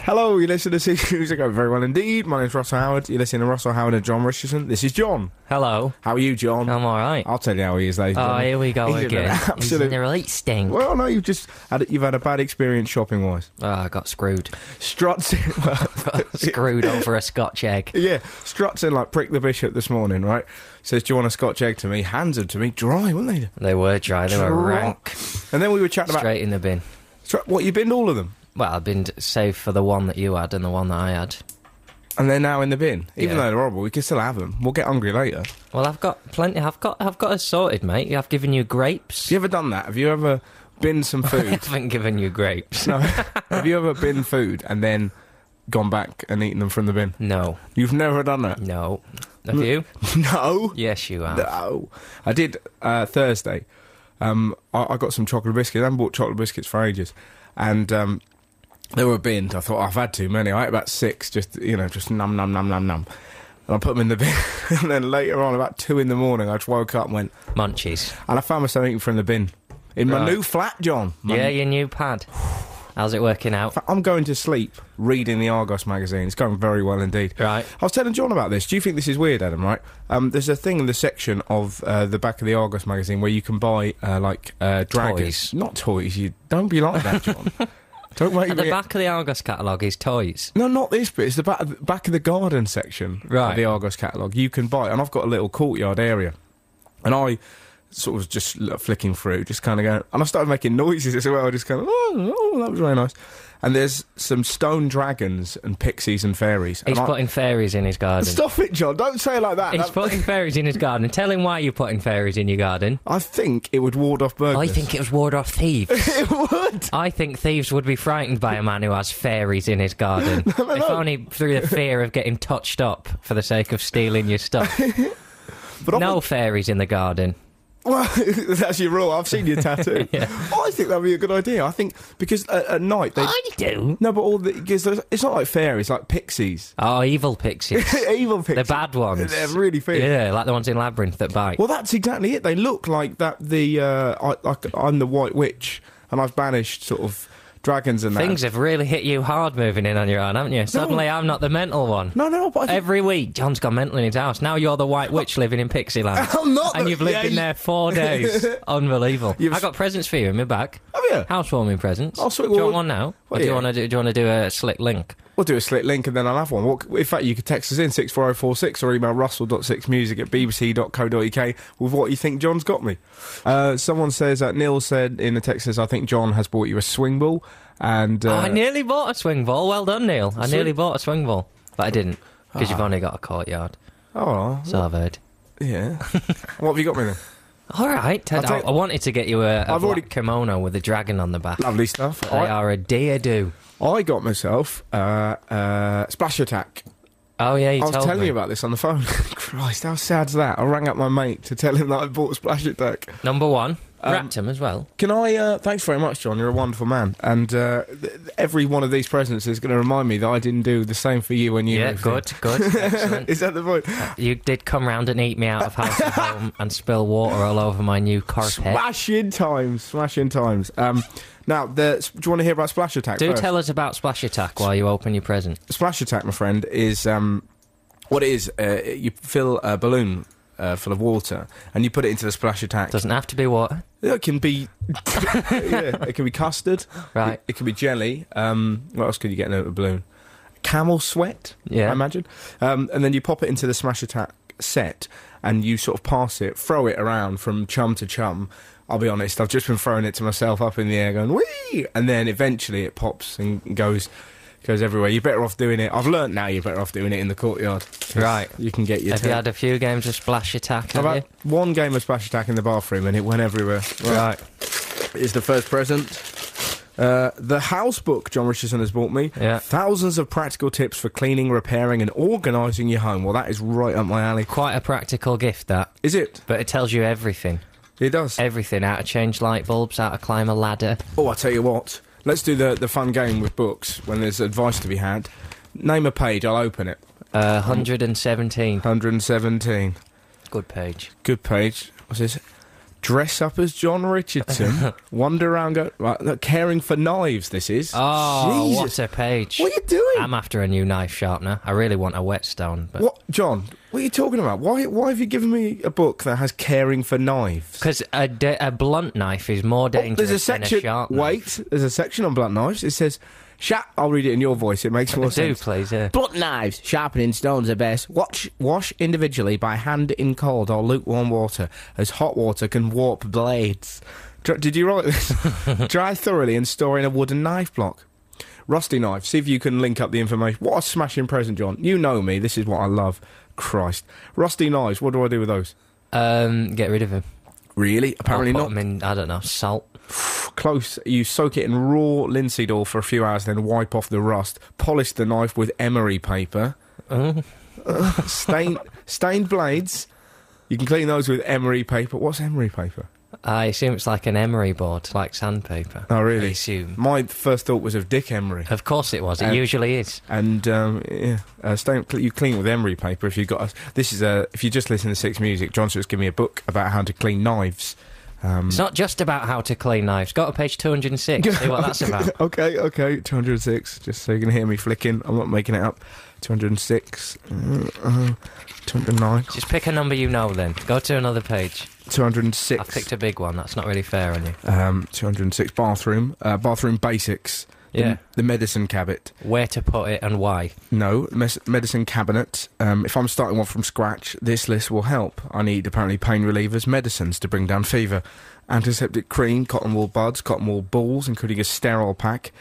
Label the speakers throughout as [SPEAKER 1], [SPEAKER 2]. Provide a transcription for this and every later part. [SPEAKER 1] Hello, you listen to Six Music. I'm very well indeed. My name's Russell Howard. You're listening to Russell Howard and John Richardson. This is John.
[SPEAKER 2] Hello.
[SPEAKER 1] How are you, John?
[SPEAKER 2] I'm all right.
[SPEAKER 1] I'll tell you how he is later.
[SPEAKER 2] Um, Oh, here we
[SPEAKER 1] Mm.
[SPEAKER 2] go
[SPEAKER 1] He's in
[SPEAKER 2] again.
[SPEAKER 1] an
[SPEAKER 2] He's in
[SPEAKER 1] absolute-
[SPEAKER 2] the right stink.
[SPEAKER 1] Well, no, you've just had a, you've had a bad experience shopping wise.
[SPEAKER 2] Oh, I got screwed.
[SPEAKER 1] Struts, well,
[SPEAKER 2] screwed over a Scotch egg.
[SPEAKER 1] yeah, struts in like prick the bishop this morning, right? Says, "Do you want a Scotch egg?" To me, hands them to me, dry, weren't they?
[SPEAKER 2] They were dry. They were
[SPEAKER 1] Dry.
[SPEAKER 2] rank.
[SPEAKER 1] And then we were chatting
[SPEAKER 2] Straight in the bin.
[SPEAKER 1] about Stra- what you've been to all of them,
[SPEAKER 2] Well, I've been d- saved for the one that you had and the one that I had.
[SPEAKER 1] and they're now in the bin. Even
[SPEAKER 2] Yeah.
[SPEAKER 1] though they're horrible, we can still have them. We'll get hungry later. Have
[SPEAKER 2] Well, I've got plenty. I've got. I've got assorted, mate. I've given you grapes.
[SPEAKER 1] you ever done that? Have you ever been some
[SPEAKER 2] I
[SPEAKER 1] food?
[SPEAKER 2] haven't given you grapes.
[SPEAKER 1] no. Have you ever been food and then gone back and eaten them from the bin?
[SPEAKER 2] No.
[SPEAKER 1] You've never done that.
[SPEAKER 2] No. Have
[SPEAKER 1] Mm.
[SPEAKER 2] you?
[SPEAKER 1] no.
[SPEAKER 2] Yes, you have.
[SPEAKER 1] No. I did uh, Thursday. Um, I, I got some chocolate biscuits. I haven't bought chocolate biscuits for ages, and um, they were binned. I thought "Oh, I've had too many. I ate about six. Just you know, just num num num num num. And I put them in the bin. and then later on, about two in the morning, I just woke up and went,
[SPEAKER 2] Munchies.
[SPEAKER 1] and I found myself eating from the bin in my
[SPEAKER 2] Right.
[SPEAKER 1] new flat, John. My-
[SPEAKER 2] Yeah, your new pad. How's it working out?
[SPEAKER 1] I'm going to sleep reading the Argos magazine. It's going very well indeed.
[SPEAKER 2] Right.
[SPEAKER 1] I was telling John about this. Do you think this is weird, Adam? Right? Um, there's a thing in the section of uh, the back of the Argos magazine where you can buy uh, like uh, dragons,
[SPEAKER 2] Toys.
[SPEAKER 1] not toys. You don't be like that, John. don't make
[SPEAKER 2] At the
[SPEAKER 1] me.
[SPEAKER 2] back of the Argos catalogue is toys.
[SPEAKER 1] no, not this bit. It's the back of, back of the garden section of
[SPEAKER 2] Right.
[SPEAKER 1] the Argos catalogue. You can buy, and I've got a little courtyard area, and I sort of was just l- flicking through, just kind of going, and I started making noises as well, just kind of, oh, oh, that was very nice. And there's some stone dragons and pixies and fairies.
[SPEAKER 2] He's
[SPEAKER 1] and I-
[SPEAKER 2] putting fairies in his garden.
[SPEAKER 1] Stop it, John! Don't say it like that.
[SPEAKER 2] He's
[SPEAKER 1] That-
[SPEAKER 2] putting fairies in his garden. Tell him why you're putting fairies in your garden.
[SPEAKER 1] I think it would ward off burglars.
[SPEAKER 2] I think it was ward off thieves.
[SPEAKER 1] it would.
[SPEAKER 2] I think thieves would be frightened by a man who has fairies in his garden. if only through the fear of getting touched up for the sake of stealing your stuff.
[SPEAKER 1] But
[SPEAKER 2] no fairies in the garden.
[SPEAKER 1] I, well, that's your rule. I've seen your tattoo. I think that'd be a good idea. I think because at, at night they
[SPEAKER 2] do.
[SPEAKER 1] no, but all the because there's- it's not like fairies, like pixies,
[SPEAKER 2] Oh, evil pixies.
[SPEAKER 1] evil pixies.
[SPEAKER 2] They're bad ones.
[SPEAKER 1] They're really fierce.
[SPEAKER 2] Yeah, like the ones in Labyrinth that bite.
[SPEAKER 1] Well, that's exactly it. They look like that. The uh, I, like I'm the White Witch, and I've banished sort of dragons and
[SPEAKER 2] Things have really hit you hard moving in on your own, haven't you? Suddenly I'm not the mental one.
[SPEAKER 1] That. No, no, but I think,
[SPEAKER 2] Every week, John's gone mental in his house. Now you're the White Witch living in Pixieland.
[SPEAKER 1] I'm not
[SPEAKER 2] and
[SPEAKER 1] the-
[SPEAKER 2] you've lived
[SPEAKER 1] yeah,
[SPEAKER 2] in
[SPEAKER 1] you-
[SPEAKER 2] there four days. Unbelievable.
[SPEAKER 1] You've-
[SPEAKER 2] I got presents for you in my bag.
[SPEAKER 1] Have you?
[SPEAKER 2] Housewarming presents.
[SPEAKER 1] Oh, sweet.
[SPEAKER 2] Do you
[SPEAKER 1] Well,
[SPEAKER 2] want one now?
[SPEAKER 1] well,
[SPEAKER 2] or do
[SPEAKER 1] yeah.
[SPEAKER 2] you want to do? Do you want to do a slick link?
[SPEAKER 1] we'll do a slit link and then I'll have one. What, in fact, you could text us in six four zero four six or email russell.sixmusic at bbc.co.uk with what you think John's got me. Uh, someone says uh, Neil said in the text says I think John has bought you a swing ball and uh,
[SPEAKER 2] I nearly bought a swing ball. Well done, Neil. I nearly bought a swing ball, but I didn't because
[SPEAKER 1] Ah.
[SPEAKER 2] you've only got a courtyard.
[SPEAKER 1] oh
[SPEAKER 2] So I've heard.
[SPEAKER 1] yeah. what have you got me then?
[SPEAKER 2] All right, Ted.
[SPEAKER 1] I'll
[SPEAKER 2] I,
[SPEAKER 1] take-
[SPEAKER 2] I wanted to get you a, a
[SPEAKER 1] I've
[SPEAKER 2] black
[SPEAKER 1] already-
[SPEAKER 2] kimono with a dragon on the back.
[SPEAKER 1] Lovely stuff.
[SPEAKER 2] They
[SPEAKER 1] I,
[SPEAKER 2] are a dear do.
[SPEAKER 1] I got myself uh, uh, splash attack.
[SPEAKER 2] Oh yeah, you
[SPEAKER 1] I was
[SPEAKER 2] told
[SPEAKER 1] telling
[SPEAKER 2] me.
[SPEAKER 1] you about this on the phone. Christ, how sad's that? I rang up my mate to tell him that I bought splash attack.
[SPEAKER 2] Number one,
[SPEAKER 1] Um,
[SPEAKER 2] wrapped him as well.
[SPEAKER 1] Can I? Uh, thanks very much, John. You're a wonderful man, and uh, th- th- every one of these presents is going to remind me that I didn't do the same for you when you.
[SPEAKER 2] Yeah,
[SPEAKER 1] moved
[SPEAKER 2] good, good,
[SPEAKER 1] in.
[SPEAKER 2] excellent.
[SPEAKER 1] Is that the point?
[SPEAKER 2] You did come round and eat me out of house and home and spill water all over my new carpet.
[SPEAKER 1] Smashing times, smashing times. Um, now, the, s- do you want to hear about Splash Attack?
[SPEAKER 2] Do
[SPEAKER 1] first?
[SPEAKER 2] tell us about Splash Attack while you open your present.
[SPEAKER 1] Splash Attack, my friend, is um, what it is. Uh, you fill a balloon uh, full of water and you put it into the Splash Attack.
[SPEAKER 2] Doesn't have to be water.
[SPEAKER 1] It can be, yeah, it can be custard.
[SPEAKER 2] Right.
[SPEAKER 1] It, it can be jelly. Um, what else could you get in a balloon? Camel sweat.
[SPEAKER 2] Yeah.
[SPEAKER 1] I imagine. Um, and then you pop it into the smash attack set, and you sort of pass it, throw it around from chum to chum. I'll be honest, I've just been throwing it to myself up in the air, going wee, and then eventually it pops and goes. Goes everywhere. You're better off doing it. I've learnt now. You're better off doing it in the courtyard.
[SPEAKER 2] Right.
[SPEAKER 1] You can get your.
[SPEAKER 2] Have you
[SPEAKER 1] turn.
[SPEAKER 2] had a few games of Splash Attack?
[SPEAKER 1] I've
[SPEAKER 2] Have
[SPEAKER 1] had one game of splash attack in the bathroom, and it went everywhere.
[SPEAKER 2] you? Right.
[SPEAKER 1] is the first present. Uh, the house book John Richardson has bought me.
[SPEAKER 2] Yeah.
[SPEAKER 1] Thousands of practical tips for cleaning, repairing, and organising your home. Well, that is right up my alley.
[SPEAKER 2] Quite a practical gift that,
[SPEAKER 1] Is it?
[SPEAKER 2] but it tells you everything.
[SPEAKER 1] It does.
[SPEAKER 2] Everything. How to change light bulbs, how to climb a ladder.
[SPEAKER 1] Oh, I tell you what. Let's do the the fun game with books when there's advice to be had. Name a page. I'll open it.
[SPEAKER 2] Uh, 117.
[SPEAKER 1] 117.
[SPEAKER 2] Good page.
[SPEAKER 1] Good page. What's this? dress up as John Richardson, wander around, go right, look, caring for knives. This is.
[SPEAKER 2] Oh,
[SPEAKER 1] Jesus.
[SPEAKER 2] what a page!
[SPEAKER 1] What are you doing?
[SPEAKER 2] I'm after a new knife sharpener. I really want a whetstone, but
[SPEAKER 1] What, John? What are you talking about? Why? Why have you given me a book that has caring for knives?
[SPEAKER 2] because a, da- a blunt knife is more
[SPEAKER 1] Oh,
[SPEAKER 2] dangerous
[SPEAKER 1] there's a
[SPEAKER 2] than
[SPEAKER 1] section.
[SPEAKER 2] a sharp knife.
[SPEAKER 1] wait, there's a section on blunt knives. It says, "Sharp." I'll read it in your voice. It makes more
[SPEAKER 2] I do
[SPEAKER 1] sense.
[SPEAKER 2] please. Yeah.
[SPEAKER 1] Blunt knives, sharpening stones are best. Watch, wash individually by hand in cold or lukewarm water, as hot water can warp blades. Dr- Did you write this? Dry thoroughly and store in a wooden knife block. Rusty knife. See if you can link up the information. What a smashing present, John. You know me. This is what I love. Christ. Rusty knives. What do I do with those?
[SPEAKER 2] Um, get rid of him.
[SPEAKER 1] Really? Apparently
[SPEAKER 2] I'll
[SPEAKER 1] not.
[SPEAKER 2] put him in, I don't know salt.
[SPEAKER 1] Close. You soak it in raw linseed oil for a few hours, then wipe off the rust. Polish the knife with emery paper. Ugh, stained, stained blades. You can clean those with emery paper. What's emery paper?
[SPEAKER 2] I assume it's like an emery board, like sandpaper.
[SPEAKER 1] Oh,
[SPEAKER 2] I
[SPEAKER 1] really?
[SPEAKER 2] assume.
[SPEAKER 1] My first thought was of Dick Emery.
[SPEAKER 2] Of course it was. It
[SPEAKER 1] Um,
[SPEAKER 2] usually is.
[SPEAKER 1] And um, yeah, uh, stain, cl- you clean with emery paper if you got. A, this is a. If you just listen to Six Music, Johnson has given me a book about how to clean knives. Um,
[SPEAKER 2] It's not just about how to clean knives. Go to page 206. see what that's about.
[SPEAKER 1] okay, okay, 206. Just so you can hear me flicking. I'm not making it up. 206. Uh, uh, 209.
[SPEAKER 2] Just pick a number you know then. Go to another page. I've
[SPEAKER 1] 206.
[SPEAKER 2] picked a big one. That's not really fair on you.
[SPEAKER 1] Um, 206. Bathroom. Uh, bathroom basics. The-
[SPEAKER 2] Yeah.
[SPEAKER 1] The, medicine cabinet.
[SPEAKER 2] Hmm. Where to put it and why.
[SPEAKER 1] No, mes- medicine cabinet. Um, if I'm starting one from scratch, this list will help. I need apparently pain relievers, medicines to bring down fever, antiseptic cream, cotton wool buds, cotton wool balls, including a sterile pack,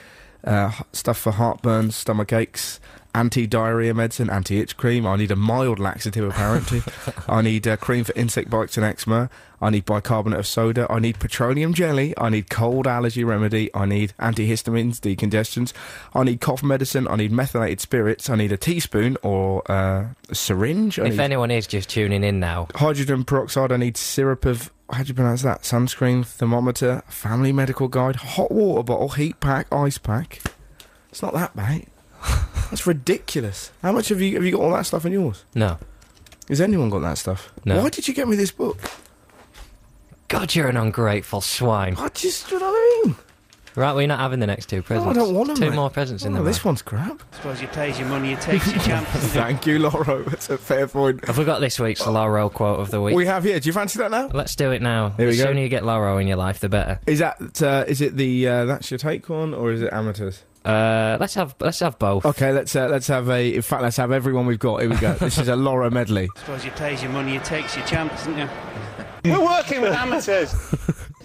[SPEAKER 1] uh, h- stuff for heartburn, stomach aches, anti diarrhea medicine, anti itch cream. I need a mild laxative apparently. I need uh, cream for insect bites and eczema. I need bicarbonate of soda. I need petroleum jelly. I need cold allergy remedy. I need antihistamines, decongestants. I need cough medicine. I need methylated spirits. I need a teaspoon or uh, a syringe. I
[SPEAKER 2] If
[SPEAKER 1] need
[SPEAKER 2] anyone is just tuning in now,
[SPEAKER 1] hydrogen peroxide. I need syrup of how do you pronounce that? Sunscreen, thermometer, family medical guide, hot water bottle, heat pack, ice pack. It's not that, mate. That's ridiculous. How much have you have you got all that stuff in yours?
[SPEAKER 2] no.
[SPEAKER 1] Has anyone got that stuff?
[SPEAKER 2] No.
[SPEAKER 1] Why did you get me this book?
[SPEAKER 2] God, you're an ungrateful swine.
[SPEAKER 1] I just, you know what I mean?
[SPEAKER 2] Right, we're not having the next two
[SPEAKER 1] No, I
[SPEAKER 2] presents.
[SPEAKER 1] don't want them.
[SPEAKER 2] Two
[SPEAKER 1] mate.
[SPEAKER 2] more presents in
[SPEAKER 1] Oh,
[SPEAKER 2] the
[SPEAKER 1] This
[SPEAKER 2] this
[SPEAKER 1] one's crap.
[SPEAKER 3] suppose you pays your money, you takes your chances.
[SPEAKER 1] Thank you, Lauro. That's a fair point.
[SPEAKER 2] Have we got this week's Laurel quote of the week?
[SPEAKER 1] We have here. Do you fancy that now?
[SPEAKER 2] Let's do it now.
[SPEAKER 1] Here we
[SPEAKER 2] the
[SPEAKER 1] go.
[SPEAKER 2] sooner you get Laurel in your life, the better.
[SPEAKER 1] Is that uh, is it the uh, that's your take one or is it amateurs?
[SPEAKER 2] Uh, let's have let's have both.
[SPEAKER 1] Okay, let's uh, let's have a. In fact, let's have everyone we've got. Here we go. This is a Lauro medley.
[SPEAKER 3] suppose you pays your money, you takes your chances, isn't you? We're working with amateurs.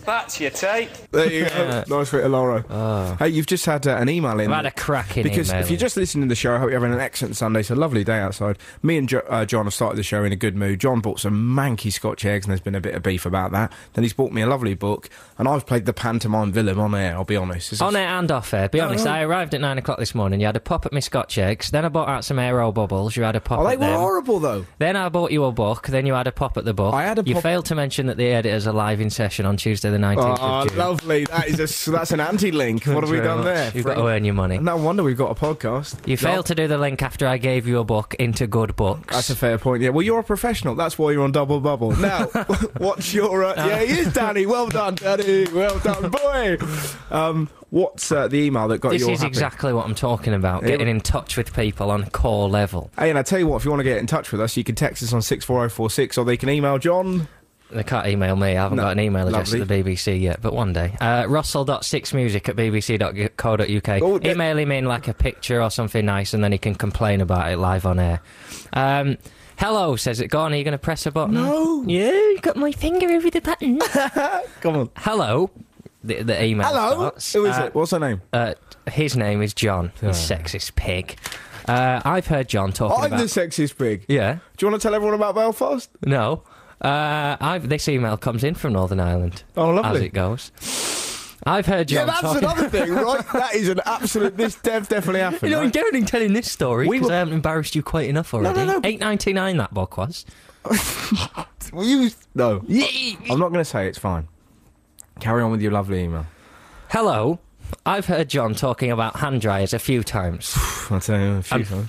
[SPEAKER 3] That's your take.
[SPEAKER 1] There you go. nice bit of Lauro. Hey, you've just had uh, an email in.
[SPEAKER 2] I've had a cracking
[SPEAKER 1] because
[SPEAKER 2] email.
[SPEAKER 1] if you're
[SPEAKER 2] in.
[SPEAKER 1] just listening to the show, I hope you're having an excellent Sunday. It's a lovely day outside. Me and jo- uh, John have started the show in a good mood. John bought some manky Scotch eggs, and there's been a bit of beef about that. Then he's bought me a lovely book, and I've played the pantomime villain on air. I'll be honest. It's a
[SPEAKER 2] On air and off air. Be honest, I arrived at nine o'clock this morning. You had a pop at my scotch eggs. Then I bought out some aero bubbles. You had a pop
[SPEAKER 1] Oh, they
[SPEAKER 2] at
[SPEAKER 1] were
[SPEAKER 2] them.
[SPEAKER 1] horrible though.
[SPEAKER 2] Then I bought you a book. Then you had a pop at the book.
[SPEAKER 1] I had a
[SPEAKER 2] You
[SPEAKER 1] pop-
[SPEAKER 2] failed to mention that the editors are live in session on Tuesday the nineteenth
[SPEAKER 1] Oh,
[SPEAKER 2] of June.
[SPEAKER 1] lovely. That is a, s- that's an anti-link. what have we
[SPEAKER 2] Very
[SPEAKER 1] done
[SPEAKER 2] much.
[SPEAKER 1] there?
[SPEAKER 2] You've got to earn your money.
[SPEAKER 1] No wonder we've got a podcast.
[SPEAKER 2] You failed to do the link after I gave you a book into good books.
[SPEAKER 1] That's a fair point. Yeah. Well, you're a professional. That's why you're on double bubble. Now, what's your? Uh, yeah, he is Danny. Well done, Danny. Well done, boy. Um, what's uh, the email that got
[SPEAKER 2] this
[SPEAKER 1] you? all
[SPEAKER 2] is
[SPEAKER 1] happy?
[SPEAKER 2] exactly what I'm talking about.
[SPEAKER 1] Yeah.
[SPEAKER 2] Getting in touch with people on core level.
[SPEAKER 1] Hey, and I tell you what, if you want to get in touch with us, you can text us on six four zero four six, or they can email John.
[SPEAKER 2] They can't email me. I haven't
[SPEAKER 1] No,
[SPEAKER 2] got an email address to
[SPEAKER 1] lovely.
[SPEAKER 2] the BBC yet, but one day. Uh, Russell.sixmusic at bbc.co.uk.
[SPEAKER 1] Oh, yeah.
[SPEAKER 2] Email him in like a picture or something nice, and then he can complain about it live on air. Um, hello, says it. Go on, are you going to press a button?
[SPEAKER 1] No.
[SPEAKER 2] Yeah, you got my finger over the button.
[SPEAKER 1] Come on.
[SPEAKER 2] hello. The, the email.
[SPEAKER 1] Hello.
[SPEAKER 2] starts.
[SPEAKER 1] Who is
[SPEAKER 2] Uh,
[SPEAKER 1] it? What's her name?
[SPEAKER 2] Uh, his name is John, the sexist pig. Uh, I've heard John talking
[SPEAKER 1] I'm
[SPEAKER 2] about.
[SPEAKER 1] the sexiest pig.
[SPEAKER 2] yeah.
[SPEAKER 1] Do you want to tell everyone about Belfast?
[SPEAKER 2] No. Uh, I've, this email comes in from Northern Ireland.
[SPEAKER 1] Oh, lovely.
[SPEAKER 2] As it goes. I've heard
[SPEAKER 1] yeah,
[SPEAKER 2] John
[SPEAKER 1] that's
[SPEAKER 2] talking.
[SPEAKER 1] another thing, right? That is an absolute. This dev definitely happened.
[SPEAKER 2] You know, I'm
[SPEAKER 1] right?
[SPEAKER 2] doubting telling this story
[SPEAKER 1] We
[SPEAKER 2] because
[SPEAKER 1] were-
[SPEAKER 2] I haven't embarrassed you quite enough already.
[SPEAKER 1] no, no.
[SPEAKER 2] Eight ninety nine that book was.
[SPEAKER 1] Will you? No. I'm not going to say it's fine. Carry on with your lovely email.
[SPEAKER 2] Hello. I've heard John talking about hand dryers a few times.
[SPEAKER 1] I'll tell you a few times.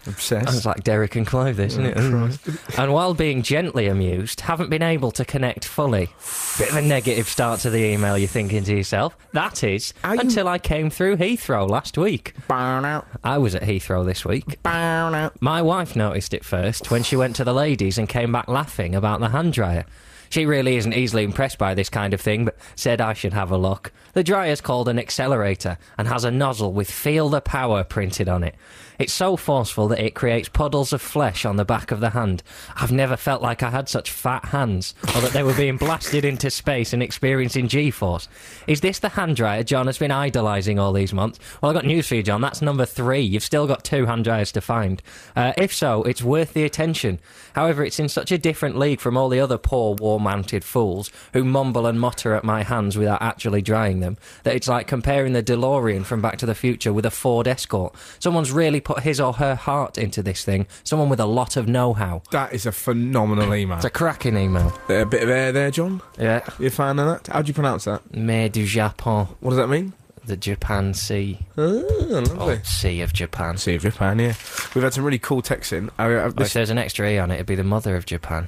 [SPEAKER 2] It's
[SPEAKER 1] Obsessed.
[SPEAKER 2] like Derek and Clive, this, isn't
[SPEAKER 1] Oh,
[SPEAKER 2] it? and while being gently amused, haven't been able to connect fully. Bit of a negative start to the email, you're thinking to yourself. That is,
[SPEAKER 1] Are you-
[SPEAKER 2] until I came through Heathrow last week.
[SPEAKER 1] Burn out.
[SPEAKER 2] I was at Heathrow this week.
[SPEAKER 1] Burn out.
[SPEAKER 2] My wife noticed it first when she went to the ladies and came back laughing about the hand dryer. She really isn't easily impressed by this kind of thing, but said I should have a look. The dryer's called an accelerator and has a nozzle with Feel the Power printed on it. It's so forceful that it creates puddles of flesh on the back of the hand. I've never felt like I had such fat hands, or that they were being blasted into space and experiencing G force. Is this the hand dryer John has been idolising all these months? Well, I've got news for you, John. That's number three. You've still got two hand dryers to find. Uh, if so, it's worth the attention. However, it's in such a different league from all the other poor war mounted fools who mumble and mutter at my hands without actually drying them that it's like comparing the DeLorean from Back to the Future with a Ford Escort. Someone's really put his or her heart into this thing, someone with a lot of know how.
[SPEAKER 1] That is a phenomenal email.
[SPEAKER 2] It's a cracking email.
[SPEAKER 1] a bit of air there, John.
[SPEAKER 2] Yeah.
[SPEAKER 1] You a fan of that? How do you pronounce that?
[SPEAKER 2] Mer du Japon,
[SPEAKER 1] What does that mean?
[SPEAKER 2] the Japan Sea.
[SPEAKER 1] Oh, lovely.
[SPEAKER 2] Oh, sea of Japan.
[SPEAKER 1] See if you're fan, yeah. We've had some really cool texts in. I, I,
[SPEAKER 2] Well, if
[SPEAKER 1] this,
[SPEAKER 2] there's an extra E on it, it'd be the mother of Japan.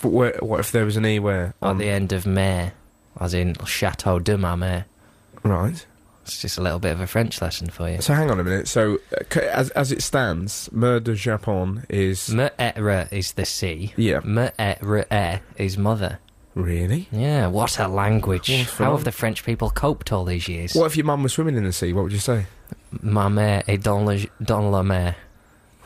[SPEAKER 1] what, what if there was an E where?
[SPEAKER 2] Or
[SPEAKER 1] on-
[SPEAKER 2] the end of Mer, as in Chateau de ma Mère.
[SPEAKER 1] Right.
[SPEAKER 2] It's just a little bit of a French lesson for you.
[SPEAKER 1] So hang on a minute. So uh, c- as as it stands, Murder Japon is
[SPEAKER 2] Me'ere is the sea.
[SPEAKER 1] yeah.
[SPEAKER 2] Me'ere e is mother.
[SPEAKER 1] Really?
[SPEAKER 2] Yeah, what a
[SPEAKER 1] What
[SPEAKER 2] language.
[SPEAKER 1] a
[SPEAKER 2] How
[SPEAKER 1] phenomenon.
[SPEAKER 2] have the French people coped all these years?
[SPEAKER 1] What if your mum was swimming in the sea? What would you say?
[SPEAKER 2] Ma mère est dans, le, dans la mer.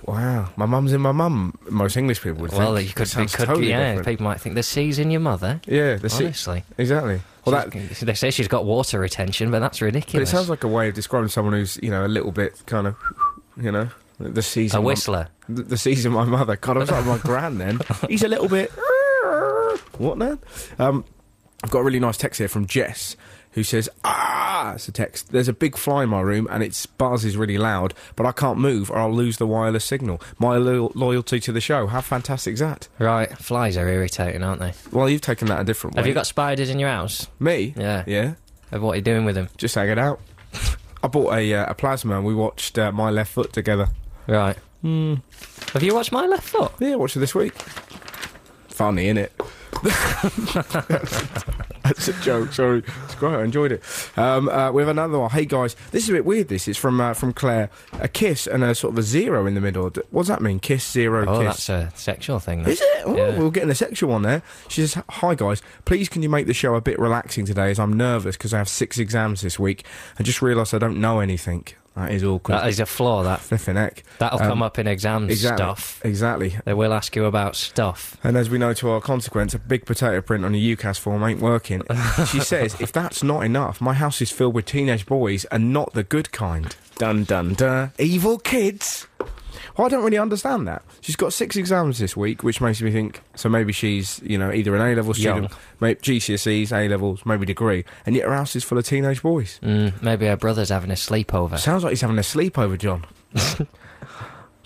[SPEAKER 1] Wow, my mum's in my mum. Most English people would
[SPEAKER 2] well,
[SPEAKER 1] think.
[SPEAKER 2] you could,
[SPEAKER 1] That
[SPEAKER 2] it
[SPEAKER 1] sounds
[SPEAKER 2] could
[SPEAKER 1] totally
[SPEAKER 2] yeah,
[SPEAKER 1] different.
[SPEAKER 2] people might think the sea's in your mother.
[SPEAKER 1] Yeah, the sea.
[SPEAKER 2] Honestly.
[SPEAKER 1] Exactly. Well, that
[SPEAKER 2] She's- they say she's got water retention, but that's
[SPEAKER 1] But it
[SPEAKER 2] ridiculous.
[SPEAKER 1] sounds like a way of describing someone who's, you know, a little bit kind of, you know, the season.
[SPEAKER 2] a whistler.
[SPEAKER 1] the, the season my mother. God, I was like my grand then. He's a little bit. What now? Um, I've got a really nice text here from Jess. Who says, ah, it's a text. There's a big fly in my room and its buzz is really loud, but I can't move or I'll lose the wireless signal. My lo- loyalty to the show. How fantastic is that?
[SPEAKER 2] Right, flies are irritating, aren't they?
[SPEAKER 1] Well, you've taken that a different way.
[SPEAKER 2] Have you got spiders in your house?
[SPEAKER 1] me?
[SPEAKER 2] Yeah.
[SPEAKER 1] Yeah.
[SPEAKER 2] Of what are you doing with them?
[SPEAKER 1] Just hanging out. I bought a, uh, a plasma and we watched uh, My Left Foot together.
[SPEAKER 2] Right.
[SPEAKER 1] Hmm.
[SPEAKER 2] Have you watched My Left Foot?
[SPEAKER 1] Yeah, watch it this week. Funny, innit? That's a joke. Sorry, it's great. I enjoyed it. Um, uh, we have another one. Hey guys, this is a bit weird. This it's from uh, from Claire. A kiss and a sort of a zero in the middle. D- What does that mean? Kiss zero
[SPEAKER 2] Oh,
[SPEAKER 1] kiss.
[SPEAKER 2] that's a sexual thing. That.
[SPEAKER 1] Is it? Oh,
[SPEAKER 2] Yeah.
[SPEAKER 1] We're getting a sexual one there. She says, Hi guys, please can you make the show a bit relaxing today as I'm nervous because I have six exams this week and just realised I don't know anything. That is awkward.
[SPEAKER 2] That is a flaw. That
[SPEAKER 1] Flipping heck.
[SPEAKER 2] that'll
[SPEAKER 1] Um,
[SPEAKER 2] come up in exams
[SPEAKER 1] exactly,
[SPEAKER 2] stuff.
[SPEAKER 1] Exactly.
[SPEAKER 2] They will ask you about stuff.
[SPEAKER 1] And as we know to our consequence, a big potato print on a UCAS form ain't working. She says, if that's not enough, my house is filled with teenage boys and not the good kind. Dun dun dun. Evil kids. Well, I don't really understand that. She's got six exams this week, which makes me think, so maybe she's, you know, either an A level student,
[SPEAKER 2] Young.
[SPEAKER 1] maybe GCSEs, A levels, maybe degree, and yet her house is full of teenage boys.
[SPEAKER 2] Mm, maybe her brother's having a sleepover.
[SPEAKER 1] Sounds like he's having a sleepover, John.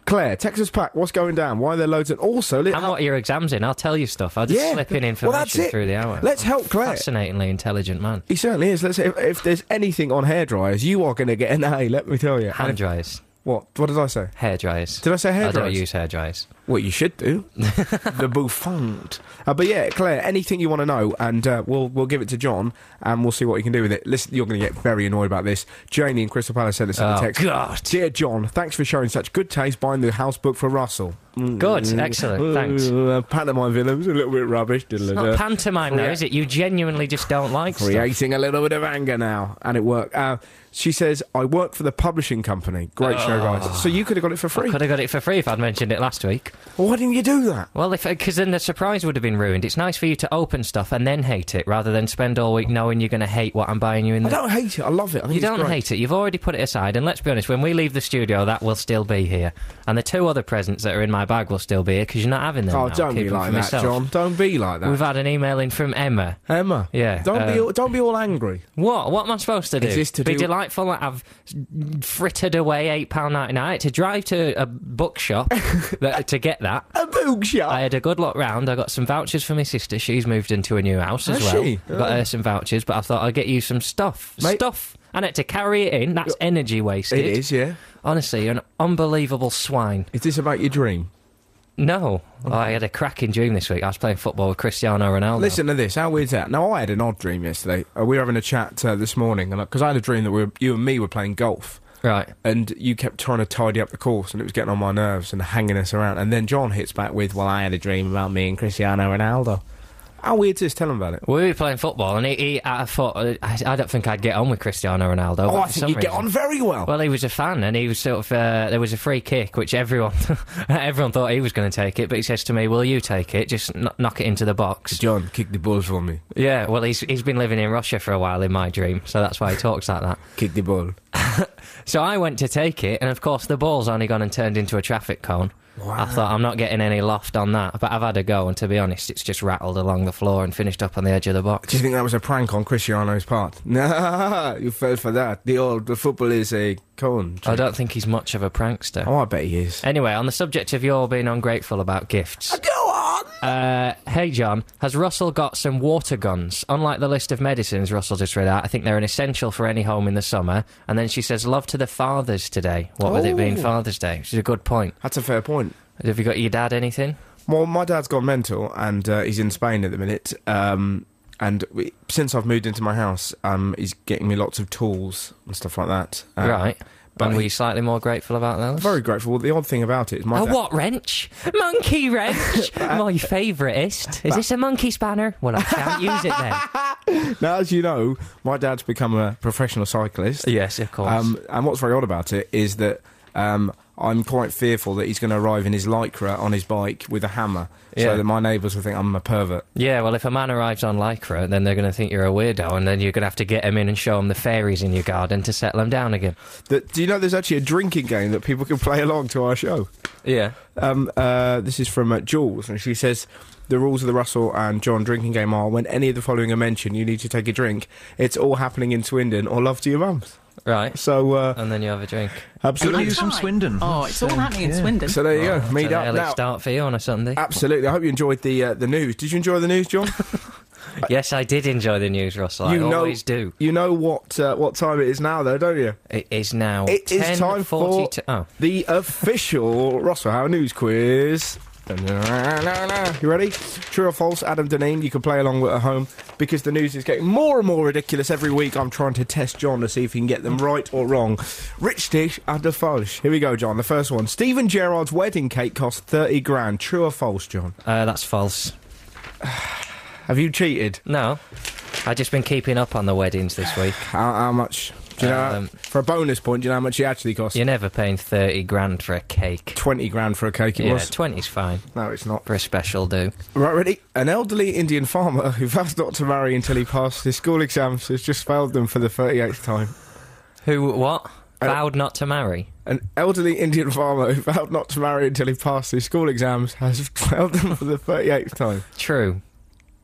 [SPEAKER 1] Claire, Texas Pack, what's going down? Why are there loads? And also, li-
[SPEAKER 2] And what are your exams in? I'll tell you stuff. I'll just
[SPEAKER 1] Yeah.
[SPEAKER 2] slip in
[SPEAKER 1] Well,
[SPEAKER 2] information
[SPEAKER 1] that's it.
[SPEAKER 2] through the hour.
[SPEAKER 1] let's help Claire.
[SPEAKER 2] Fascinatingly intelligent man.
[SPEAKER 1] He certainly is. Let's if, if there's anything on hair dryers, you are going to get an A. Let me tell you. And
[SPEAKER 2] Hand
[SPEAKER 1] if-
[SPEAKER 2] dryers,
[SPEAKER 1] what? What did I say?
[SPEAKER 2] hair dryers.
[SPEAKER 1] Did I say hair
[SPEAKER 2] I don't
[SPEAKER 1] dryers?
[SPEAKER 2] use hair dryers.
[SPEAKER 1] What you should do. the bouffant. Uh, but yeah, Claire. Anything you want to know, and uh, we'll we'll give it to John, and we'll see what he can do with it. Listen, you're going to get very annoyed about this. Janie in Crystal Palace sent us in the
[SPEAKER 2] Oh,
[SPEAKER 1] text.
[SPEAKER 2] God.
[SPEAKER 1] Dear John, thanks for showing such good taste buying the house book for Russell. Mm.
[SPEAKER 2] Good, excellent, thanks.
[SPEAKER 1] Uh, pantomime villains a little bit rubbish. Uh,
[SPEAKER 2] Not pantomime now,
[SPEAKER 1] Free-
[SPEAKER 2] is it? You genuinely just don't like stuff.
[SPEAKER 1] creating a little bit of anger now, and it worked. Uh, she says, "I work for the publishing company. Great show,
[SPEAKER 2] Ah.
[SPEAKER 1] guys. So you could have got it for free.
[SPEAKER 2] Could have got it for free if I'd mentioned it last week.
[SPEAKER 1] Well, why didn't you do that?
[SPEAKER 2] Well, because then the surprise would have been ruined. It's nice for you to open stuff and then hate it, rather than spend all week knowing you're going to hate what I'm buying you in
[SPEAKER 1] I
[SPEAKER 2] the.
[SPEAKER 1] don't hate it. I love it. I think
[SPEAKER 2] You
[SPEAKER 1] it's
[SPEAKER 2] don't
[SPEAKER 1] great.
[SPEAKER 2] hate it. You've already put it aside, and let's be honest, when we leave the studio, that will still be here, and the two other presents that are in my bag will still be here because you're not having them.
[SPEAKER 1] Oh,
[SPEAKER 2] now.
[SPEAKER 1] don't
[SPEAKER 2] Keep
[SPEAKER 1] be
[SPEAKER 2] them
[SPEAKER 1] like
[SPEAKER 2] for
[SPEAKER 1] that,
[SPEAKER 2] myself.
[SPEAKER 1] John. Don't be like that,
[SPEAKER 2] We've had an email in from Emma.
[SPEAKER 1] Emma.
[SPEAKER 2] Yeah,
[SPEAKER 1] Don't be.
[SPEAKER 2] um,
[SPEAKER 1] All, don't be all angry.
[SPEAKER 2] What? What am I supposed to do?
[SPEAKER 1] Is this to
[SPEAKER 2] be
[SPEAKER 1] do-
[SPEAKER 2] delightful that I've frittered away eight pound ninety nine to drive to a bookshop that, to get that.
[SPEAKER 1] A bookshop.
[SPEAKER 2] I had a good look round. I got some vouchers for my sister. She's moved into a new house as
[SPEAKER 1] Has
[SPEAKER 2] well.
[SPEAKER 1] she? Oh.
[SPEAKER 2] Got her some vouchers, but I thought I'd get you some stuff.
[SPEAKER 1] Mate-
[SPEAKER 2] Stuff. And had to carry it in. That's energy wasted.
[SPEAKER 1] It is, yeah.
[SPEAKER 2] Honestly, you're an unbelievable swine.
[SPEAKER 1] Is this about your dream?
[SPEAKER 2] No. Oh, I had a cracking dream this week. I was playing football with Cristiano Ronaldo.
[SPEAKER 1] Listen to this. How weird's that? Now, I had an odd dream yesterday. Uh, we were having a chat uh, this morning, and because I had a dream that we were, you and me were playing golf,
[SPEAKER 2] Right.
[SPEAKER 1] and you kept trying to tidy up the course, and it was getting on my nerves and hanging us around. And then John hits back with, "Well, I had a dream about me and Cristiano Ronaldo." How weird's this? Tell him about it.
[SPEAKER 2] We were playing football, and he, he I thought I, I don't think I'd get on with Cristiano Ronaldo. but
[SPEAKER 1] Oh, I
[SPEAKER 2] for
[SPEAKER 1] think
[SPEAKER 2] some
[SPEAKER 1] you get
[SPEAKER 2] reason-
[SPEAKER 1] on very well.
[SPEAKER 2] Well, he was a fan, and he was sort of uh, there was a free kick which everyone everyone thought he was going to take it, but he says to me, "Will you take it? Just kn- knock it into the box."
[SPEAKER 1] John, kick the ball for me.
[SPEAKER 2] Yeah. Well, he's he's been living in Russia for a while in my dream, so that's why he talks like that.
[SPEAKER 1] Kick the ball.
[SPEAKER 2] So I went to take it, and of course the ball's only gone and turned into a traffic cone. I thought I'm not getting any loft on that, but I've had a go, and to be honest, it's just rattled along the floor and finished up on the edge of the
[SPEAKER 1] Do
[SPEAKER 2] box.
[SPEAKER 1] you think that was a prank on Cristiano's part? Nah, you fell for that. The old the football is a con.
[SPEAKER 2] I don't think he's much of a prankster.
[SPEAKER 1] Oh, I bet he is.
[SPEAKER 2] Anyway, on the subject of your being ungrateful about gifts.
[SPEAKER 1] Go on.
[SPEAKER 2] Uh, hey, John, has Russell got some water guns? Unlike the list of medicines Russell just read out, I think they're an essential for any home in the summer. And then she says, love to the fathers today. What with it being
[SPEAKER 1] Oh.
[SPEAKER 2] Father's Day, which is a good point.
[SPEAKER 1] That's a fair point.
[SPEAKER 2] Have you got your dad anything?
[SPEAKER 1] Well, my dad's gone mental, and uh, he's in Spain at the minute. Um, and we, since I've moved into my house, um, he's getting me lots of tools and stuff like that. Uh,
[SPEAKER 2] right.
[SPEAKER 1] but
[SPEAKER 2] But and were
[SPEAKER 1] he-
[SPEAKER 2] you slightly more grateful about those?
[SPEAKER 1] Very grateful. Well, the odd thing about it is my
[SPEAKER 2] A
[SPEAKER 1] dad,
[SPEAKER 2] Oh, what wrench? Monkey wrench! My favouriteist. Is this a monkey spanner? Well, I can't use it then.
[SPEAKER 1] now, as you know, my dad's become a professional cyclist.
[SPEAKER 2] Yes, of course.
[SPEAKER 1] Um, and what's very odd about it is that um, I'm quite fearful that he's going to arrive in his lycra on his bike with a hammer,
[SPEAKER 2] Yeah.
[SPEAKER 1] so that my neighbours will think I'm a pervert.
[SPEAKER 2] Yeah, well, if a man arrives on Lycra, then they're going to think you're a weirdo, and then you're going to have to get him in and show him the fairies in your garden to settle him down again.
[SPEAKER 1] That, do you know there's actually a drinking game that people can play along to our show?
[SPEAKER 2] Yeah.
[SPEAKER 1] Um, uh, this is from uh, Jules, and she says the rules of the Russell and John drinking game are: when any of the following are mentioned, you need to take a drink. It's all happening in Swindon, or love to your mums.
[SPEAKER 2] Right.
[SPEAKER 1] So uh,
[SPEAKER 2] And then you have a drink.
[SPEAKER 4] Good
[SPEAKER 1] absolutely.
[SPEAKER 4] news from
[SPEAKER 5] Right.
[SPEAKER 4] Swindon.
[SPEAKER 5] Oh, it's all
[SPEAKER 4] So,
[SPEAKER 5] happening in
[SPEAKER 4] yeah.
[SPEAKER 5] Swindon.
[SPEAKER 1] So there you go. Meet
[SPEAKER 2] It's an
[SPEAKER 1] up
[SPEAKER 2] early
[SPEAKER 1] now. Uh,
[SPEAKER 2] start for you on a Sunday.
[SPEAKER 1] Absolutely. I hope you enjoyed the uh, the news. Did you enjoy the news, John?
[SPEAKER 2] yes, I did enjoy the news, Russell.
[SPEAKER 1] You
[SPEAKER 2] I
[SPEAKER 1] know-
[SPEAKER 2] always do.
[SPEAKER 1] you know what uh, what time it is now, though, don't you?
[SPEAKER 2] It is now.
[SPEAKER 1] It is time for
[SPEAKER 2] 10:42 Oh,
[SPEAKER 1] the official Russell Howard News Quiz. You ready? True or false, Adam Deneen, you can play along with at home because the news is getting more and more ridiculous every week. I'm trying to test John to see if he can get them right or wrong. Rich dish and a false. Here we go, John. The first one. Stephen Gerrard's wedding cake cost 30 grand. True or false, John?
[SPEAKER 2] uh, that's false.
[SPEAKER 1] Have you cheated?
[SPEAKER 2] No. I've just been keeping up on the weddings this week.
[SPEAKER 1] How, how much? Do you know,
[SPEAKER 2] Um,
[SPEAKER 1] for a bonus point, do you know how much it actually cost?
[SPEAKER 2] You're never paying 30 grand for a cake.
[SPEAKER 1] 20 grand for a cake it
[SPEAKER 2] Yeah,
[SPEAKER 1] was.
[SPEAKER 2] 20's fine
[SPEAKER 1] no, it's not.
[SPEAKER 2] for a special do.
[SPEAKER 1] Right, ready? An elderly Indian farmer who vows not to marry until he passed his school exams has just failed them for the 38th time.
[SPEAKER 2] Who, what?
[SPEAKER 1] Uh,
[SPEAKER 2] Vowed not to marry.
[SPEAKER 1] An elderly Indian farmer who vowed not to marry until he passed his school exams has failed them for the 38th time.
[SPEAKER 2] True.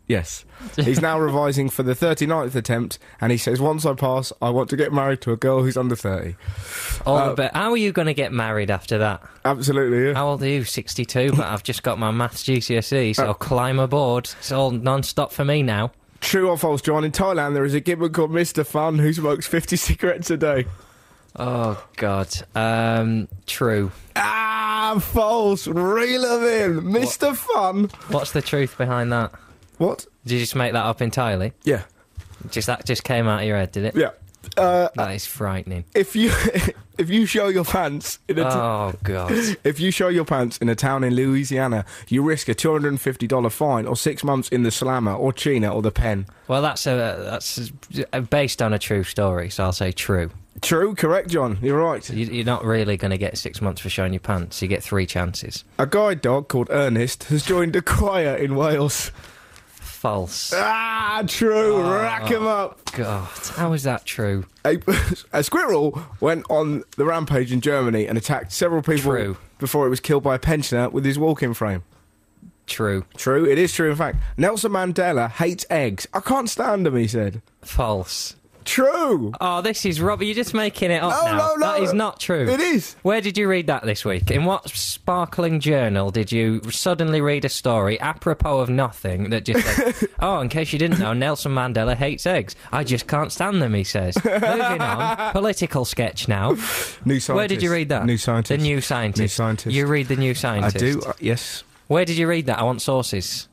[SPEAKER 1] Yes. He's now revising for the 39th attempt and he says, Once I pass, I want to get married to a girl who's under 30.
[SPEAKER 2] All
[SPEAKER 1] Uh,
[SPEAKER 2] the be- How are you going to get married after that?
[SPEAKER 1] Absolutely, yeah.
[SPEAKER 2] How old are you? 62, but I've just got my maths GCSE, E,
[SPEAKER 1] Uh,
[SPEAKER 2] so climb aboard. It's all non stop for me now.
[SPEAKER 1] True or false, John? In Thailand, there is a gibbon called Mr. Fun who smokes 50 cigarettes a day.
[SPEAKER 2] Oh, God. Um, true.
[SPEAKER 1] Ah, false. Reel him in. Mr. Fun.
[SPEAKER 2] What's the truth behind that?
[SPEAKER 1] What?
[SPEAKER 2] Did you just make that up entirely?
[SPEAKER 1] Yeah.
[SPEAKER 2] Just That just came out of your head, did it?
[SPEAKER 1] Yeah. Uh,
[SPEAKER 2] That is frightening.
[SPEAKER 1] if you if you show your pants in a t-
[SPEAKER 2] Oh, God.
[SPEAKER 1] if you show your pants in a town in Louisiana, you risk a two hundred and fifty dollar fine or six months in the slammer or China or the pen.
[SPEAKER 2] Well, that's a that's a- based on a true story, so I'll say true.
[SPEAKER 1] True, correct, John. You're right.
[SPEAKER 2] You, you're not really going to get six months for showing your pants. You get three chances.
[SPEAKER 1] A guide dog called Ernest has joined a choir in Wales.
[SPEAKER 2] False.
[SPEAKER 1] Ah, true. Rack 'em Rack him up.
[SPEAKER 2] God, how is that true?
[SPEAKER 1] A, a squirrel went on the rampage in Germany and attacked several people
[SPEAKER 2] True.
[SPEAKER 1] before it was killed by a pensioner with his walking frame.
[SPEAKER 2] True.
[SPEAKER 1] True, it is true. In fact, Nelson Mandela hates eggs. I can't stand them. He said.
[SPEAKER 2] False.
[SPEAKER 1] True.
[SPEAKER 2] Oh, this is rubbish. You're just making it up
[SPEAKER 1] No,
[SPEAKER 2] now.
[SPEAKER 1] no, no.
[SPEAKER 2] That is not true.
[SPEAKER 1] It is.
[SPEAKER 2] Where did you read that this week? In what sparkling journal did you suddenly read a story apropos of nothing that just said, oh, in case you didn't know, Nelson Mandela hates eggs. I just can't stand them, he says. Moving on. Political sketch now.
[SPEAKER 1] New scientist.
[SPEAKER 2] Where did you read that?
[SPEAKER 1] New scientist.
[SPEAKER 2] The New Scientist.
[SPEAKER 1] New Scientist.
[SPEAKER 2] You read The New
[SPEAKER 1] I do.
[SPEAKER 2] Scientist.
[SPEAKER 1] uh, yes.
[SPEAKER 2] Where did you read that? I want sources.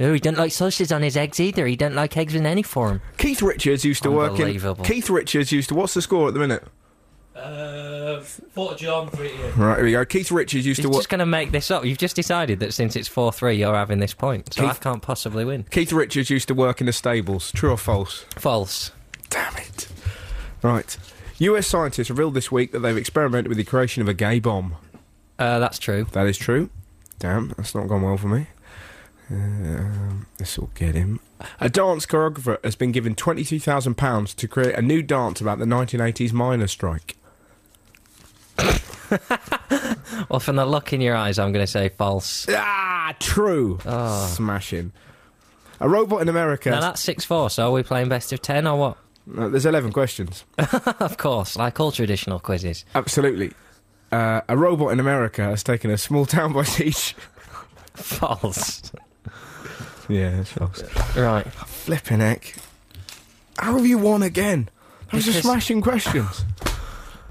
[SPEAKER 2] Oh, he don't like sauces on his eggs either. He don't like eggs in any form.
[SPEAKER 1] Keith Richards used to work in.
[SPEAKER 2] Unbelievable.
[SPEAKER 1] Keith Richards used to. What's the score at the minute?
[SPEAKER 4] Uh, Fort John, pretty.
[SPEAKER 1] Right here we go. Keith Richards used
[SPEAKER 2] He's
[SPEAKER 1] to work.
[SPEAKER 2] just going to make this up. You've just decided that since it's 4 3, you're having this point. So I
[SPEAKER 1] Keith-
[SPEAKER 2] can't possibly win.
[SPEAKER 1] Keith Richards used to work in the stables. True or false?
[SPEAKER 2] False.
[SPEAKER 1] Damn it. Right. US scientists revealed this week that they've experimented with the creation of a gay bomb.
[SPEAKER 2] Uh, that's true.
[SPEAKER 1] That is true. Damn, that's not gone well for me. Um, this will get him. A dance choreographer has been given £22,000 to create a new dance about the 1980s miners' strike.
[SPEAKER 2] Well, from the look in your eyes, I'm going to say false.
[SPEAKER 1] Ah, true.
[SPEAKER 2] Ah.
[SPEAKER 1] Smashing. A robot in America.
[SPEAKER 2] Now that's 6 4, so are we playing best of 10 or what?
[SPEAKER 1] Uh, there's 11 questions.
[SPEAKER 2] of course, like all traditional quizzes.
[SPEAKER 1] Absolutely. Uh, a robot in America has taken a small town by siege.
[SPEAKER 2] False.
[SPEAKER 1] yeah, that's false.
[SPEAKER 2] right.
[SPEAKER 1] Flipping heck. How have you won again? Those are
[SPEAKER 2] Because-
[SPEAKER 1] smashing questions.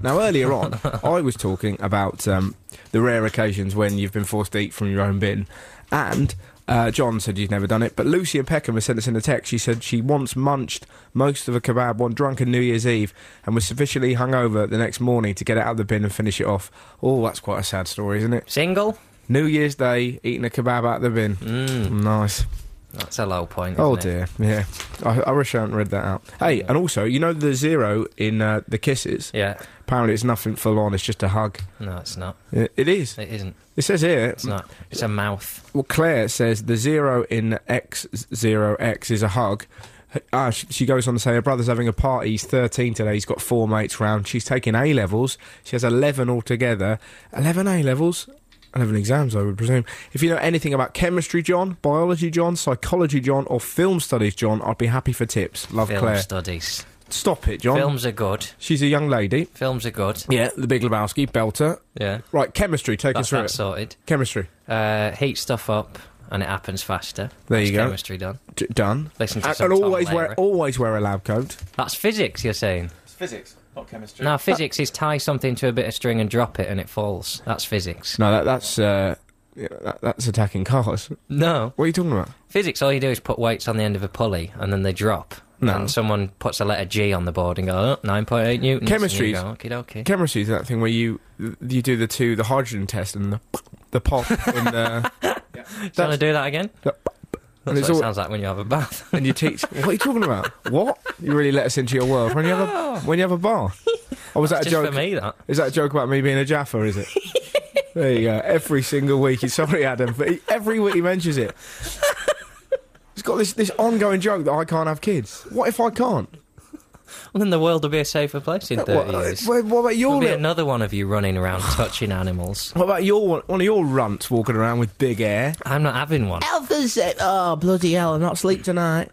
[SPEAKER 1] Now, earlier on, I was talking about um, the rare occasions when you've been forced to eat from your own bin. And uh, John said you'd never done it, but Lucy and Peckham has sent us in a text. She said she once munched most of a kebab on drunken New Year's Eve and was sufficiently hungover the next morning to get it out of the bin and finish it off. Oh, that's quite a sad story, isn't it?
[SPEAKER 2] Single?
[SPEAKER 1] New Year's Day, eating a kebab out of the bin.
[SPEAKER 2] Mm,
[SPEAKER 1] Nice.
[SPEAKER 2] that's a low point.
[SPEAKER 1] Oh
[SPEAKER 2] isn't it?
[SPEAKER 1] dear, yeah. I, I wish I hadn't read that out. Hey, and also, you know the zero in uh, the kisses?
[SPEAKER 2] Yeah.
[SPEAKER 1] Apparently, it's nothing full on. It's just a hug.
[SPEAKER 2] No, it's not.
[SPEAKER 1] It, it is.
[SPEAKER 2] It isn't.
[SPEAKER 1] It says here.
[SPEAKER 2] It's not. It's a mouth.
[SPEAKER 1] Well, Claire says the zero in X zero X is a hug. Ah, she, she goes on to say her brother's having a party. He's 13 today. He's got four mates round. She's taking A levels. She has 11 altogether. 11 A levels. 11 exams, I would presume. If you know anything about chemistry, John, biology, John, psychology, John, or film studies, John, I'd be happy for tips. Love
[SPEAKER 2] Film
[SPEAKER 1] Claire.
[SPEAKER 2] studies.
[SPEAKER 1] Stop it, John.
[SPEAKER 2] Films are good.
[SPEAKER 1] She's a young lady.
[SPEAKER 2] Films are good.
[SPEAKER 1] Yeah, the Big Lebowski, Belter.
[SPEAKER 2] Yeah.
[SPEAKER 1] Right, chemistry, take
[SPEAKER 2] That's
[SPEAKER 1] us through
[SPEAKER 2] that
[SPEAKER 1] it.
[SPEAKER 2] sorted.
[SPEAKER 1] Chemistry.
[SPEAKER 2] Uh, heat stuff up, and it happens faster.
[SPEAKER 1] There
[SPEAKER 2] That's
[SPEAKER 1] you go.
[SPEAKER 2] Chemistry done.
[SPEAKER 1] D- done.
[SPEAKER 2] Listen to
[SPEAKER 1] And,
[SPEAKER 2] some
[SPEAKER 1] and
[SPEAKER 2] Tom
[SPEAKER 1] always wear
[SPEAKER 2] Lehrer.
[SPEAKER 1] always wear a lab coat.
[SPEAKER 2] That's physics. You're saying
[SPEAKER 4] It's physics, not chemistry.
[SPEAKER 2] now physics is tie something to a bit of string and drop it, and it falls. That's physics.
[SPEAKER 1] No, that, that's uh, yeah, that, that's attacking cars.
[SPEAKER 2] No,
[SPEAKER 1] What are you talking about?
[SPEAKER 2] physics. All you do is put weights on the end of a pulley, and then they drop.
[SPEAKER 1] No.
[SPEAKER 2] And someone puts a letter G on the board and goes, oh, 9.8 newtons.
[SPEAKER 1] Chemistry's-
[SPEAKER 2] Okay, okay.
[SPEAKER 1] Chemistry is that thing where you you do the two the hydrogen test and the the pop and uh,
[SPEAKER 2] Do you want to do that again?
[SPEAKER 1] the
[SPEAKER 2] That's
[SPEAKER 1] and
[SPEAKER 2] what
[SPEAKER 1] it's
[SPEAKER 2] it
[SPEAKER 1] all
[SPEAKER 2] sounds like when you have a bath.
[SPEAKER 1] and you teach. What are you talking about? What you really let us into your world when you have a when you have a bar? Or was that a
[SPEAKER 2] Just
[SPEAKER 1] joke?
[SPEAKER 2] for me, that.
[SPEAKER 1] Is that a joke about me being a Jaffa, is it? there you go. Every single week. He's sorry, Adam, but he, every week he mentions it. He's got this, this ongoing joke that I can't have kids. What if I can't?
[SPEAKER 2] Well, then the world will be a safer place in 30
[SPEAKER 1] What,
[SPEAKER 2] years.
[SPEAKER 1] what about your
[SPEAKER 2] There'll be
[SPEAKER 1] little-
[SPEAKER 2] another one of you running around touching animals.
[SPEAKER 1] What about your one, one of your runts walking around with big hair?
[SPEAKER 2] I'm not having one.
[SPEAKER 1] Alpha's oh bloody hell, I'm not sleep tonight.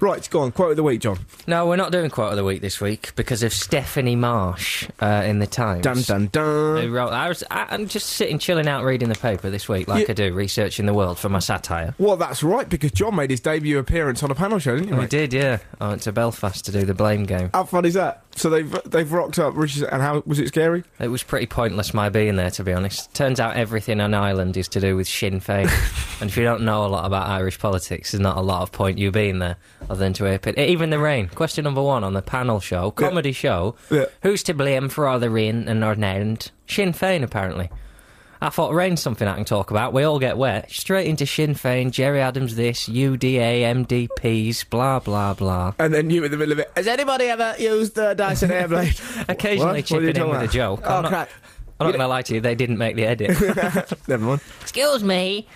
[SPEAKER 1] Right, go on, quote of the week, John.
[SPEAKER 2] No, we're not doing quote of the week this week because of Stephanie Marsh uh, in the Times.
[SPEAKER 1] Dun dun
[SPEAKER 2] Who
[SPEAKER 1] dun.
[SPEAKER 2] wrote- I was, I, I'm just sitting, chilling out, reading the paper this week, like
[SPEAKER 1] You-
[SPEAKER 2] I do, researching the world for my satire.
[SPEAKER 1] Well, that's right because John made his debut appearance on a panel show, didn't you?
[SPEAKER 2] We
[SPEAKER 1] Mate?
[SPEAKER 2] did, yeah. I went to Belfast to do the blame game.
[SPEAKER 1] How fun is that? So they've they've rocked up, Richard, and how was it scary?
[SPEAKER 2] It was pretty pointless my being there, to be honest. Turns out everything on Ireland is to do with Sinn Féin. and if you don't know a lot about Irish politics, there's not a lot of point you being there other than to appeal. Even the rain. Question number one on the panel show, comedy show.
[SPEAKER 1] Yeah.
[SPEAKER 2] Who's to blame for all the rain in Northern Ireland? Sinn Féin, apparently. I thought rain's something I can talk about. We all get wet. Straight into Sinn Féin, Jerry Adams this, UDA, MDPs, blah, blah, blah.
[SPEAKER 1] And then you in the middle of it. Has anybody ever used the Dyson Airblade?
[SPEAKER 2] Occasionally
[SPEAKER 1] What? What are you
[SPEAKER 2] chipping in
[SPEAKER 1] talking
[SPEAKER 2] with a
[SPEAKER 1] about?
[SPEAKER 2] joke.
[SPEAKER 1] Oh
[SPEAKER 2] I'm not,
[SPEAKER 1] crap!
[SPEAKER 2] I'm not going to lie to you, they didn't make the edit.
[SPEAKER 1] Never mind.
[SPEAKER 2] Excuse me.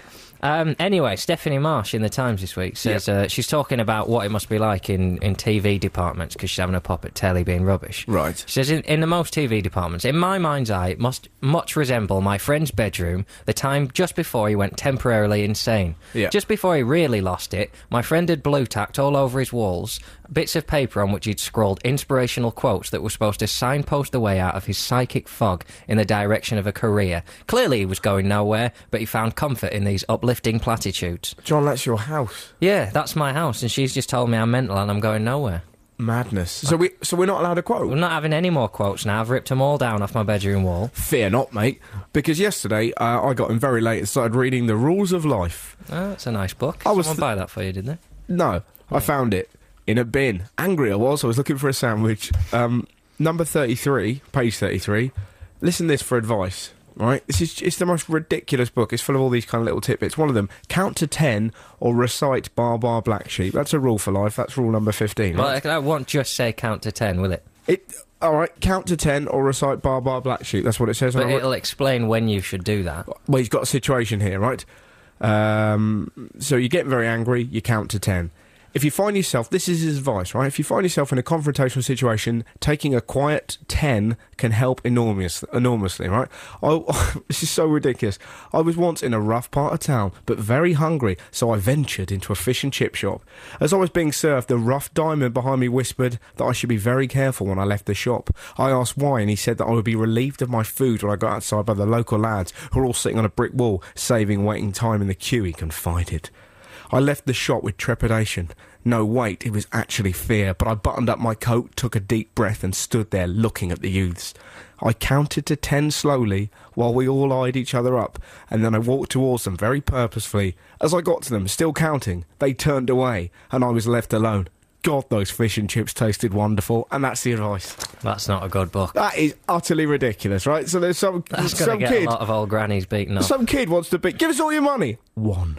[SPEAKER 2] Um, anyway, Stephanie Marsh in the Times this week says uh, she's talking about what it must be like in, in TV departments because she's having a pop at telly being rubbish.
[SPEAKER 1] Right.
[SPEAKER 2] She says in, in the most TV departments, in my mind's eye, it must much resemble my friend's bedroom the time just before he went temporarily insane.
[SPEAKER 1] Yeah.
[SPEAKER 2] Just before he really lost it, my friend had blue tacked all over his walls bits of paper on which he'd scrawled inspirational quotes that were supposed to signpost the way out of his psychic fog in the direction of a career. Clearly, he was going nowhere, but he found comfort in these uplifting platitudes.
[SPEAKER 1] John, that's your house.
[SPEAKER 2] Yeah, that's my house, and she's just told me I'm mental and I'm going nowhere.
[SPEAKER 1] Madness. So we so we're not allowed a quote.
[SPEAKER 2] I'm not having any more quotes now. I've ripped them all down off my bedroom wall.
[SPEAKER 1] Fear not, mate. Because yesterday uh, I got in very late and started reading The Rules of Life.
[SPEAKER 2] Oh, that's a nice book.
[SPEAKER 1] I was
[SPEAKER 2] Someone
[SPEAKER 1] th-
[SPEAKER 2] buy that for you, did they?
[SPEAKER 1] No, I found it in a bin. Angry I was. I was looking for a sandwich. Um, number thirty-three, page thirty-three. Listen this for advice. Right, this is it's the most ridiculous book. It's full of all these kind of little tidbits. One of them: count to ten or recite "Bar Bar Black Sheep." That's a rule for life. That's rule number fifteen.
[SPEAKER 2] Well,
[SPEAKER 1] right?
[SPEAKER 2] I, I won't just say count to ten, will it?
[SPEAKER 1] It all right. Count to ten or recite "Bar Bar Black Sheep." That's what it says.
[SPEAKER 2] But
[SPEAKER 1] And I wrote-
[SPEAKER 2] it'll explain when you should do that.
[SPEAKER 1] well, he's got a situation here, right? Um, so you get very angry, you count to 10. If you find yourself, this is his advice, right? If you find yourself in a confrontational situation, taking a quiet 10 can help enormous, enormously, right? I, this is so ridiculous. I was once in a rough part of town, but very hungry, so I ventured into a fish and chip shop. As I was being served, the rough diamond behind me whispered that I should be very careful when I left the shop. I asked why, and he said that I would be relieved of my food when I got outside by the local lads, who were all sitting on a brick wall, saving waiting time in the queue, he confided. I left the shop with trepidation. No, wait, it was actually fear, but I buttoned up my coat, took a deep breath, and stood there looking at the youths. I counted to ten slowly while we all eyed each other up, and then I walked towards them very purposefully. As I got to them, still counting, they turned away, and I was left alone. God, those fish and chips tasted wonderful, and that's the advice.
[SPEAKER 2] That's not a good book.
[SPEAKER 1] That is utterly ridiculous, right? So there's some
[SPEAKER 2] That's going to
[SPEAKER 1] some
[SPEAKER 2] get
[SPEAKER 1] kid,
[SPEAKER 2] a lot of old grannies beaten up.
[SPEAKER 1] some kid wants to be. Give us all your money. One,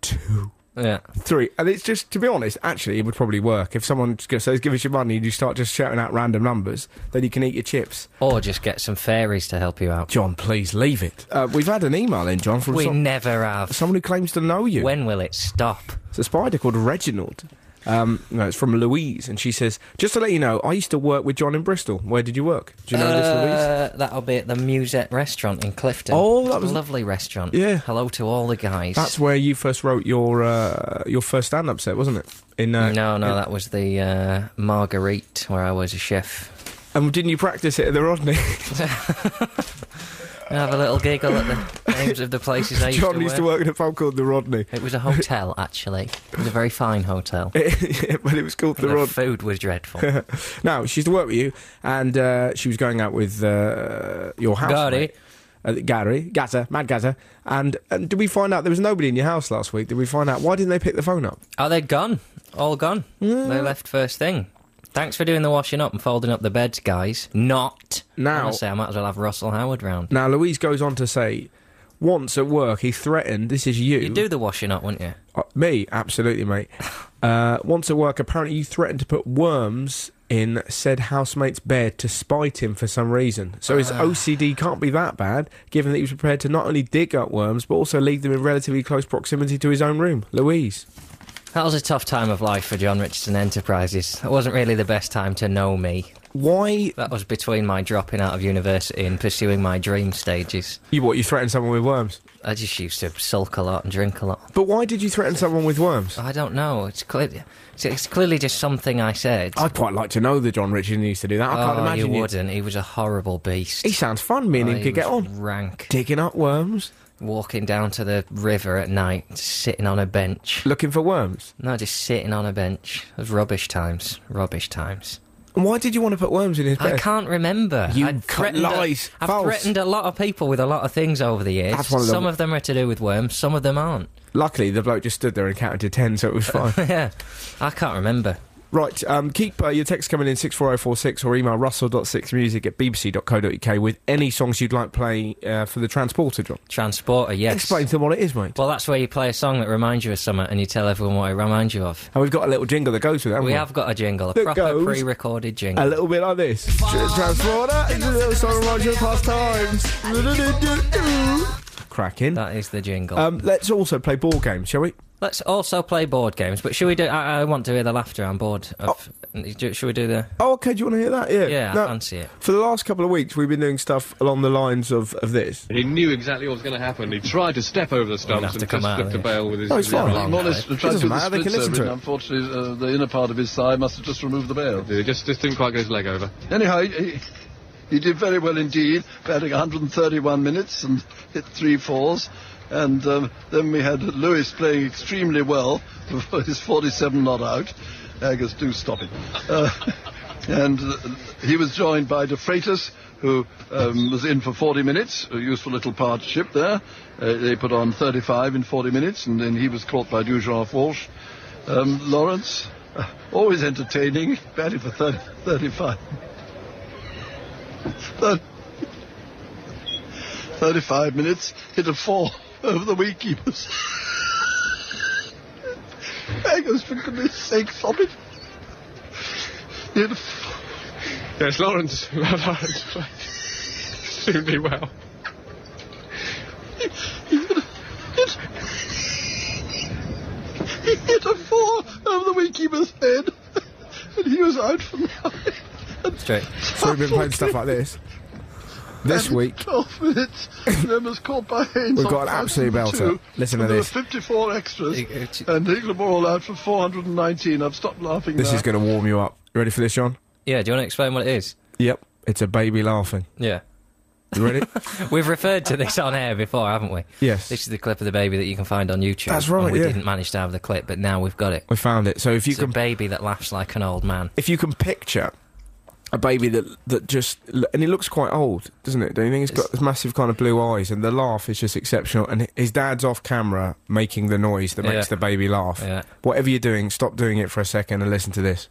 [SPEAKER 1] two,
[SPEAKER 2] yeah.
[SPEAKER 1] three. And it's just, to be honest, actually, it would probably work. If someone just goes, says, give us your money, and you start just shouting out random numbers, then you can eat your chips.
[SPEAKER 2] Or just get some fairies to help you out.
[SPEAKER 1] John, please leave it. Uh, we've had an email in, John, from
[SPEAKER 2] We
[SPEAKER 1] some-
[SPEAKER 2] never have.
[SPEAKER 1] someone who claims to know you.
[SPEAKER 2] When will it stop?
[SPEAKER 1] It's a spider called Reginald. Um, no, it's from Louise, and she says, just to let you know, I used to work with John in Bristol. Where did you work? Do you know this, Louise?
[SPEAKER 2] Uh, that'll be at the Musette restaurant in Clifton.
[SPEAKER 1] Oh, that was-
[SPEAKER 2] lovely restaurant.
[SPEAKER 1] Yeah.
[SPEAKER 2] Hello to all the guys.
[SPEAKER 1] That's where you first wrote your uh, your first stand-up set, wasn't it? In uh,
[SPEAKER 2] no, no,
[SPEAKER 1] in-
[SPEAKER 2] that was the uh, Marguerite where I was a chef.
[SPEAKER 1] and didn't you practice it at the Rodney?
[SPEAKER 2] I have a little giggle at the names of the places I used
[SPEAKER 1] John
[SPEAKER 2] to,
[SPEAKER 1] used to work in a pub called the Rodney,
[SPEAKER 2] It was a hotel, actually. It was a very fine hotel.
[SPEAKER 1] but it was called the
[SPEAKER 2] the
[SPEAKER 1] Rodney.
[SPEAKER 2] food was dreadful.
[SPEAKER 1] No, she used to work with you, and uh, she was going out with uh, your house.
[SPEAKER 2] Gary.
[SPEAKER 1] Uh, Gary, Gaza, Mad Gaza. And, and did we find out there was nobody in your house last week? Did we find out why didn't they pick the phone up?
[SPEAKER 2] oh, they're gone. All gone. They left first thing. Thanks for doing the washing up and folding up the beds, guys. Not.
[SPEAKER 1] Now-
[SPEAKER 2] Honestly, I might as well have Russell Howard round.
[SPEAKER 1] Now, Louise goes on to say, once at work, he threatened, this is you.
[SPEAKER 2] You'd do the washing up, wouldn't you?
[SPEAKER 1] Uh, me, absolutely, mate. Uh, once at work, apparently you threatened to put worms in said housemate's bed to spite him for some reason. So his OCD can't be that bad, given that he was prepared to not only dig up worms, but also leave them in relatively close proximity to his own room. Louise.
[SPEAKER 2] That was a tough time of life for John Richardson Enterprises. That wasn't really the best time to know me.
[SPEAKER 1] Why
[SPEAKER 2] That was between my dropping out of university and pursuing my dream stages.
[SPEAKER 1] you what you threaten someone with worms?
[SPEAKER 2] I just used to sulk a lot and drink a lot.
[SPEAKER 1] But why did you threaten someone with worms?
[SPEAKER 2] I don't know. It's clear. It's, it's clearly just something I said.
[SPEAKER 1] I'd quite like to know that John Richardson used to do that. I can't
[SPEAKER 2] oh,
[SPEAKER 1] imagine
[SPEAKER 2] you
[SPEAKER 1] you-
[SPEAKER 2] wouldn't. He was a horrible beast.
[SPEAKER 1] He sounds fun. Me and
[SPEAKER 2] Oh,
[SPEAKER 1] him
[SPEAKER 2] he
[SPEAKER 1] could get
[SPEAKER 2] was
[SPEAKER 1] on.
[SPEAKER 2] Rank.
[SPEAKER 1] Digging up worms,
[SPEAKER 2] Walking down to the river at night, sitting on a bench.
[SPEAKER 1] looking for worms.
[SPEAKER 2] No, just sitting on a bench. It was rubbish times. Rubbish times.
[SPEAKER 1] And why did you want to put worms in his bed?
[SPEAKER 2] I can't remember.
[SPEAKER 1] You
[SPEAKER 2] I'd
[SPEAKER 1] cunt
[SPEAKER 2] threatened
[SPEAKER 1] lies.
[SPEAKER 2] A, I've
[SPEAKER 1] False.
[SPEAKER 2] threatened a lot of people with a lot of things over the years.
[SPEAKER 1] That's one of them.
[SPEAKER 2] Some of them are to do with worms. Some of them aren't.
[SPEAKER 1] Luckily, the bloke just stood there and counted to ten, so it was fine.
[SPEAKER 2] yeah, I can't remember.
[SPEAKER 1] Right, um, keep uh, your text coming in 64046 or email russell.6music at bbc.co.uk with any songs you'd like play uh, for the transporter, John.
[SPEAKER 2] Transporter, yes.
[SPEAKER 1] Explain to them what it is, mate.
[SPEAKER 2] Well, that's where you play a song that reminds you of something and you tell everyone what it reminds you of.
[SPEAKER 1] And we've got a little jingle that goes with that.
[SPEAKER 2] We have got a jingle, a
[SPEAKER 1] That
[SPEAKER 2] proper
[SPEAKER 1] goes-
[SPEAKER 2] pre recorded jingle.
[SPEAKER 1] A little bit like this. Transporter is a little song that reminds you of past times. Cracking.
[SPEAKER 2] that is the jingle.
[SPEAKER 1] Um, let's also play ball games, shall we?
[SPEAKER 2] Let's also play board games, but should we do? I, I want to hear the laughter. I'm bored. Of, do- Should we do the?
[SPEAKER 1] Oh, okay. Do you want to hear that? Yeah.
[SPEAKER 2] Yeah,
[SPEAKER 1] No,
[SPEAKER 2] I fancy it.
[SPEAKER 1] for the last couple of weeks, we've been doing stuff along the lines of, of this.
[SPEAKER 5] He knew exactly what was going to happen. He tried to step over the
[SPEAKER 2] have
[SPEAKER 5] stumps
[SPEAKER 2] to
[SPEAKER 5] and
[SPEAKER 2] come
[SPEAKER 5] just
[SPEAKER 2] out
[SPEAKER 5] slipped
[SPEAKER 2] of
[SPEAKER 5] a
[SPEAKER 2] it.
[SPEAKER 5] bail with his.
[SPEAKER 1] No, it's fine.
[SPEAKER 5] Yeah, Mollis
[SPEAKER 1] It doesn't
[SPEAKER 5] tried to do the
[SPEAKER 1] matter, they can
[SPEAKER 5] split
[SPEAKER 1] listen
[SPEAKER 5] serving.
[SPEAKER 1] to it.
[SPEAKER 5] Unfortunately, uh, the inner part of his thigh must have just removed the bail.
[SPEAKER 6] He just, just didn't quite get his leg over.
[SPEAKER 5] Anyhow, he, he did very well indeed, batting 131 minutes and hit three fours. And um, then we had Lewis playing extremely well for his 47 not out. Agus, do stop it. Uh, and uh, he was joined by De Freitas, who um, was in for 40 minutes, a useful little partnership there. Uh, they put on 35 in 40 minutes, and then he was caught by Dujon of Walsh. Um, Lawrence, uh, always entertaining, batting for 30, 35. Thir- 35 minutes, hit a four over the wicketkeepers. Angus, for goodness sake, stop it. He hit a f-
[SPEAKER 6] Yes, Lawrence. Lawrence played extremely well.
[SPEAKER 5] he hit a four over the wicketkeeper's head, and he was out for now.
[SPEAKER 2] Straight.
[SPEAKER 1] So we've been playing stuff like this. This week,
[SPEAKER 5] 12 minutes, and then was caught by Haynes.
[SPEAKER 1] We've
[SPEAKER 5] on
[SPEAKER 1] got an
[SPEAKER 5] five
[SPEAKER 1] absolute
[SPEAKER 5] for two,
[SPEAKER 1] belter. Listen to
[SPEAKER 5] and there
[SPEAKER 1] this.
[SPEAKER 5] Were 54 extras,
[SPEAKER 2] It- it-
[SPEAKER 5] and England were all out for 419. I've stopped laughing
[SPEAKER 1] this
[SPEAKER 5] now.
[SPEAKER 1] is going to warm you up. You ready for this, John?
[SPEAKER 2] Yeah. Do you want to explain what it is?
[SPEAKER 1] Yep. It's a baby laughing.
[SPEAKER 2] Yeah.
[SPEAKER 1] You ready?
[SPEAKER 2] We've referred to this on air before, haven't we?
[SPEAKER 1] Yes.
[SPEAKER 2] This is the clip of the baby that you can find on YouTube.
[SPEAKER 1] That's right,
[SPEAKER 2] and we
[SPEAKER 1] yeah.
[SPEAKER 2] didn't manage to have the clip, but now we've got it.
[SPEAKER 1] we found it. So if you
[SPEAKER 2] It's a
[SPEAKER 1] can
[SPEAKER 2] baby that laughs like an old man.
[SPEAKER 1] if you can picture a baby that that just and it looks quite old, doesn't it? Don't you think it's got this massive kind of blue eyes and the laugh is just exceptional. And his dad's off camera making the noise that makes
[SPEAKER 2] Yeah.
[SPEAKER 1] the baby laugh.
[SPEAKER 2] Yeah.
[SPEAKER 1] Whatever you're doing, stop doing it for a second and listen to this.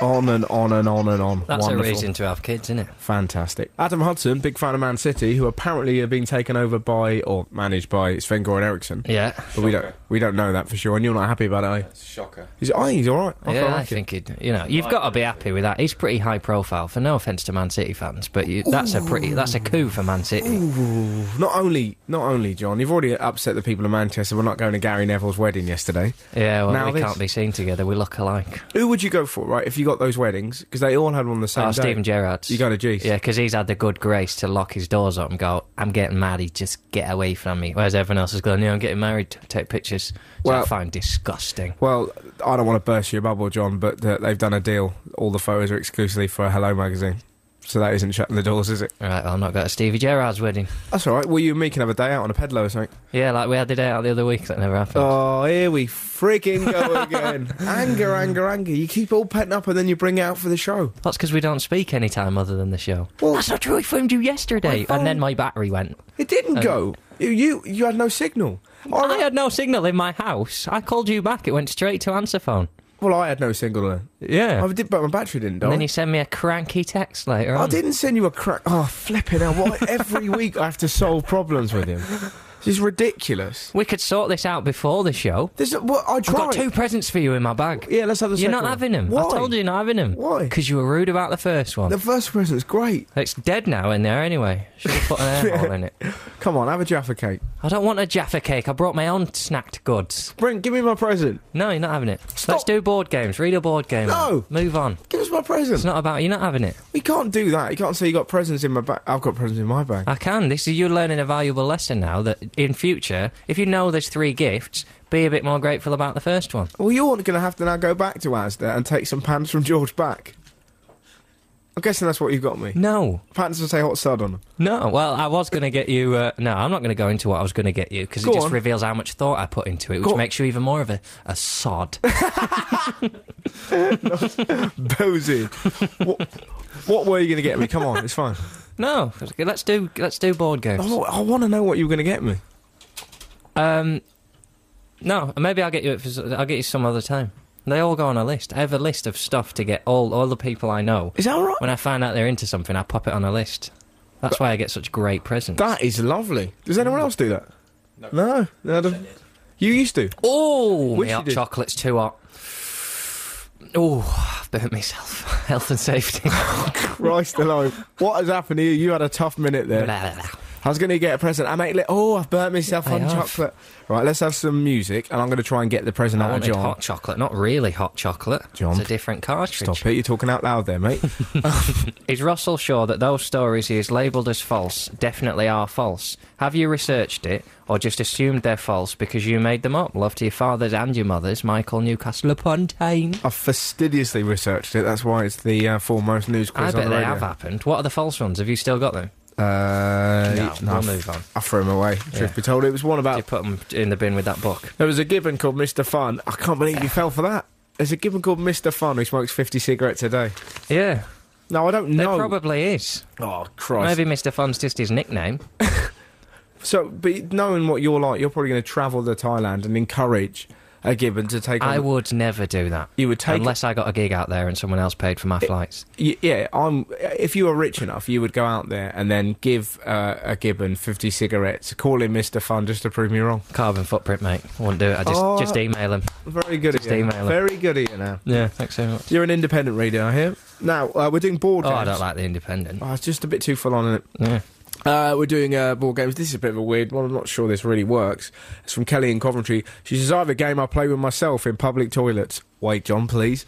[SPEAKER 1] On and on and on and on.
[SPEAKER 2] That's
[SPEAKER 1] Wonderful.
[SPEAKER 2] a reason to have kids, isn't it?
[SPEAKER 1] Fantastic. Adam Hudson, big fan of Man City, who apparently are being taken over by or managed by Sven Goran Eriksson.
[SPEAKER 2] Yeah.
[SPEAKER 1] But we don't we don't know that for sure, and you're not happy about it. Are you?
[SPEAKER 4] It's a shocker.
[SPEAKER 1] He's, oh, he's all right. I
[SPEAKER 2] yeah,
[SPEAKER 1] quite
[SPEAKER 2] I
[SPEAKER 1] like it.
[SPEAKER 2] think it. You know, you've got to be happy with that. He's pretty high profile. For no offense to Man City fans, but you, that's a pretty that's a coup for Man City.
[SPEAKER 1] Not only, not only, John, you've already upset the people of Manchester. We're not going to Gary Neville's wedding yesterday.
[SPEAKER 2] Yeah, well,
[SPEAKER 1] Now
[SPEAKER 2] we
[SPEAKER 1] this-
[SPEAKER 2] can't be seen together. We look alike.
[SPEAKER 1] Who would you go for, right? If you got those weddings, because they all had one the same
[SPEAKER 2] Oh,
[SPEAKER 1] day.
[SPEAKER 2] Stephen Gerrard's.
[SPEAKER 1] You go to G's.
[SPEAKER 2] Yeah, because he's had the good grace to lock his doors up and go, I'm getting married, just get away from me. Whereas everyone else is going, no, I'm getting married, t- take pictures. Which
[SPEAKER 1] Well-
[SPEAKER 2] I find disgusting.
[SPEAKER 1] Well, I don't want to burst your bubble, John, but uh, they've done a deal. All the photos are exclusively for Hello magazine, so that isn't shutting the doors, is it?
[SPEAKER 2] All right, well, I'm not going to Stevie Gerrard's wedding.
[SPEAKER 1] That's all right. Well, you and me can have a day out on a pedalo or something.
[SPEAKER 2] Yeah, like we had the day out the other week, that never happened.
[SPEAKER 1] Oh, here we freaking go again! anger, anger, anger. You keep all petting up, and then you bring it out for the show.
[SPEAKER 2] That's because we don't speak any time other than the show.
[SPEAKER 1] Well-
[SPEAKER 2] That's not true, I phoned you yesterday.
[SPEAKER 1] phone-
[SPEAKER 2] And then my battery went.
[SPEAKER 1] It didn't go. You, you, you had no signal. All
[SPEAKER 2] Um, I
[SPEAKER 1] right.
[SPEAKER 2] had no signal in my house. I called you back, it went straight to answer phone.
[SPEAKER 1] Well, I had no signal then.
[SPEAKER 2] Yeah.
[SPEAKER 1] I did, but my battery didn't die.
[SPEAKER 2] And then you sent me a cranky text later
[SPEAKER 1] I
[SPEAKER 2] on.
[SPEAKER 1] didn't send you a crack. Oh, flipping out. What, every week I have to solve problems with him. This is ridiculous.
[SPEAKER 2] We could sort this out before the show.
[SPEAKER 1] This is, what I
[SPEAKER 2] I've
[SPEAKER 1] tried.
[SPEAKER 2] got two presents for you in my bag.
[SPEAKER 1] Yeah, let's have the
[SPEAKER 2] You're
[SPEAKER 1] second
[SPEAKER 2] not
[SPEAKER 1] one.
[SPEAKER 2] having them.
[SPEAKER 1] Why?
[SPEAKER 2] I told you you're not having them.
[SPEAKER 1] Why?
[SPEAKER 2] Because you were rude about the first one.
[SPEAKER 1] The first present's great.
[SPEAKER 2] It's dead now in there anyway. Should have put an air hole in it.
[SPEAKER 1] Come on, have a Jaffa cake.
[SPEAKER 2] I don't want a Jaffa cake. I brought my own snacked goods.
[SPEAKER 1] Brent, give me my present.
[SPEAKER 2] No, you're not having it. Let's do board games. Read a board game.
[SPEAKER 1] No.
[SPEAKER 2] Move on.
[SPEAKER 1] Give us my present.
[SPEAKER 2] It's not about you're not having it.
[SPEAKER 1] we can't do that. You can't say you got presents in my bag. I've got presents in my bag.
[SPEAKER 2] I can. This is you learning a valuable lesson now that in future, if you know there's three gifts, be a bit more grateful about the first one.
[SPEAKER 1] well, you're going to have to now go back to Asda and take some pants from George back. I'm guessing that's what you've got me.
[SPEAKER 2] No.
[SPEAKER 1] Pants will say hot sod on them.
[SPEAKER 2] No, well, I was going to get you. Uh, no, I'm not going to go into what I was going to get you because it
[SPEAKER 1] Go
[SPEAKER 2] just
[SPEAKER 1] on.
[SPEAKER 2] reveals how much thought I put into it, which
[SPEAKER 1] Go on.
[SPEAKER 2] makes you even more of a, a sod.
[SPEAKER 1] Bozy. what, what were you going to get me? Come on, it's fine.
[SPEAKER 2] no, let's do let's do board
[SPEAKER 1] I,
[SPEAKER 2] games.
[SPEAKER 1] wa- I want to know what you were going to get me.
[SPEAKER 2] Um, no, maybe I'll get you. it For, s- I'll get you some other time. They all go on a list. I have a list of stuff to get all all the people I know.
[SPEAKER 1] Is that all right?
[SPEAKER 2] When I find out they're into something, I pop it on a list. That's why I get such great presents.
[SPEAKER 1] That is lovely. Does anyone else do that? No. No. I don't- You used to.
[SPEAKER 2] Oh,
[SPEAKER 1] Wish
[SPEAKER 2] my
[SPEAKER 1] you
[SPEAKER 2] hot
[SPEAKER 1] did.
[SPEAKER 2] chocolate's too hot. Oh, I've burnt myself. Health and safety.
[SPEAKER 1] Christ alive. What has happened here? You had a tough minute there.
[SPEAKER 2] Blah, blah, blah.
[SPEAKER 1] I was going to get a present. I make li- oh, I've burnt myself
[SPEAKER 2] I
[SPEAKER 1] on
[SPEAKER 2] have.
[SPEAKER 1] chocolate. Right, let's have some music, and I'm going to try and get the present
[SPEAKER 2] I
[SPEAKER 1] out of
[SPEAKER 2] wanted
[SPEAKER 1] John.
[SPEAKER 2] hot chocolate, not really hot chocolate.
[SPEAKER 1] John,
[SPEAKER 2] it's a different cartridge.
[SPEAKER 1] Stop it! You're talking out loud there, mate.
[SPEAKER 2] Is Russell sure that those stories he has labelled as false definitely are false? Have you researched it, or just assumed they're false because you made them up? Love to your fathers and your mothers, Michael Newcastle upon Tyne.
[SPEAKER 1] I've fastidiously researched it. That's why it's the uh, foremost news quiz
[SPEAKER 2] I
[SPEAKER 1] on
[SPEAKER 2] bet
[SPEAKER 1] the
[SPEAKER 2] they
[SPEAKER 1] radio.
[SPEAKER 2] have happened. What are the false ones? Have you still got them?
[SPEAKER 1] Uh,
[SPEAKER 2] No,
[SPEAKER 1] no,
[SPEAKER 2] we'll
[SPEAKER 1] I f-
[SPEAKER 2] move on.
[SPEAKER 1] I threw him away. Truth
[SPEAKER 2] Yeah.
[SPEAKER 1] be told, it was one
[SPEAKER 2] Do you
[SPEAKER 1] about.
[SPEAKER 2] put them in the bin with that book?
[SPEAKER 1] There was a gibbon called Mr. Fun. I can't believe you fell for that. There's a gibbon called Mr. Fun who smokes 50 cigarettes a day.
[SPEAKER 2] Yeah,
[SPEAKER 1] No, I don't
[SPEAKER 2] there
[SPEAKER 1] know.
[SPEAKER 2] probably is.
[SPEAKER 1] oh, Christ.
[SPEAKER 2] Maybe Mr. Fun's just his nickname.
[SPEAKER 1] So, but knowing what you're like, you're probably going to travel to Thailand and encourage a gibbon to take.
[SPEAKER 2] I
[SPEAKER 1] on-
[SPEAKER 2] would never do that.
[SPEAKER 1] You would take.
[SPEAKER 2] Unless I got a gig out there and someone else paid for my flights.
[SPEAKER 1] Y- yeah, I'm. If you were rich enough, you would go out there and then give uh, a gibbon 50 cigarettes, call him Mr. Fun just to prove me wrong.
[SPEAKER 2] Carbon footprint, mate. Wouldn't do it. I just
[SPEAKER 1] Oh.
[SPEAKER 2] just email him.
[SPEAKER 1] Very good
[SPEAKER 2] Just
[SPEAKER 1] at you.
[SPEAKER 2] email him.
[SPEAKER 1] Very good at you now.
[SPEAKER 2] Yeah, thanks so much.
[SPEAKER 1] You're an independent reader, I hear. Now, uh, we're doing board
[SPEAKER 2] Oh,
[SPEAKER 1] games.
[SPEAKER 2] I don't like the independent.
[SPEAKER 1] Oh, it's just a bit too full on, isn't it?
[SPEAKER 2] Yeah.
[SPEAKER 1] Uh, we're doing uh, board games. This is a bit of a weird one. I'm not sure this really works. It's from Kelly in Coventry. She says, I have a game I play with myself in public toilets. Wait, John, please.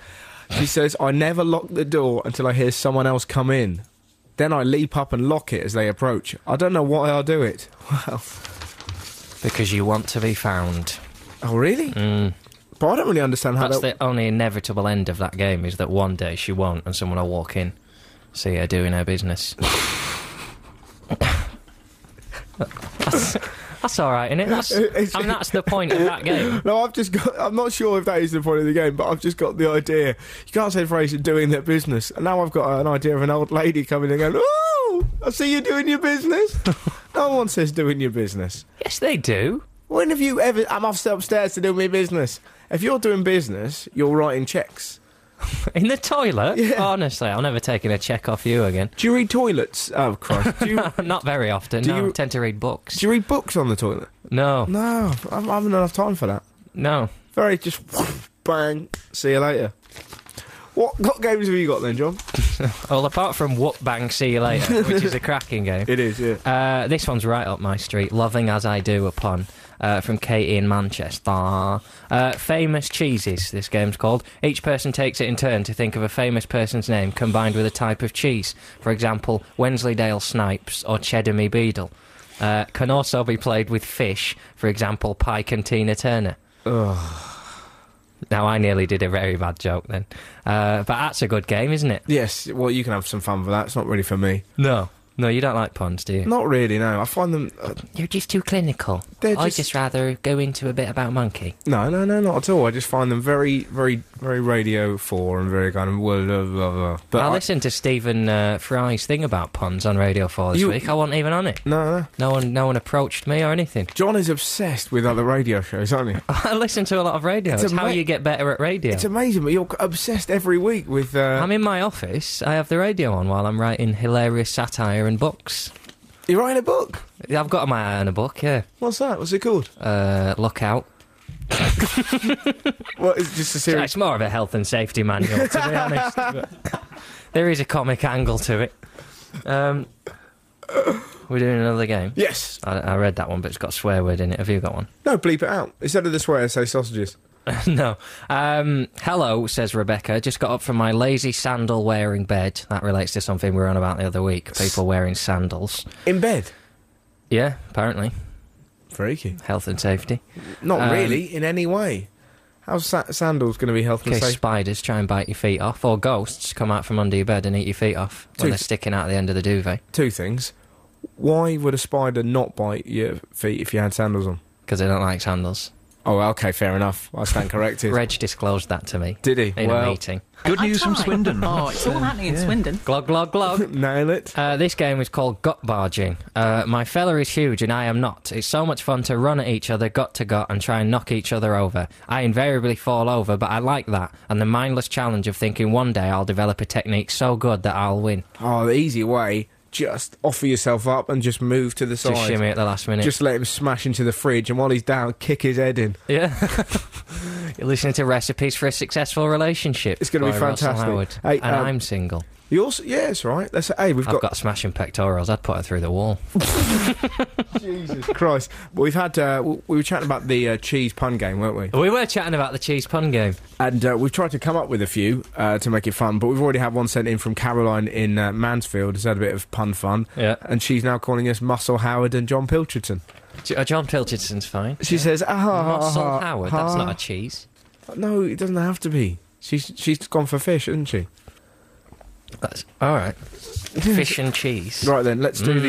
[SPEAKER 1] She says, I never lock the door until I hear someone else come in. Then I leap up and lock it as they approach. I don't know why I do it. Wow.
[SPEAKER 2] Because you want to be found.
[SPEAKER 1] Oh, really? But I don't really understand how
[SPEAKER 2] Mm. That's
[SPEAKER 1] that...
[SPEAKER 2] the only inevitable end of that game is that one day she won't and someone will walk in, see her doing her business. that's, that's all right, innit? That's, I mean, that's the point of that game.
[SPEAKER 1] No, I've just got... I'm not sure if that is the point of the game, but I've just got the idea. You can't say the phrase doing their business. And now I've got an idea of an old lady coming in and going, Oh, I see you doing your business. no one says doing your business.
[SPEAKER 2] Yes, they do.
[SPEAKER 1] When have you ever... I'm off upstairs to do my business. If you're doing business, you're writing checks.
[SPEAKER 2] In the toilet?
[SPEAKER 1] Yeah.
[SPEAKER 2] Honestly, I'm never taking a check off you again.
[SPEAKER 1] Do you read toilets? Oh, Christ. Do you,
[SPEAKER 2] Not very often.
[SPEAKER 1] Do
[SPEAKER 2] no,
[SPEAKER 1] you-
[SPEAKER 2] I tend to read books.
[SPEAKER 1] do you read books on the toilet?
[SPEAKER 2] no,
[SPEAKER 1] No, I haven't enough time for that.
[SPEAKER 2] no.
[SPEAKER 1] Very just bang. See you later. What what games have you got then, John?
[SPEAKER 2] Well, apart from Whoop Bang See You Later, which is a cracking game.
[SPEAKER 1] It is, yeah.
[SPEAKER 2] Uh, this one's right up my street. Loving as I do upon. Uh, from Katie in Manchester. Uh, famous cheeses, this game's called. Each person takes it in turn to think of a famous person's name combined with a type of cheese. For example, Wensleydale Snipes or Cheddar Me Beadle. Uh, can also be played with fish, for example, Pike and Tina Turner. Now, I nearly did a very bad joke then. Uh, but that's a good game, isn't it?
[SPEAKER 1] Yes, well, you can have some fun with that. It's not really for me.
[SPEAKER 2] No. No, you don't like puns, do you?
[SPEAKER 1] Not really, no. I find them. Uh,
[SPEAKER 2] You're just too clinical.
[SPEAKER 1] They're
[SPEAKER 2] I'd
[SPEAKER 1] just-
[SPEAKER 2] just rather go into a bit about Monkey.
[SPEAKER 1] no, no, no, not at all. I just find them very, very, very Radio 4 and very kind of. Blah, blah, blah, blah. But
[SPEAKER 2] I
[SPEAKER 1] I-
[SPEAKER 2] listened to Stephen uh, Fry's thing about puns on Radio 4 this
[SPEAKER 1] You-
[SPEAKER 2] week. I wasn't even on it.
[SPEAKER 1] No, no.
[SPEAKER 2] No one, no one approached me or anything.
[SPEAKER 1] John is obsessed with other radio shows, aren't he?
[SPEAKER 2] I listen to a lot of radio.
[SPEAKER 1] It's
[SPEAKER 2] It's, how
[SPEAKER 1] ama-
[SPEAKER 2] you get better at radio.
[SPEAKER 1] It's amazing, but you're obsessed every week with. Uh,
[SPEAKER 2] I'm in my office. I have the radio on while I'm writing hilarious satire and books.
[SPEAKER 1] You're writing a book.
[SPEAKER 2] I've got my eye on a book, yeah.
[SPEAKER 1] What's that? What's it called?
[SPEAKER 2] Uh, look out.
[SPEAKER 1] What is just a series?
[SPEAKER 2] It's more of a health and safety manual, to be honest. but there is a comic angle to it. Um, we're doing another game.
[SPEAKER 1] Yes.
[SPEAKER 2] I, I read that one, but it's got a swear word in it. Have you got one?
[SPEAKER 1] No, bleep it out. Instead of this way, I say sausages.
[SPEAKER 2] no. Um, hello, says Rebecca. Just got up from my lazy sandal wearing bed. That relates to something we were on about the other week. People wearing sandals.
[SPEAKER 1] In bed.
[SPEAKER 2] Yeah, apparently.
[SPEAKER 1] Freaky.
[SPEAKER 2] Health and safety.
[SPEAKER 1] Not
[SPEAKER 2] Um,
[SPEAKER 1] really, in any way. How's sa- sandals going to be health
[SPEAKER 2] In
[SPEAKER 1] and
[SPEAKER 2] case
[SPEAKER 1] safe?
[SPEAKER 2] spiders try and bite your feet off, or ghosts come out from under your bed and eat your feet off
[SPEAKER 1] Two-
[SPEAKER 2] when they're sticking out the end of the duvet
[SPEAKER 1] Two things. Why would a spider not bite your feet if you had sandals on?
[SPEAKER 2] because they don't like sandals.
[SPEAKER 1] Oh, okay, fair enough. I stand corrected.
[SPEAKER 2] Reg disclosed that to me
[SPEAKER 1] Did he?
[SPEAKER 2] in a
[SPEAKER 1] well,
[SPEAKER 2] meeting.
[SPEAKER 7] Good news from Swindon. Oh, it's all happening in Swindon.
[SPEAKER 2] Glog, glog, glog.
[SPEAKER 1] nail it.
[SPEAKER 2] Uh, this game is called gut barging. Uh, my fella is huge and I am not. It's so much fun to run at each other gut to gut and try and knock each other over. I invariably fall over, but I like that and the mindless challenge of thinking one day I'll develop a technique so good that I'll win.
[SPEAKER 1] Oh, the easy way. Just offer yourself up and just move to the side.
[SPEAKER 2] Just shimmy at the last minute.
[SPEAKER 1] Just let him smash into the fridge, and while he's down, kick his head in.
[SPEAKER 2] Yeah. You're listening to recipes for a successful relationship.
[SPEAKER 1] It's gonna be
[SPEAKER 2] by Russell
[SPEAKER 1] fantastic.
[SPEAKER 2] Howard.
[SPEAKER 1] Hey,
[SPEAKER 2] and
[SPEAKER 1] um,
[SPEAKER 2] I'm single.
[SPEAKER 1] You also, yeah, it's right. Let's hey, we've
[SPEAKER 2] I've got smashing pectorals. I'd put her through the wall.
[SPEAKER 1] Jesus Christ. We've had uh, w- we were chatting about the uh, cheese pun game, weren't we?
[SPEAKER 2] We were chatting about the cheese pun game.
[SPEAKER 1] And uh, we've tried to come up with a few uh, to make it fun, but we've already had one sent in from Caroline in uh, Mansfield. who's had a bit of pun fun,
[SPEAKER 2] Yeah.
[SPEAKER 1] and she's now calling us Muscle Howard and John Pilcherton.
[SPEAKER 2] J- uh, John Pilchardson's fine.
[SPEAKER 1] She says, "Ah, ha,
[SPEAKER 2] Russell
[SPEAKER 1] ha,
[SPEAKER 2] Howard,
[SPEAKER 1] ha."
[SPEAKER 2] that's not a cheese.
[SPEAKER 1] No, it doesn't have to be. She's she's gone for fish, isn't she?
[SPEAKER 2] That's all right. Fish and cheese.
[SPEAKER 1] Right then, let's do
[SPEAKER 2] Mm.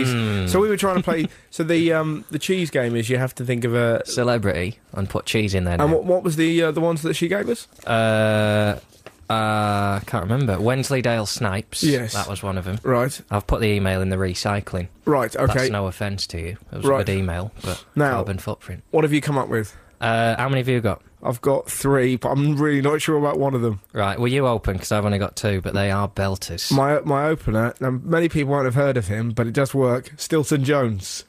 [SPEAKER 1] these. So we were trying to play. so the um the cheese game is you have to think of a.
[SPEAKER 2] Celebrity and put cheese in there.
[SPEAKER 1] And
[SPEAKER 2] now.
[SPEAKER 1] what what was the uh, the ones that she gave us?
[SPEAKER 2] uh, uh, can't remember. Wensleydale Snipes.
[SPEAKER 1] Yes.
[SPEAKER 2] that was one of them.
[SPEAKER 1] Right,
[SPEAKER 2] I've put the email in the recycling.
[SPEAKER 1] right, okay.
[SPEAKER 2] That's no offence to you. It was
[SPEAKER 1] Right.
[SPEAKER 2] a good email, but
[SPEAKER 1] Now-
[SPEAKER 2] carbon footprint.
[SPEAKER 1] What have you come up with?
[SPEAKER 2] Uh, how many have you got?
[SPEAKER 1] I've got three, but I'm really not sure about one of them.
[SPEAKER 2] Right, well, you open because I've only got two, but they are belters.
[SPEAKER 1] My my opener. Now, many people won't have heard of him, but it does work. Stilton Jones.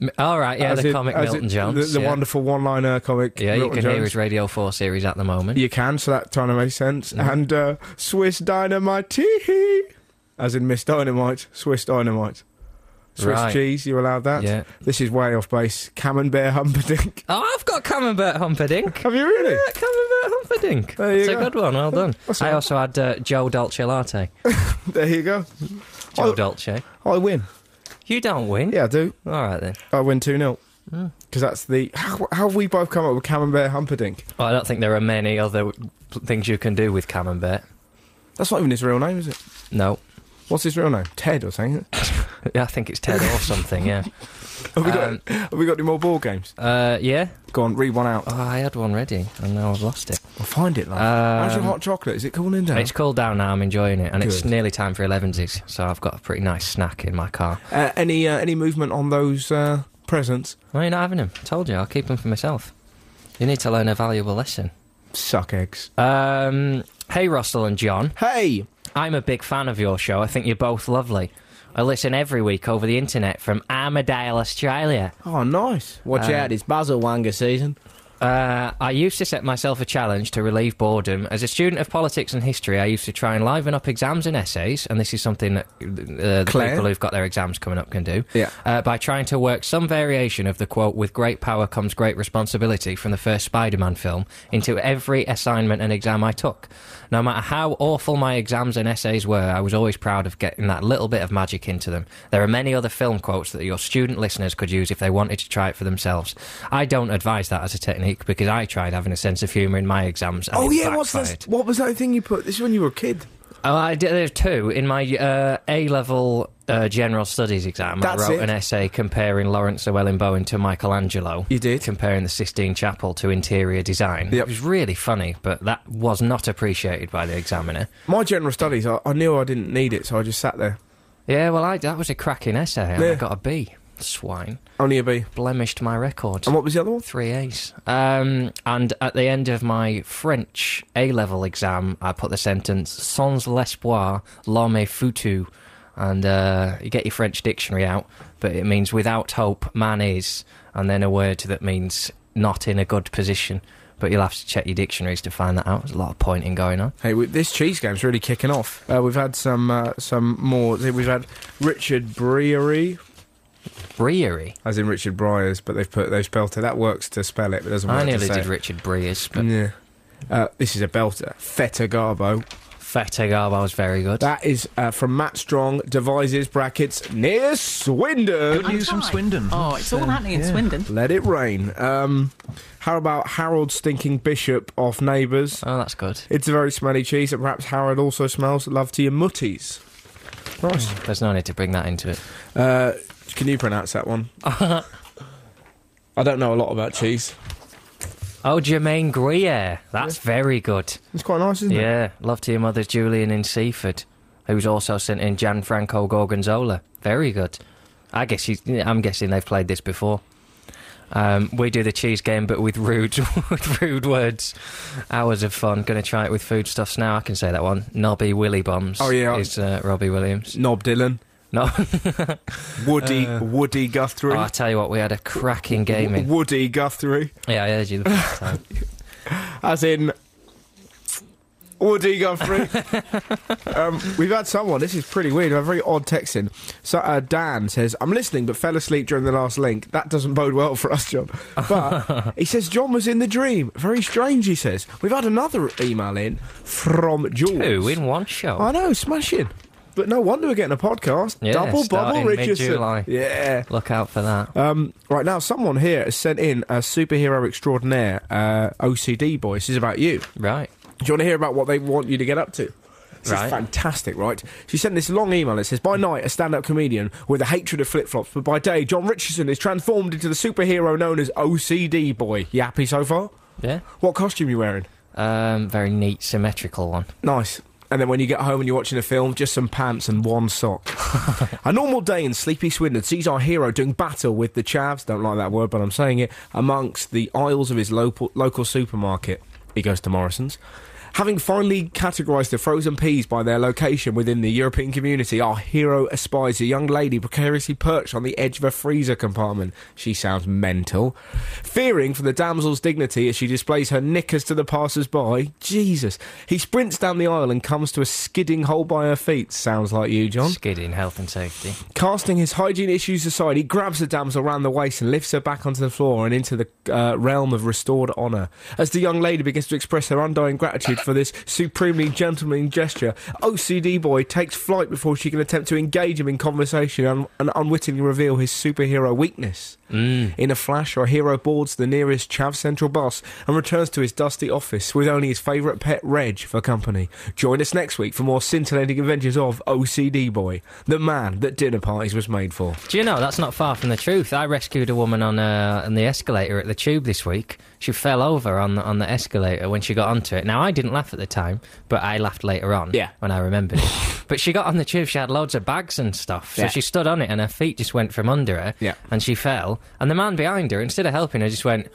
[SPEAKER 2] M- All right, yeah,
[SPEAKER 1] As
[SPEAKER 2] the
[SPEAKER 1] in-
[SPEAKER 2] comic
[SPEAKER 1] as
[SPEAKER 2] Milton
[SPEAKER 1] in
[SPEAKER 2] Jones.
[SPEAKER 1] The, the
[SPEAKER 2] yeah.
[SPEAKER 1] wonderful one-liner comic.
[SPEAKER 2] Yeah, you
[SPEAKER 1] Milton
[SPEAKER 2] can hear
[SPEAKER 1] Jones.
[SPEAKER 2] his Radio 4 series at the moment.
[SPEAKER 1] You can, so that kind of makes sense.
[SPEAKER 2] Mm-hmm.
[SPEAKER 1] And uh, Swiss Dynamite, as in Miss Dynamite, Swiss Dynamite. Swiss
[SPEAKER 2] Right.
[SPEAKER 1] cheese, you allowed that?
[SPEAKER 2] Yeah.
[SPEAKER 1] This is way off base. Camembert Humperdinck.
[SPEAKER 2] Oh, I've got Camembert Humperdinck.
[SPEAKER 1] Have you really?
[SPEAKER 2] Yeah, Camembert Humperdinck.
[SPEAKER 1] There you
[SPEAKER 2] That's
[SPEAKER 1] go.
[SPEAKER 2] a good one, well done.
[SPEAKER 1] That's
[SPEAKER 2] I
[SPEAKER 1] all.
[SPEAKER 2] also had uh, Joe Dolce Latte.
[SPEAKER 1] There you go.
[SPEAKER 2] Joe
[SPEAKER 1] Oh.
[SPEAKER 2] Dolce.
[SPEAKER 1] I win.
[SPEAKER 2] You don't win.
[SPEAKER 1] Yeah, I do.
[SPEAKER 2] All right, then.
[SPEAKER 1] I win 2 0.
[SPEAKER 2] Mm.
[SPEAKER 1] Because that's the. How, how have we both come up with Camembert Humperdinck?
[SPEAKER 2] Well, I don't think there are many other w- things you can do with Camembert.
[SPEAKER 1] That's not even his real name, is it?
[SPEAKER 2] No.
[SPEAKER 1] What's his real name? Ted or something. isn't it?
[SPEAKER 2] Yeah, I think it's Ted or something, yeah.
[SPEAKER 1] Have we, got,
[SPEAKER 2] Um,
[SPEAKER 1] have we got any more ball games?
[SPEAKER 2] Uh, yeah?
[SPEAKER 1] Go on, read one out.
[SPEAKER 2] Oh, I had one ready, and now I've lost it.
[SPEAKER 1] I'll find it, love. How's your
[SPEAKER 2] um,
[SPEAKER 1] hot chocolate? Is it cooling down?
[SPEAKER 2] It's cooled down now. I'm enjoying it, and it's
[SPEAKER 1] Good.
[SPEAKER 2] nearly time for 11s, so I've got a pretty nice snack in my car.
[SPEAKER 1] Uh, any uh, any movement on those uh, presents?
[SPEAKER 2] Why are you not having them? Told you, I'll keep them for myself. You need to learn a valuable lesson.
[SPEAKER 1] Suck eggs.
[SPEAKER 2] Um, hey, Russell and John.
[SPEAKER 1] Hey,
[SPEAKER 2] I'm a big fan of your show. I think you're both lovely. I listen every week over the internet from Armadale, Australia.
[SPEAKER 1] oh nice. Watch
[SPEAKER 2] Uh,
[SPEAKER 1] out, it's Basil Wanga season.
[SPEAKER 2] Uh, I used to set myself a challenge to relieve boredom. As a student of politics and history, I used to try and liven up exams and essays, and this is something that uh, the
[SPEAKER 1] Claire?
[SPEAKER 2] people who've got their exams coming up can do.
[SPEAKER 1] Yeah.
[SPEAKER 2] Uh, by trying to work some variation of the quote, with great power comes great responsibility from the first Spider Man film, into every assignment and exam I took. No matter how awful my exams and essays were, I was always proud of getting that little bit of magic into them. There are many other film quotes that your student listeners could use if they wanted to try it for themselves. I don't advise that as a technique because I tried having a sense of humour in my exams. And
[SPEAKER 1] Oh
[SPEAKER 2] it
[SPEAKER 1] yeah, what's
[SPEAKER 2] backfired.
[SPEAKER 1] this? What was that thing you put? This is when you were a kid.
[SPEAKER 2] Oh, I did there's two in my uh, A level uh, general studies exam.
[SPEAKER 1] That's
[SPEAKER 2] I wrote
[SPEAKER 1] it.
[SPEAKER 2] an essay comparing Lawrence Llewellyn Bowen to Michelangelo.
[SPEAKER 1] You did?
[SPEAKER 2] comparing the Sistine Chapel to interior design.
[SPEAKER 1] Yep.
[SPEAKER 2] It was really funny, but that was not appreciated by the examiner.
[SPEAKER 1] My general studies, I, I knew I didn't need it, so I just sat there.
[SPEAKER 2] Yeah, well, I, that was a cracking essay. and
[SPEAKER 1] Yeah.
[SPEAKER 2] I got a B. Swine
[SPEAKER 1] Only a B.
[SPEAKER 2] blemished my record.
[SPEAKER 1] And what was the other one?
[SPEAKER 2] Three A's. Um, and at the end of my French A level exam, I put the sentence sans l'espoir, l'homme est foutu. and uh, you get your French dictionary out, but it means without hope, man is, and then a word that means not in a good position. But you'll have to check your dictionaries to find that out. There's a lot of pointing going on.
[SPEAKER 1] Hey, we, this cheese game's really kicking off. Uh, we've had some uh, some more. We've had Richard Breary,
[SPEAKER 2] Breery.
[SPEAKER 1] as in Richard Briers, but they've put they've spelled it. That works to spell it, but doesn't work
[SPEAKER 2] I
[SPEAKER 1] to
[SPEAKER 2] nearly
[SPEAKER 1] say. Mm.
[SPEAKER 2] did
[SPEAKER 1] it.
[SPEAKER 2] Richard Breers, but
[SPEAKER 1] Yeah. Uh, this is a belter. Feta Garbo.
[SPEAKER 2] Feta Garbo was very good.
[SPEAKER 1] That is uh, from Matt Strong, devises brackets near Swindon.
[SPEAKER 7] I'm
[SPEAKER 8] news from
[SPEAKER 7] fine.
[SPEAKER 8] Swindon.
[SPEAKER 7] Oh, it's all happening in Swindon.
[SPEAKER 1] Let it rain. Um, how about Harold Stinking Bishop off Neighbours?
[SPEAKER 2] oh, that's good.
[SPEAKER 1] It's a very smelly cheese that perhaps Harold also smells. Love to your mutties. Nice.
[SPEAKER 2] There's no need to bring that into it.
[SPEAKER 1] Uh, can you pronounce that one? I don't know a lot about cheese.
[SPEAKER 2] Oh, Jermaine Gruyere. That's very good.
[SPEAKER 1] It's quite nice, isn't it?
[SPEAKER 2] Yeah, love to your mother's Julian in Seaford, who's also sent in Gianfranco Gorgonzola. Very good. I guess you, I'm guessing they've played this before. Um, we do the cheese game, but with rude, with rude words. Hours of fun. Going to try it with foodstuffs now. I can say that one. Nobby Willy Bombs.
[SPEAKER 1] Oh, yeah.
[SPEAKER 2] is uh, Robbie Williams.
[SPEAKER 1] Knob Dylan.
[SPEAKER 2] No,
[SPEAKER 1] Woody Woody Guthrie.
[SPEAKER 2] oh, I tell you what, we had a cracking game in.
[SPEAKER 1] Woody Guthrie.
[SPEAKER 2] Yeah, I heard you the first time.
[SPEAKER 1] As in Woody Guthrie. um, we've had someone, this is pretty weird, a very odd text in. So, uh, Dan says, I'm listening but fell asleep during the last link. That doesn't bode well for us, John. But he says, John was in the dream. Very strange, he says. We've had another email in from Jules.
[SPEAKER 2] Two in one show.
[SPEAKER 1] I know, smashing. But no wonder we're getting a podcast.
[SPEAKER 2] Yeah,
[SPEAKER 1] Double bubble
[SPEAKER 2] starting
[SPEAKER 1] Richardson.
[SPEAKER 2] mid-July.
[SPEAKER 1] Yeah.
[SPEAKER 2] Look out for that.
[SPEAKER 1] Um, right now, someone here has sent in a superhero extraordinaire, uh, OCD boy. This is about you.
[SPEAKER 2] right.
[SPEAKER 1] Do you want to hear about what they want you to get up to? This is
[SPEAKER 2] Right.
[SPEAKER 1] fantastic, right? She sent this long email. It says, By night, a stand up comedian with a hatred of flip flops, but by day, John Richardson is transformed into the superhero known as OCD Boy. You happy so far?
[SPEAKER 2] Yeah.
[SPEAKER 1] What costume you wearing?
[SPEAKER 2] Um, very neat, symmetrical one.
[SPEAKER 1] Nice. And then when you get home and you're watching a film, just some pants and one sock. a normal day in sleepy Swindon sees our hero doing battle with the chavs, don't like that word, but I'm saying it, amongst the aisles of his local, local supermarket. He goes to Morrison's. Having finally categorised the frozen peas by their location within the European community, our hero espies a young lady precariously perched on the edge of a freezer compartment. She sounds mental. Fearing for the damsel's dignity as she displays her knickers to the passers-by, Jesus, he sprints down the aisle and comes to a skidding hold by her feet. Sounds like you, John.
[SPEAKER 2] Skidding, health and safety.
[SPEAKER 1] Casting his hygiene issues aside, he grabs the damsel round the waist and lifts her back onto the floor and into the uh, realm of restored honour. As the young lady begins to express her undying gratitude for this supremely gentlemanly gesture, OCD boy takes flight before she can attempt to engage him in conversation and, and unwittingly reveal his superhero weakness. In a flash, our hero boards the nearest Chav Central bus and returns to his dusty office with only his favourite pet Reg for company. Join us next week for more scintillating adventures of OCD Boy, the man that dinner parties was made for.
[SPEAKER 2] Do you know that's not far from the truth? I rescued a woman on uh, on the escalator at the tube this week. She fell over on the, on the escalator when she got onto it. Now I didn't laugh at the time, but I laughed later on.
[SPEAKER 1] Yeah.
[SPEAKER 2] when I remembered it. But she got on the tube. She had loads of bags and stuff, so
[SPEAKER 1] Yeah.
[SPEAKER 2] she stood on it, and her feet just went from under her.
[SPEAKER 1] Yeah.
[SPEAKER 2] and she fell. And the man behind her, instead of helping her, just went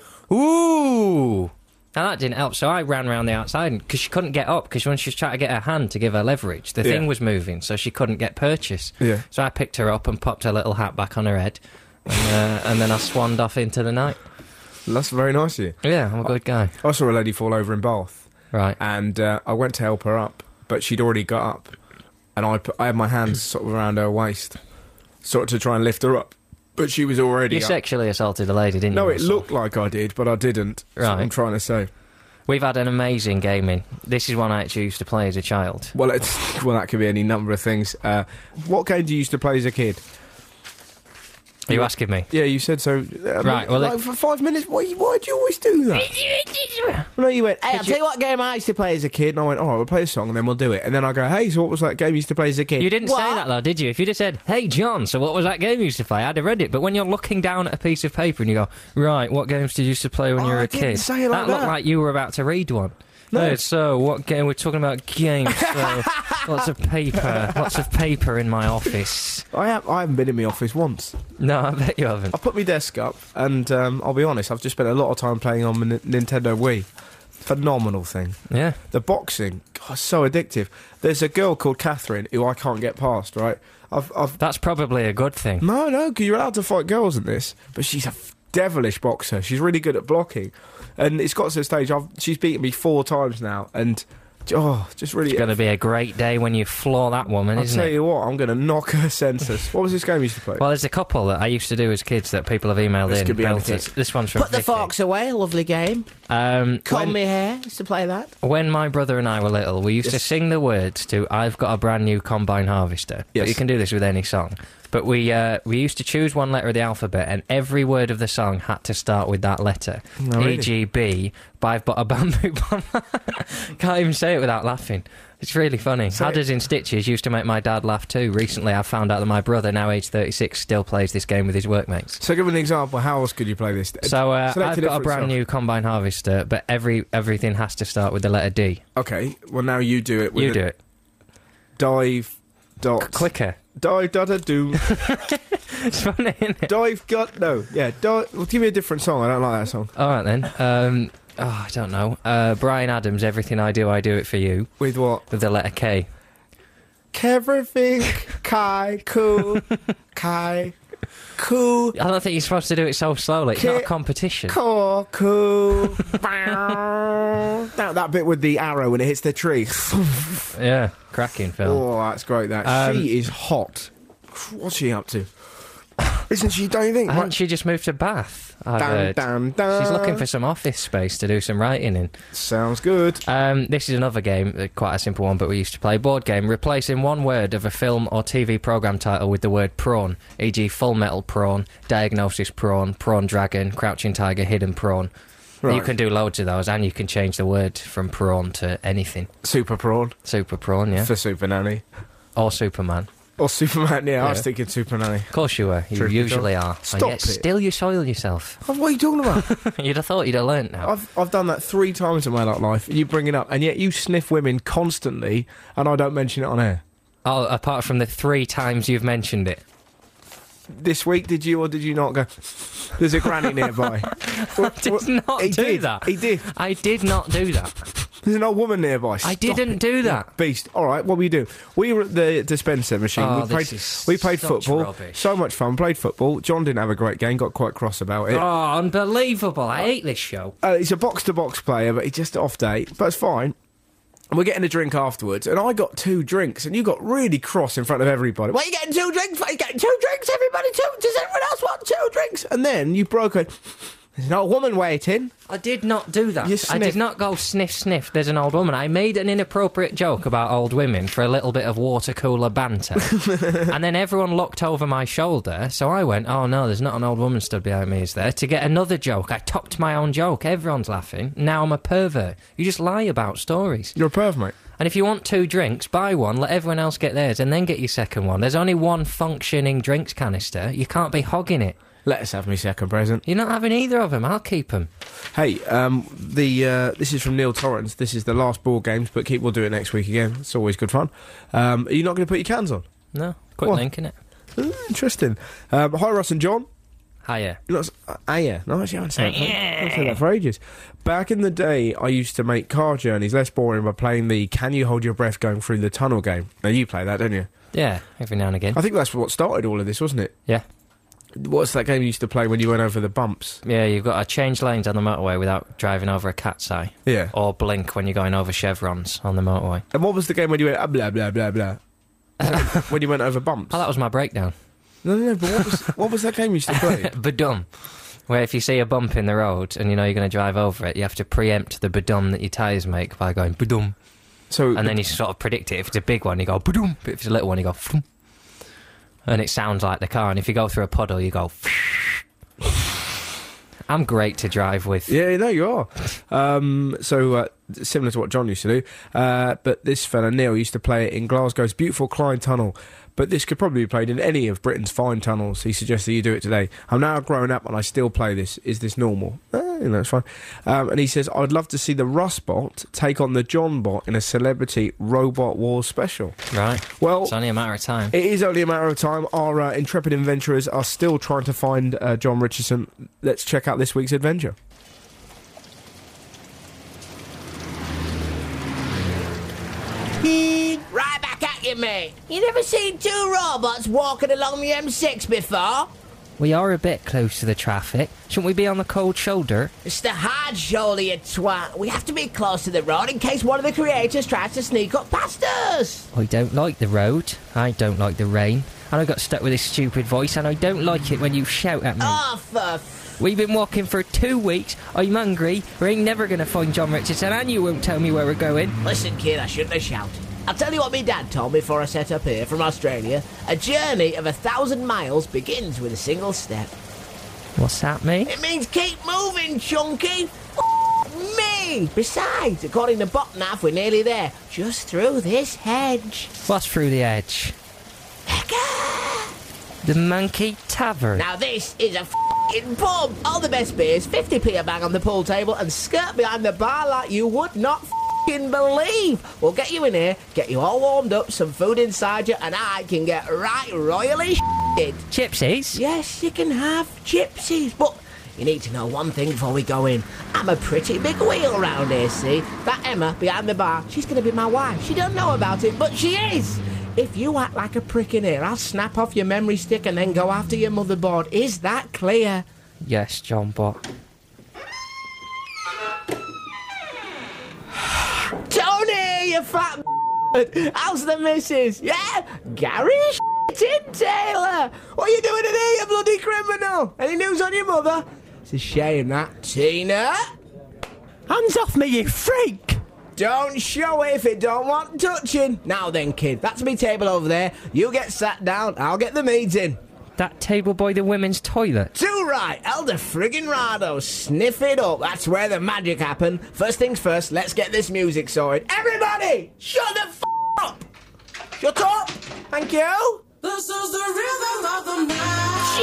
[SPEAKER 2] ooh. Now that didn't help, so I ran round the outside because she couldn't get up. Because when she was trying to get her hand to give her leverage, the
[SPEAKER 1] Yeah.
[SPEAKER 2] thing was moving, so she couldn't get purchase.
[SPEAKER 1] Yeah.
[SPEAKER 2] So I picked her up and popped her little hat back on her head. And, uh, and then I swanned off into the night.
[SPEAKER 1] That's very nice of you.
[SPEAKER 2] Yeah, I'm a good guy.
[SPEAKER 1] I saw a lady fall over in Bath
[SPEAKER 2] Right.
[SPEAKER 1] and uh, I went to help her up, but she'd already got up and I, put, I had my hands sort of around her waist, sort of to try and lift her up, but she was already
[SPEAKER 2] You
[SPEAKER 1] up.
[SPEAKER 2] sexually assaulted a lady, didn't you?
[SPEAKER 1] No, it
[SPEAKER 2] Russell?
[SPEAKER 1] looked like I did, but I didn't. That's what
[SPEAKER 2] Right.
[SPEAKER 1] I'm trying to say.
[SPEAKER 2] We've had an amazing game in. This is one I actually used to play as a child.
[SPEAKER 1] Well, it's, well, that could be any number of things. Uh, what game do you used to play as a kid?
[SPEAKER 2] Are you asking me?
[SPEAKER 1] Yeah, you said so. uh,
[SPEAKER 2] Right, well,
[SPEAKER 1] like,
[SPEAKER 2] it-
[SPEAKER 1] for five minutes. Why, why do you always do that? no, you went. Hey, I'll tell you what game I used to play as a kid, and I went, "All right, we'll play a song, and then we'll do it." And then I go, "Hey, so what was that game you used to play as a kid?"
[SPEAKER 2] You didn't say that, though, did you? If you'd have said, hey, John, so what was that game you used to play? I'd have read it. But when you're looking down at a piece of paper and you go, right, what games did you used to play when
[SPEAKER 1] Oh,
[SPEAKER 2] you were
[SPEAKER 1] I
[SPEAKER 2] a
[SPEAKER 1] didn't
[SPEAKER 2] kid?
[SPEAKER 1] say it like
[SPEAKER 2] looked
[SPEAKER 1] that.
[SPEAKER 2] like you were about to read one. No. so what game? We're talking about games. So lots of paper. Lots of paper in my office.
[SPEAKER 1] I, have, I haven't been in my office once.
[SPEAKER 2] No, I bet you haven't.
[SPEAKER 1] I put my desk up, and um, I'll be honest, I've just spent a lot of time playing on my N- Nintendo Wii. phenomenal thing.
[SPEAKER 2] Yeah.
[SPEAKER 1] The boxing, God, so addictive. There's a girl called Catherine who I can't get past. Right, I've, I've
[SPEAKER 2] That's probably a good thing.
[SPEAKER 1] no, no, 'cause you're allowed to fight girls in this, but she's a f- devilish boxer. She's really good at blocking, and it's got to the stage. I've she's beaten me four times now, and oh, just really.
[SPEAKER 2] It's going to be a great day when you floor that woman,
[SPEAKER 1] I'll
[SPEAKER 2] isn't
[SPEAKER 1] tell
[SPEAKER 2] it?
[SPEAKER 1] you what, I'm going to knock her senses. what was this game you used to play?
[SPEAKER 2] Well, there's a couple that I used to do as kids that people have emailed
[SPEAKER 1] This
[SPEAKER 2] in.
[SPEAKER 1] could be
[SPEAKER 2] about
[SPEAKER 1] anything.
[SPEAKER 2] it. This one's from
[SPEAKER 8] Put the
[SPEAKER 2] Vicky.
[SPEAKER 8] fox away, lovely game.
[SPEAKER 2] Um,
[SPEAKER 8] Comb me hair, used to play that.
[SPEAKER 2] When my brother and I were little, we used to sing the words to "I've got a brand new combine harvester." But
[SPEAKER 1] Yes.
[SPEAKER 2] you can do this with any song. But we uh, we used to choose one letter of the alphabet, and every word of the song had to start with that letter.
[SPEAKER 1] No, Oh, really?
[SPEAKER 2] E.g., B. But I've got a bamboo bomb. Can't even say it without laughing. It's really funny. Hadders in Stitches used to make my dad laugh too. Recently, I found out that my brother, now age 36, still plays this game with his workmates.
[SPEAKER 1] so give me an example. How else could you play this?
[SPEAKER 2] So uh,
[SPEAKER 1] Select
[SPEAKER 2] I've
[SPEAKER 1] it
[SPEAKER 2] got a
[SPEAKER 1] for
[SPEAKER 2] brand
[SPEAKER 1] itself.
[SPEAKER 2] new combine harvester, but every everything has to start with the letter D.
[SPEAKER 1] Okay, well now you do it. With
[SPEAKER 2] You
[SPEAKER 1] a
[SPEAKER 2] do it
[SPEAKER 1] Dive. Dot.
[SPEAKER 2] quicker.
[SPEAKER 1] Dive. Da da do.
[SPEAKER 2] It's funny, isn't it?
[SPEAKER 1] dive. Gut. No. Yeah. Dive. Well, give me a different song. I don't like that song.
[SPEAKER 2] All right then. Um, oh, I don't know. Uh, Brian Adams, everything I do, I do it for you.
[SPEAKER 1] With what?
[SPEAKER 2] With the letter K.
[SPEAKER 1] Everything Kai Ku Kai Ku
[SPEAKER 2] I don't think you're supposed to do it so slowly. It's not a
[SPEAKER 1] K-
[SPEAKER 2] competition.
[SPEAKER 1] Ko Ku Bow. That that bit with the arrow when it hits the tree.
[SPEAKER 2] yeah, cracking film.
[SPEAKER 1] oh, that's great. That
[SPEAKER 2] Um,
[SPEAKER 1] she is hot. What's she up to? Isn't she? Don't you think?
[SPEAKER 2] Hadn't
[SPEAKER 1] Right-
[SPEAKER 2] she just moved to Bath? I've
[SPEAKER 1] Dun,
[SPEAKER 2] heard.
[SPEAKER 1] dun, dun.
[SPEAKER 2] She's looking for some office space to do some writing in.
[SPEAKER 1] Sounds good.
[SPEAKER 2] Um, this is another game, uh, quite a simple one, but we used to play board game, replacing one word of a film or TV program title with the word prawn, e.g., Full Metal Prawn, Diagnosis Prawn, Prawn Dragon, Crouching Tiger, Hidden Prawn. You
[SPEAKER 1] Right.
[SPEAKER 2] can do loads of those, and you can change the word from prawn to anything.
[SPEAKER 1] Super prawn
[SPEAKER 2] Super prawn, yeah,
[SPEAKER 1] for Super Nanny
[SPEAKER 2] or Superman.
[SPEAKER 1] or Superman. Yeah, I was
[SPEAKER 2] Yeah.
[SPEAKER 1] thinking Super Nanny.
[SPEAKER 2] Of course you were. You
[SPEAKER 1] Truth be
[SPEAKER 2] usually are.
[SPEAKER 1] Stop
[SPEAKER 2] and yet
[SPEAKER 1] it.
[SPEAKER 2] still you soil yourself.
[SPEAKER 1] Oh, What are you talking about?
[SPEAKER 2] you'd have thought you'd have learnt now.
[SPEAKER 1] I've I've done that three times in my adult life. You bring it up, and yet you sniff women constantly, and I don't mention it on air.
[SPEAKER 2] Oh, apart from the three times you've mentioned it.
[SPEAKER 1] This week, did you or did you not go? There's a granny nearby. Well,
[SPEAKER 2] did
[SPEAKER 1] well,
[SPEAKER 2] not
[SPEAKER 1] he
[SPEAKER 2] do
[SPEAKER 1] did.
[SPEAKER 2] that.
[SPEAKER 1] He did.
[SPEAKER 2] I did not do that.
[SPEAKER 1] There's an old woman nearby.
[SPEAKER 2] I
[SPEAKER 1] Stop
[SPEAKER 2] didn't
[SPEAKER 1] it.
[SPEAKER 2] do that.
[SPEAKER 1] Beast. All right, what we do? We were at the dispenser machine.
[SPEAKER 2] Oh,
[SPEAKER 1] we
[SPEAKER 2] this
[SPEAKER 1] played.
[SPEAKER 2] is
[SPEAKER 1] we played
[SPEAKER 2] such
[SPEAKER 1] football.
[SPEAKER 2] rubbish.
[SPEAKER 1] So much fun. Played football. John didn't have a great game. Got quite cross about it.
[SPEAKER 2] Oh, unbelievable. I hate this show.
[SPEAKER 1] uh, he's a box to box player, but he's just off day. But it's fine. And we're getting a drink afterwards, and I got two drinks, and you got really cross in front of everybody. What are you getting two drinks for? Are you getting two drinks, everybody? Two? Does everyone else want two drinks? And then you broke it. There's an old woman waiting.
[SPEAKER 2] I did not do that.
[SPEAKER 1] You
[SPEAKER 2] I
[SPEAKER 1] sniffed.
[SPEAKER 2] did not go sniff sniff. There's an old woman. I made an inappropriate joke about old women for a little bit of water cooler banter. and then everyone looked over my shoulder, so I went, "Oh no, there's not an old woman stood behind me, is there?" to get another joke. I topped my own joke. Everyone's laughing. Now I'm a pervert. You just lie about stories.
[SPEAKER 1] You're a perv, mate.
[SPEAKER 2] And if you want two drinks, buy one, let everyone else get theirs, and then get your second one. There's only one functioning drinks canister. You can't be hogging it.
[SPEAKER 1] Let us have me second present.
[SPEAKER 2] You're not having either of them. I'll keep them.
[SPEAKER 1] Hey, um, the uh, this is from Neil Torrance. This is the last ball games, but keep we'll do it next week again. It's always good fun. Um, are you not going to put your cans on?
[SPEAKER 2] No, quick
[SPEAKER 1] What?
[SPEAKER 2] link in it.
[SPEAKER 1] Ooh, interesting. Um, hi, Ross and John.
[SPEAKER 2] Hiya.
[SPEAKER 1] Not, uh, ah, yeah. No, actually, I haven't said that. for- I haven't said that for ages. Back in the day, I used to make car journeys less boring by playing the "Can you hold your breath going through the tunnel" game. Now you play that, don't you?
[SPEAKER 2] Yeah, every now and again.
[SPEAKER 1] I think that's what started all of this, wasn't it?
[SPEAKER 2] Yeah,
[SPEAKER 1] What's that game you used to play when you went over the bumps?
[SPEAKER 2] yeah. You've got to change lanes on the motorway without driving over a cat's eye,
[SPEAKER 1] Yeah.
[SPEAKER 2] or blink when you're going over chevrons on the motorway.
[SPEAKER 1] And what was the game when you went ah, blah blah blah blah? when you went over bumps?
[SPEAKER 2] Oh, that was my breakdown.
[SPEAKER 1] No, no, no. But what was what was that game you used to play?
[SPEAKER 2] Badum, where if you see a bump in the road and you know you're going to drive over it, you have to preempt the badum that your tyres make by going badum,
[SPEAKER 1] So
[SPEAKER 2] and then you sort of predict it. If it's a big one, you go badum. But if it's a little one, you go fum. And it sounds like the car. And if you go through a puddle, you go. I'm great to drive with.
[SPEAKER 1] Yeah, no, you are. Um, so uh, similar to what John used to do, uh, but this fella Neil used to play it in Glasgow's beautiful Clyde Tunnel. But this could probably be played in any of Britain's fine tunnels. He suggested you do it today. I'm now grown up and I still play this. Is this normal? Eh, you know, it's fine. Um, and he says, I'd love to see the Russ bot take on the John bot in a celebrity robot war special.
[SPEAKER 2] Right.
[SPEAKER 1] Well,
[SPEAKER 2] It's only a matter of time.
[SPEAKER 1] it is only a matter of time. Our uh, intrepid adventurers are still trying to find uh, John Richardson. Let's check out this week's adventure.
[SPEAKER 8] Right back at you, mate. You never seen two robots walking along the M6 before?
[SPEAKER 2] We are a bit close to the traffic. Shouldn't we be on the cold shoulder?
[SPEAKER 8] It's the hard shoulder, you twat. We have to be close to the road in case one of the creators tries to sneak up past us.
[SPEAKER 2] I don't like the road. I don't like the rain. And I got stuck with this stupid voice, and I don't like it when you shout at me.
[SPEAKER 8] Oh, for f-
[SPEAKER 2] We've been walking for two weeks. I'm hungry. We ain't never going to find John Richardson, and you won't tell me where we're going.
[SPEAKER 8] Listen, kid, I shouldn't have shouted. I'll tell you what my dad told me before I set up here from Australia. A journey of a thousand miles begins with a single step.
[SPEAKER 2] What's that, mate?
[SPEAKER 8] It means keep moving, Chunky. F- me. Besides, according to Botnav, we're nearly there. Just through this hedge.
[SPEAKER 2] What's through the edge? The Monkey Tavern.
[SPEAKER 8] Now this is a fing pub. All the best beers, 50p a bag on the pool table, and skirt behind the bar like you would not fing believe. We'll get you in here, get you all warmed up, some food inside you, and I can get right royally shitted.
[SPEAKER 2] Gypsies?
[SPEAKER 8] Yes, you can have gypsies, but you need to know one thing before we go in. I'm a pretty big wheel round here, see? That Emma behind the bar, she's gonna be my wife. She don't know about it, but she is! If you act like a prick in here, I'll snap off your memory stick and then go after your motherboard. Is that clear?
[SPEAKER 2] Yes, John Bot.
[SPEAKER 8] Tony, you fat b****. How's the missus? Yeah? Gary Tim Taylor! What are you doing in here, you bloody criminal? Any news on your mother? It's a shame that. Tina?
[SPEAKER 9] Hands off me, you freak!
[SPEAKER 8] Don't show it if it don't want touching. Now then, kid, that's me table over there. You get sat down, I'll get the meeting.
[SPEAKER 2] That table by the women's toilet.
[SPEAKER 8] Too right, Elder Friggin' Rado, sniff it up. That's where the magic happened. First things first, let's get this music sorted. Everybody, shut the f up! Shut up! Thank you!
[SPEAKER 10] This is the rhythm of the night.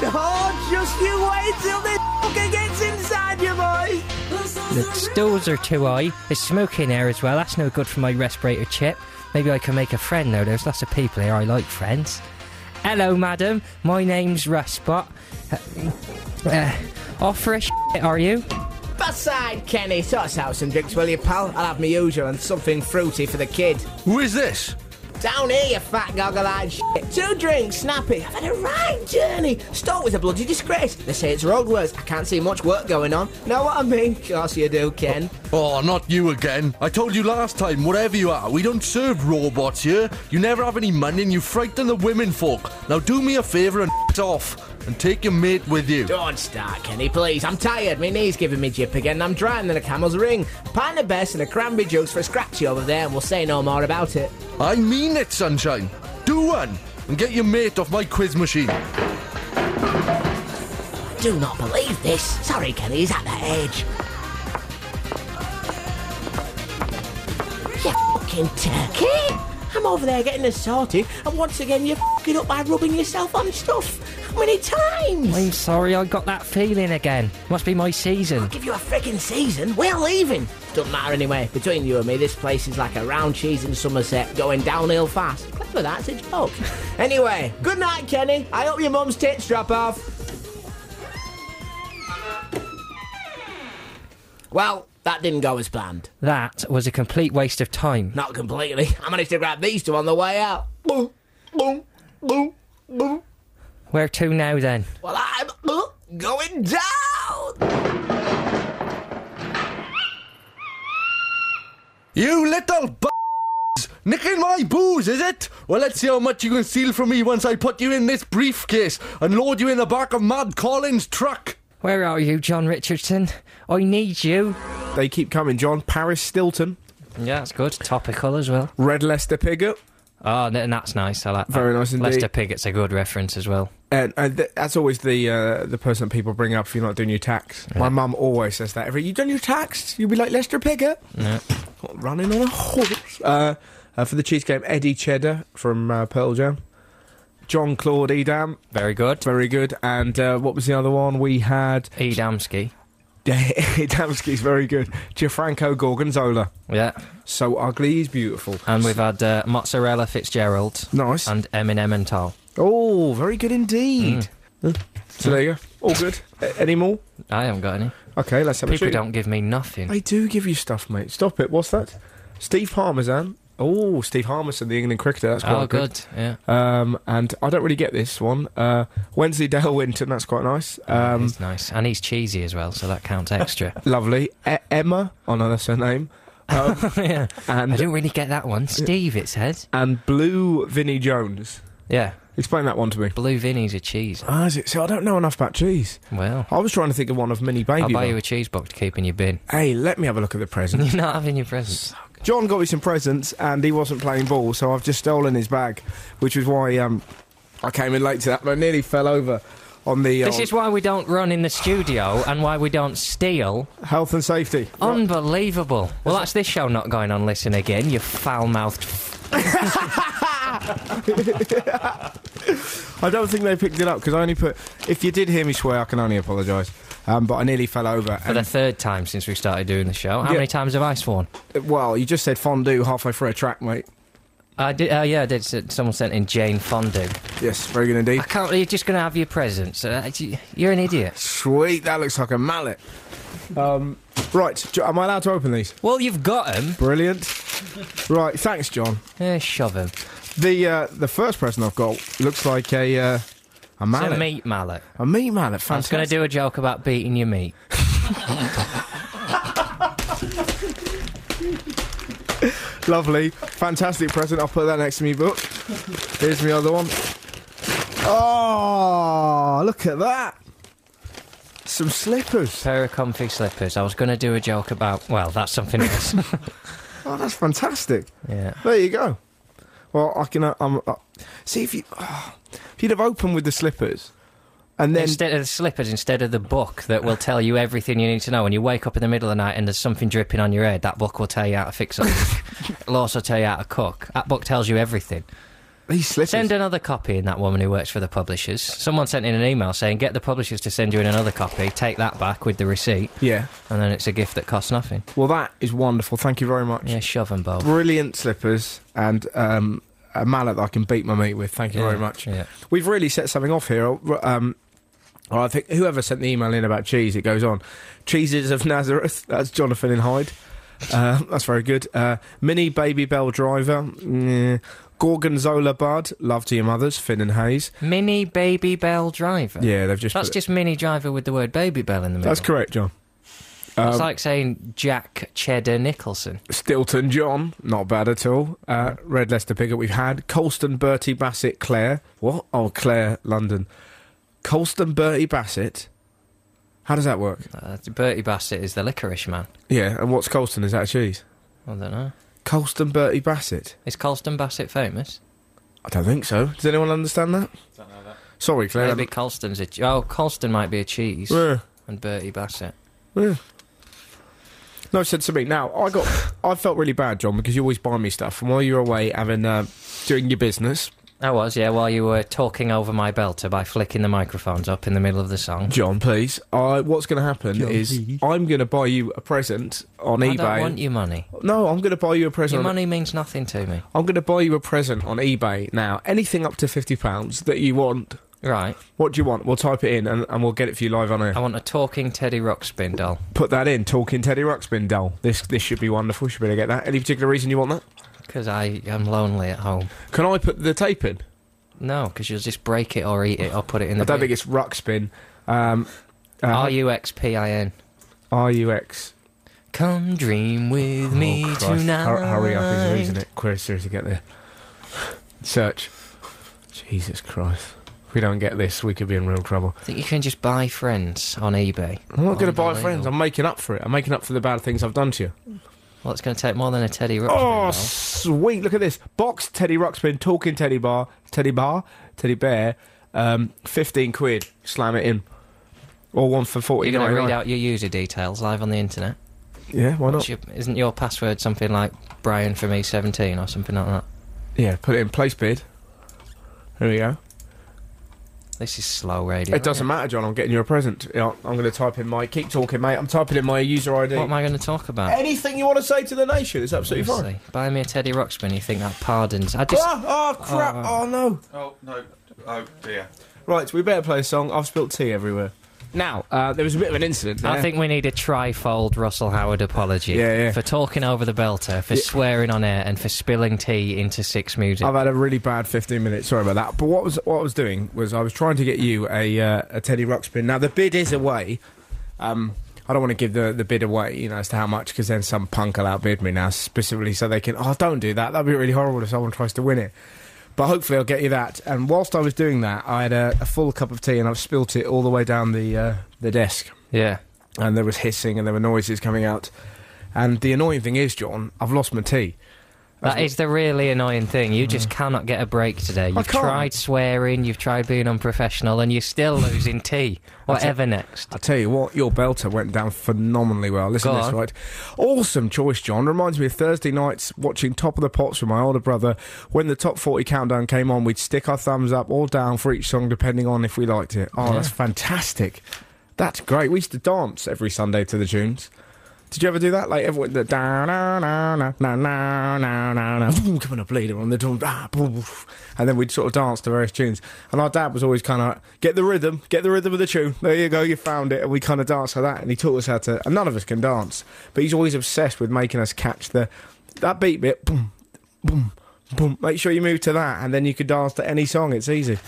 [SPEAKER 8] Dude! Oh, just you wait till this fucker gets inside you, boys!
[SPEAKER 10] This is
[SPEAKER 2] The
[SPEAKER 10] the
[SPEAKER 2] stools are too high. There's smoke in here as well. That's no good for my respirator chip. Maybe I can make a friend though. There's lots of people here. I like friends. Hello, madam. My name's Rustbot. Uh, uh, offer a shit, are you?
[SPEAKER 8] Beside Kenny, sort us out some drinks, will you, pal? I'll have my usual and something fruity for the kid.
[SPEAKER 11] Who is this?
[SPEAKER 8] Down here, you fat goggle-eyed shit. Two drinks, snappy. I've had a right journey. Stoke was a bloody disgrace. They say it's roadworks. I can't see much work going on. Know what I mean? Course you do, Ken.
[SPEAKER 11] Oh, not you again. I told you last time, whatever you are, we don't serve robots here. You never have any money and you frighten the women folk. Now do me a favour and f off and take your mate with you.
[SPEAKER 8] Don't start, Kenny, please. I'm tired. My knee's giving me jip again. I'm driving in a camel's ring. A pint of best and a cranberry juice for a scratchy over there, and we'll say no more about it.
[SPEAKER 11] I mean it, sunshine. Do one and get your mate off my quiz machine.
[SPEAKER 8] I do not believe this. Sorry, Kenny, he's at that age. You fucking turkey! I'm over there getting assaulted, and once again you're fucking up by rubbing yourself on stuff. How many times?
[SPEAKER 2] I'm sorry, I got that feeling again. Must be my season.
[SPEAKER 8] Give you a freaking season. We're leaving. Doesn't matter anyway. Between you and me, this place is like a round cheese in Somerset, going downhill fast. Clever, that's a joke. anyway, good night, Kenny. I hope your mum's tits drop off. Well, that didn't go as planned.
[SPEAKER 2] That was a complete waste of time.
[SPEAKER 8] Not completely. I managed to grab these two on the way out. Boom, boom, boom, boom.
[SPEAKER 2] Where to now then?
[SPEAKER 8] Well, I'm uh, going down.
[SPEAKER 11] You little b****s! Nicking my booze, is it? Well, let's see how much you can steal from me once I put you in this briefcase and load you in the back of Mad Collins' truck.
[SPEAKER 2] Where are you, John Richardson? I need you.
[SPEAKER 1] They keep coming, John. Paris Stilton,
[SPEAKER 2] Yeah, that's good. Topical as well.
[SPEAKER 1] Red Leicester Pigott.
[SPEAKER 2] Oh, and that's nice. I like that.
[SPEAKER 1] Very nice indeed.
[SPEAKER 2] Lester Piggott's a good reference as well.
[SPEAKER 1] And, and th- that's always the uh, the person that people bring up if you're not doing your tax. My mum always says that. Every you done your tax, you'll be like Lester Piggott, running on a horse. Uh, uh, for the cheese game, Eddie Cheddar from uh, Pearl Jam, John Claude Edam,
[SPEAKER 2] Very good.
[SPEAKER 1] very good. And uh, what was the other one? We had
[SPEAKER 2] Edamski.
[SPEAKER 1] Edamski's very good. Gianfranco Gorgonzola,
[SPEAKER 2] Yeah.
[SPEAKER 1] so ugly he's beautiful.
[SPEAKER 2] And we've had uh, Mozzarella Fitzgerald
[SPEAKER 1] nice.
[SPEAKER 2] and Emin Emmental. Mm.
[SPEAKER 1] oh, very good indeed. So there you go. All good. A- any more?
[SPEAKER 2] I haven't got any.
[SPEAKER 1] Okay, let's have a
[SPEAKER 2] People
[SPEAKER 1] treat.
[SPEAKER 2] don't give me nothing.
[SPEAKER 1] They do give you stuff, mate. Stop it. What's that? Steve Parmesan. Oh, Steve Harmison, the England cricketer. That's quite
[SPEAKER 2] Oh, good, yeah.
[SPEAKER 1] Um, and I don't really get this one. Uh, Wednesday Dale Winton. That's quite nice. Um,
[SPEAKER 2] It's nice, and he's cheesy as well, so that counts extra.
[SPEAKER 1] lovely. E- Emma. Oh no, that's her name. Um,
[SPEAKER 2] yeah.
[SPEAKER 1] And
[SPEAKER 2] I don't really get that one. Steve, it says.
[SPEAKER 1] And Blue Vinnie Jones.
[SPEAKER 2] Yeah.
[SPEAKER 1] Explain that one to me.
[SPEAKER 2] Blue Vinnie's a cheese.
[SPEAKER 1] Ah, is it? So I don't know enough about cheese.
[SPEAKER 2] Well,
[SPEAKER 1] I was trying to think of one of Mini Baby.
[SPEAKER 2] I'll buy
[SPEAKER 1] though.
[SPEAKER 2] you a cheese box to keep in your bin.
[SPEAKER 1] Hey, let me have a look at the present.
[SPEAKER 2] You're not having your presents.
[SPEAKER 1] John got me some presents and he wasn't playing ball, so I've just stolen his bag, which is why um, I came in late to that, but I nearly fell over on the uh,
[SPEAKER 2] This
[SPEAKER 1] old
[SPEAKER 2] is why we don't run in the studio and why we don't steal.
[SPEAKER 1] health and safety.
[SPEAKER 2] Unbelievable. Well, that's this show not going on. Listen again, you foul mouthed.
[SPEAKER 1] I don't think they picked it up because I only put. If you did hear me swear, I can only apologise. Um, but I nearly fell over.
[SPEAKER 2] For the third time since we started doing the show. How
[SPEAKER 1] Yeah.
[SPEAKER 2] many times have I sworn?
[SPEAKER 1] And, well, you just said fondue halfway through a track, mate.
[SPEAKER 2] I did. Uh, yeah, I did. s- Someone sent in Jane Fondue.
[SPEAKER 1] Yes, very good indeed.
[SPEAKER 2] I can't. You're just going to have your presents. Uh, you- you're an idiot.
[SPEAKER 1] Sweet, that looks like a mallet. Um, right, Jo- am I allowed to open these?
[SPEAKER 2] Well, you've got them.
[SPEAKER 1] Brilliant. Right, thanks, John.
[SPEAKER 2] Yeah, shove them.
[SPEAKER 1] The uh, the first person I've got looks like a uh, a
[SPEAKER 2] It's a
[SPEAKER 1] mallet.
[SPEAKER 2] meat mallet.
[SPEAKER 1] A meat mallet,
[SPEAKER 2] I was going
[SPEAKER 1] fantastic.
[SPEAKER 2] to do a joke about beating your meat.
[SPEAKER 1] Lovely, fantastic present. I'll put that next to me book. Here's my other one. Oh, look at that. Some slippers.
[SPEAKER 2] Pair of comfy slippers. I was going to do a joke about. Well, that's something else.
[SPEAKER 1] Oh, that's fantastic.
[SPEAKER 2] yeah.
[SPEAKER 1] There you go. Well, I can. Uh, I'm, uh, see if you ah, if you'd have opened with the slippers, and then
[SPEAKER 2] instead of the slippers, instead of the book that will tell you everything you need to know, when you wake up in the middle of the night and there's something dripping on your head, that book will tell you how to fix it. It'll also tell you how to cook. That book tells you everything.
[SPEAKER 1] these slippers.
[SPEAKER 2] Send another copy in that woman who works for the publishers. Someone sent in an email saying, get the publishers to send you in another copy, take that back with the receipt,
[SPEAKER 1] yeah.
[SPEAKER 2] and then it's a gift that costs nothing.
[SPEAKER 1] Well, that is wonderful. Thank you very much.
[SPEAKER 2] Yeah, shove 'em both.
[SPEAKER 1] Brilliant slippers and um, a mallet that I can beat my meat with. Thank you very
[SPEAKER 2] Yeah,
[SPEAKER 1] much.
[SPEAKER 2] yeah.
[SPEAKER 1] We've really set something off here. Um, or I think whoever sent the email in about cheese, it goes on. Cheeses of Nazareth. That's Jonathan in Hyde. Uh, that's very good. Uh, Mini Baby Bell Driver. mm, Gorgonzola Bud. Love to your mothers. Finn and Hayes.
[SPEAKER 2] Mini Baby Bell Driver.
[SPEAKER 1] Yeah, they've just.
[SPEAKER 2] That's
[SPEAKER 1] put-
[SPEAKER 2] just Mini Driver with the word Baby Bell in the middle.
[SPEAKER 1] that's correct, John.
[SPEAKER 2] That's like saying Jack Cheddar Nicholson.
[SPEAKER 1] Stilton John, not bad at all. Uh, Red Leicester Piggott, we've had. Colston Bertie Bassett Clare. What? Oh, Clare, London. Colston Bertie Bassett. How does that work?
[SPEAKER 2] Uh, Bertie Bassett is the licorice man.
[SPEAKER 1] Yeah, and what's Colston? Is that a cheese?
[SPEAKER 2] I don't know.
[SPEAKER 1] Colston Bertie Bassett?
[SPEAKER 2] Is Colston Bassett famous?
[SPEAKER 1] I don't think so. Does anyone understand that?
[SPEAKER 4] Don't know that.
[SPEAKER 1] Sorry, Claire.
[SPEAKER 2] Maybe Colston's a. Oh, Colston might be a cheese.
[SPEAKER 1] Yeah,
[SPEAKER 2] And Bertie Bassett.
[SPEAKER 1] yeah. No, said to me. Now I got, I felt really bad, John, because you always buy me stuff, and while you're away having uh, doing your business,
[SPEAKER 2] I was, yeah, while you were talking over my belter by flicking the microphones up in the middle of the song.
[SPEAKER 1] John, please. I what's going to happen
[SPEAKER 11] John,
[SPEAKER 1] is
[SPEAKER 11] please.
[SPEAKER 1] I'm going to buy you a present on
[SPEAKER 2] I
[SPEAKER 1] eBay.
[SPEAKER 2] don't want your money.
[SPEAKER 1] No, I'm going to buy you a
[SPEAKER 2] Your
[SPEAKER 1] present. on-
[SPEAKER 2] money means nothing to me.
[SPEAKER 1] I'm going to buy you a present on eBay now. Anything up to fifty pounds that you want.
[SPEAKER 2] Right.
[SPEAKER 1] What do you want? We'll type it in and, and we'll get it for you live on air.
[SPEAKER 2] I want a talking Teddy Ruxpin doll.
[SPEAKER 1] Put that in. Talking Teddy Ruxpin doll. This this should be wonderful. Should be able to get that. Any particular reason you want that?
[SPEAKER 2] Because I am lonely at home.
[SPEAKER 1] Can I put the tape in?
[SPEAKER 2] No, because you'll just break it or eat it or put it in the.
[SPEAKER 1] I don't
[SPEAKER 2] bin.
[SPEAKER 1] think it's Ruxpin. Um, uh,
[SPEAKER 2] R U X P I N.
[SPEAKER 1] R-U-X.
[SPEAKER 2] Come dream with me
[SPEAKER 1] oh, Christ.
[SPEAKER 2] tonight.
[SPEAKER 1] Hur- Hurry up is losing it. Query seriously get there. Search. Jesus Christ. If we don't get this, we could be in real trouble.
[SPEAKER 2] I think you can just buy friends on eBay.
[SPEAKER 1] I'm not going to buy
[SPEAKER 2] Unbelievable.
[SPEAKER 1] friends. I'm making up for it. I'm making up for the bad things I've done to you.
[SPEAKER 2] Well, it's going to take more than a Teddy Ruxpin.
[SPEAKER 1] Oh,
[SPEAKER 2] doll.
[SPEAKER 1] sweet. Look at this. Box Teddy Ruxpin, talking Teddy Bar, Teddy Bar, Teddy Bear. Um, 15 quid. Slam it in. Or one for 40
[SPEAKER 2] You're going to read out your user details live on the internet.
[SPEAKER 1] Yeah, why not?
[SPEAKER 2] What's your- isn't your password something like Brian for me 17 or something like that?
[SPEAKER 1] Yeah, put it in place bid. There we go.
[SPEAKER 2] This is slow radio.
[SPEAKER 1] it doesn't matter, John. I'm getting you a present. Yeah, I'm going to type in my. Keep talking, mate. I'm typing in my user ID.
[SPEAKER 2] What am I going to talk about?
[SPEAKER 1] Anything you want to say to the nation is absolutely
[SPEAKER 2] Let's
[SPEAKER 1] fine.
[SPEAKER 2] see. Buy me a Teddy Ruxpin. You think that pardons? I just.
[SPEAKER 1] Oh, oh, crap.
[SPEAKER 2] Oh.
[SPEAKER 1] Oh, no.
[SPEAKER 4] Oh no. Oh dear.
[SPEAKER 1] Right, we better play a song. I've spilt tea everywhere. Now, uh, there was a bit of an incident. There.
[SPEAKER 2] I think we need a trifold Russell Howard apology.
[SPEAKER 1] Yeah, yeah.
[SPEAKER 2] For talking over the belter, for
[SPEAKER 1] Yeah.
[SPEAKER 2] swearing on air, and for spilling tea into six music.
[SPEAKER 1] I've had a really bad 15 minutes. Sorry about that. But what was what I was doing was I was trying to get you a uh, a Teddy Ruxpin. Now the bid is away. Um, I don't want to give the, the bid away, you know, as to how much, because then some punk will outbid me now, specifically so they can. Oh, don't do that. That'd be really horrible if someone tries to win it. But hopefully, I'll get you that. And whilst I was doing that, I had a, a full cup of tea, and I've spilt it all the way down the uh, the desk.
[SPEAKER 2] Yeah.
[SPEAKER 1] And there was hissing, and there were noises coming out. And the annoying thing is, John, I've lost my tea.
[SPEAKER 2] That is the really annoying thing. You just cannot get a break today. You've
[SPEAKER 1] Mm. can't.
[SPEAKER 2] tried swearing, you've tried being unprofessional, and you're still losing tea.
[SPEAKER 1] I'll te-
[SPEAKER 2] Whatever next.
[SPEAKER 1] I tell you what, your belter went down phenomenally well. Listen
[SPEAKER 2] Go
[SPEAKER 1] to this,
[SPEAKER 2] on.
[SPEAKER 1] right? Awesome choice, John. Reminds me of Thursday nights watching Top of the Pops with my older brother. When the top 40 countdown came on, we'd stick our thumbs up or down for each song depending on if we liked it. Oh,
[SPEAKER 2] Yeah.
[SPEAKER 1] that's fantastic. That's great. We used to dance every Sunday to the tunes. Did you ever do that? Like everyone, the da na na na na na na na na. boom, Coming up later on the drum, ah, boom, boom. and then we'd sort of dance to various tunes. And our dad was always kind of get the rhythm, get the rhythm of the tune. There you go, you found it. And we kind of danced like that. And he taught us how to. And none of us can dance, but he's always obsessed with making us catch the that beat bit. Boom, boom, boom. Make sure you move to that, and then you could dance to any song. It's easy.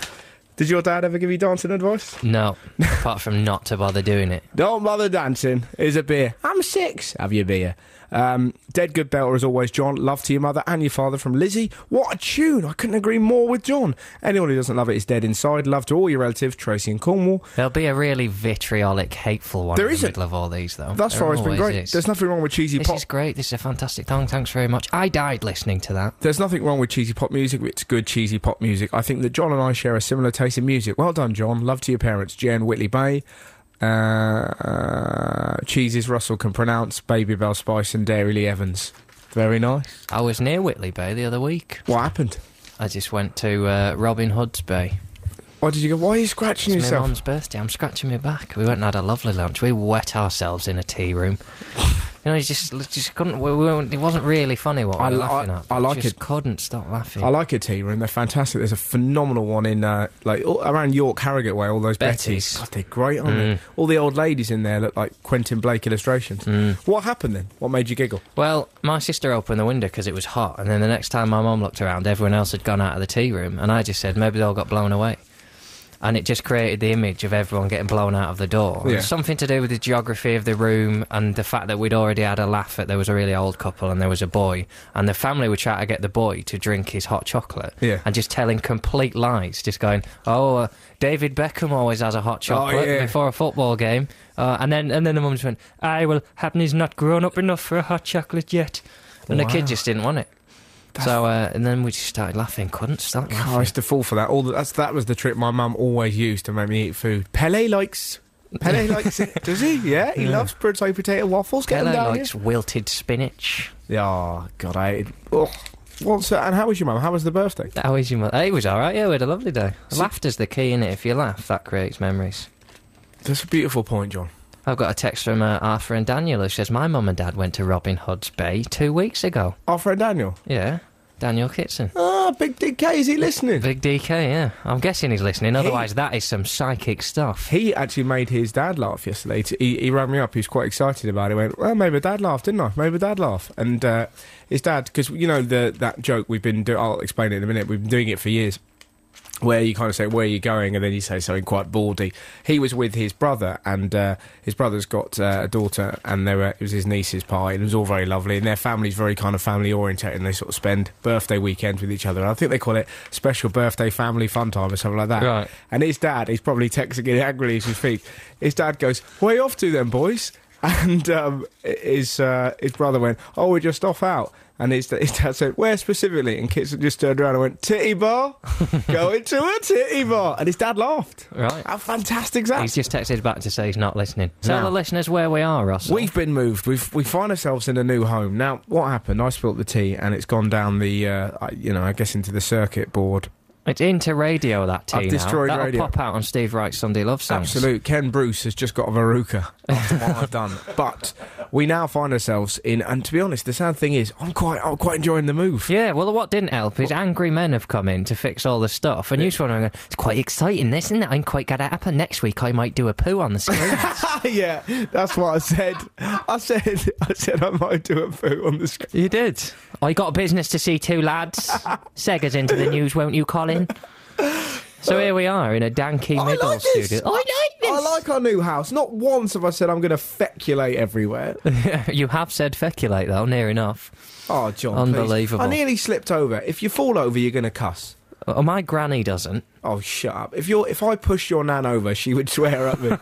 [SPEAKER 1] Did your dad ever give you dancing advice?
[SPEAKER 2] No, apart from not to bother doing it.
[SPEAKER 1] Don't bother dancing. Here's a beer. I'm six. Have your beer. Um, dead good belter as always, John. Love to your mother and your father from Lizzie. What a tune! I couldn't agree more with John. Anyone who doesn't love it is dead inside. Love to all your relatives, Tracy and Cornwall.
[SPEAKER 2] There'll be a really vitriolic, hateful one
[SPEAKER 1] There
[SPEAKER 2] in the
[SPEAKER 1] isn't.
[SPEAKER 2] middle of all these, though.
[SPEAKER 1] That's
[SPEAKER 2] There
[SPEAKER 1] why it's been
[SPEAKER 2] always
[SPEAKER 1] great.
[SPEAKER 2] is.
[SPEAKER 1] There's nothing wrong with cheesy
[SPEAKER 2] This
[SPEAKER 1] pop.
[SPEAKER 2] is great. This is a fantastic song. Thanks very much. I died listening to that.
[SPEAKER 1] There's nothing wrong with cheesy pop music. It's good cheesy pop music. I think that John and I share a similar taste in music. Well done, John. Love to your parents, Jen Whitley Bay. Uh, cheeses Russell can pronounce. Baby Bell Spice and Dairy Lee Evans. Very nice.
[SPEAKER 2] I was near Whitley Bay the other week.
[SPEAKER 1] What happened?
[SPEAKER 2] I just went to uh, Robin Hood's Bay.
[SPEAKER 1] Why did you go? Why are you scratching
[SPEAKER 2] It's my
[SPEAKER 1] yourself?
[SPEAKER 2] mum's birthday. I'm scratching my back. We went and had a lovely lunch. We wet ourselves in a tea room. You know, you just just couldn't. We, we weren't, it wasn't really funny what
[SPEAKER 1] I
[SPEAKER 2] we were
[SPEAKER 1] li-
[SPEAKER 2] laughing at.
[SPEAKER 1] I like
[SPEAKER 2] just
[SPEAKER 1] it.
[SPEAKER 2] Couldn't stop laughing.
[SPEAKER 1] I like a tea room. They're fantastic. There's a phenomenal one in uh, like all, around York, Harrogate way. All those Bettys.
[SPEAKER 2] Betty's.
[SPEAKER 1] God, they're great, aren't
[SPEAKER 2] Mm.
[SPEAKER 1] they? All the old ladies in there look like Quentin Blake illustrations. What happened then? What made you giggle?
[SPEAKER 2] Well, my sister opened the window because it was hot, and then the next time my mum looked around, everyone else had gone out of the tea room, and I just said maybe they all got blown away. And it just created the image of everyone getting blown out of the door.
[SPEAKER 1] Yeah.
[SPEAKER 2] It's Something to do with the geography of the room and the fact that we'd already had a laugh at there was a really old couple and there was a boy, and the family were trying to get the boy to drink his hot chocolate
[SPEAKER 1] Yeah.
[SPEAKER 2] and just telling complete lies, just going, "Oh, uh, David Beckham always has a hot chocolate
[SPEAKER 1] Oh, yeah.
[SPEAKER 2] before a football game," uh, and then and then the mum just went, "I well, Hapney's not grown up enough for a hot chocolate yet," and the
[SPEAKER 1] Wow.
[SPEAKER 2] kid just didn't want it. So uh, and then we just started laughing, couldn't stop laughing.
[SPEAKER 1] I used to fall for that. All the, that's that was the trick my mum always used to make me eat food. Pele likes. Pele likes it, does he? Yeah, he
[SPEAKER 2] Yeah.
[SPEAKER 1] loves potato potato waffles. Get
[SPEAKER 2] Hello,
[SPEAKER 1] them down
[SPEAKER 2] likes wilted spinach.
[SPEAKER 1] here. Oh God, I. hated- Oh, what's that? And how was your mum? How was the birthday?
[SPEAKER 2] How is your mother? It was all right. Yeah, we had a lovely day. Laughter's the key in it. If you laugh, that creates memories.
[SPEAKER 1] That's a beautiful point, John.
[SPEAKER 2] I've got a text from uh, Arthur and Daniel who says my mum and dad went to Robin Hood's Bay two weeks ago.
[SPEAKER 1] Our friend Daniel.
[SPEAKER 2] Yeah, Daniel Kitson.
[SPEAKER 1] Ah, Big DK, is he listening?
[SPEAKER 2] Big DK, yeah. I'm guessing he's listening, otherwise, that is some psychic stuff.
[SPEAKER 1] He actually made his dad laugh yesterday. T- He, he rang me up. He was quite excited about it. He went, well, maybe dad laughed, didn't I? Maybe dad laughed. And uh, his dad, because you know the that joke we've been doing. I'll explain it in a minute. We've been doing it for years. Where you kind of say where are you going, and then you say something quite baldy. He was with his brother, and uh, his brother's got uh, a daughter, and they were, it was his niece's party, and it was all very lovely. And their family's very kind of family oriented, and they sort of spend birthday weekends with each other. And I think they call it special birthday family fun time or something like that.
[SPEAKER 2] Right.
[SPEAKER 1] And his dad, he's probably texting it angrily as we speak. His dad goes, "Where you off to then, boys?" And um, his uh, his brother went, "Oh, we're just off out." And his, his dad said, "Where specifically?" And Kitson just turned around and went, "Titty bar, going to a titty bar." And his dad laughed.
[SPEAKER 2] Right.
[SPEAKER 1] How fantastic is that?
[SPEAKER 2] He's just texted back to say he's not listening. Tell
[SPEAKER 1] No.
[SPEAKER 2] the listeners where we are, Russell.
[SPEAKER 1] We've been moved. We've we find ourselves in a new home. Now, what happened? I spilt the tea, and it's gone down the, uh, I- you know, I guess into the circuit board
[SPEAKER 2] It's into radio that tea
[SPEAKER 1] I've
[SPEAKER 2] now.
[SPEAKER 1] destroyed
[SPEAKER 2] That'll
[SPEAKER 1] radio.
[SPEAKER 2] pop out on Steve Wright's Sunday Love songs.
[SPEAKER 1] Absolute. Ken Bruce has just got a veruca after what I've done. But we now find ourselves in, and to be honest, the sad thing is, I'm quite, I'm quite enjoying the move.
[SPEAKER 2] Yeah. Well, what didn't help is angry men have come in to fix all the stuff, and you just wondering, it's quite exciting, isn't it? I'm quite glad it happened. Next week, I might do a poo on the screen.
[SPEAKER 1] yeah, that's what I said. I said, I said I might do a poo on the screen.
[SPEAKER 2] You did. I got business to see too, lads. Sega's into the news, won't you, Colin? So here we are in a Danky
[SPEAKER 1] I
[SPEAKER 2] Middle
[SPEAKER 1] like this.
[SPEAKER 2] studio.
[SPEAKER 1] like this. I like our new house. Not once have I said I'm going to feculate everywhere.
[SPEAKER 2] you have said feculate though, near enough.
[SPEAKER 1] Oh, John, please.
[SPEAKER 2] unbelievable!
[SPEAKER 1] I nearly slipped over. If you fall over, you're going to cuss.
[SPEAKER 2] Oh, my granny doesn't.
[SPEAKER 1] Oh, shut up! If you're, if I pushed your nan over, she would swear at me.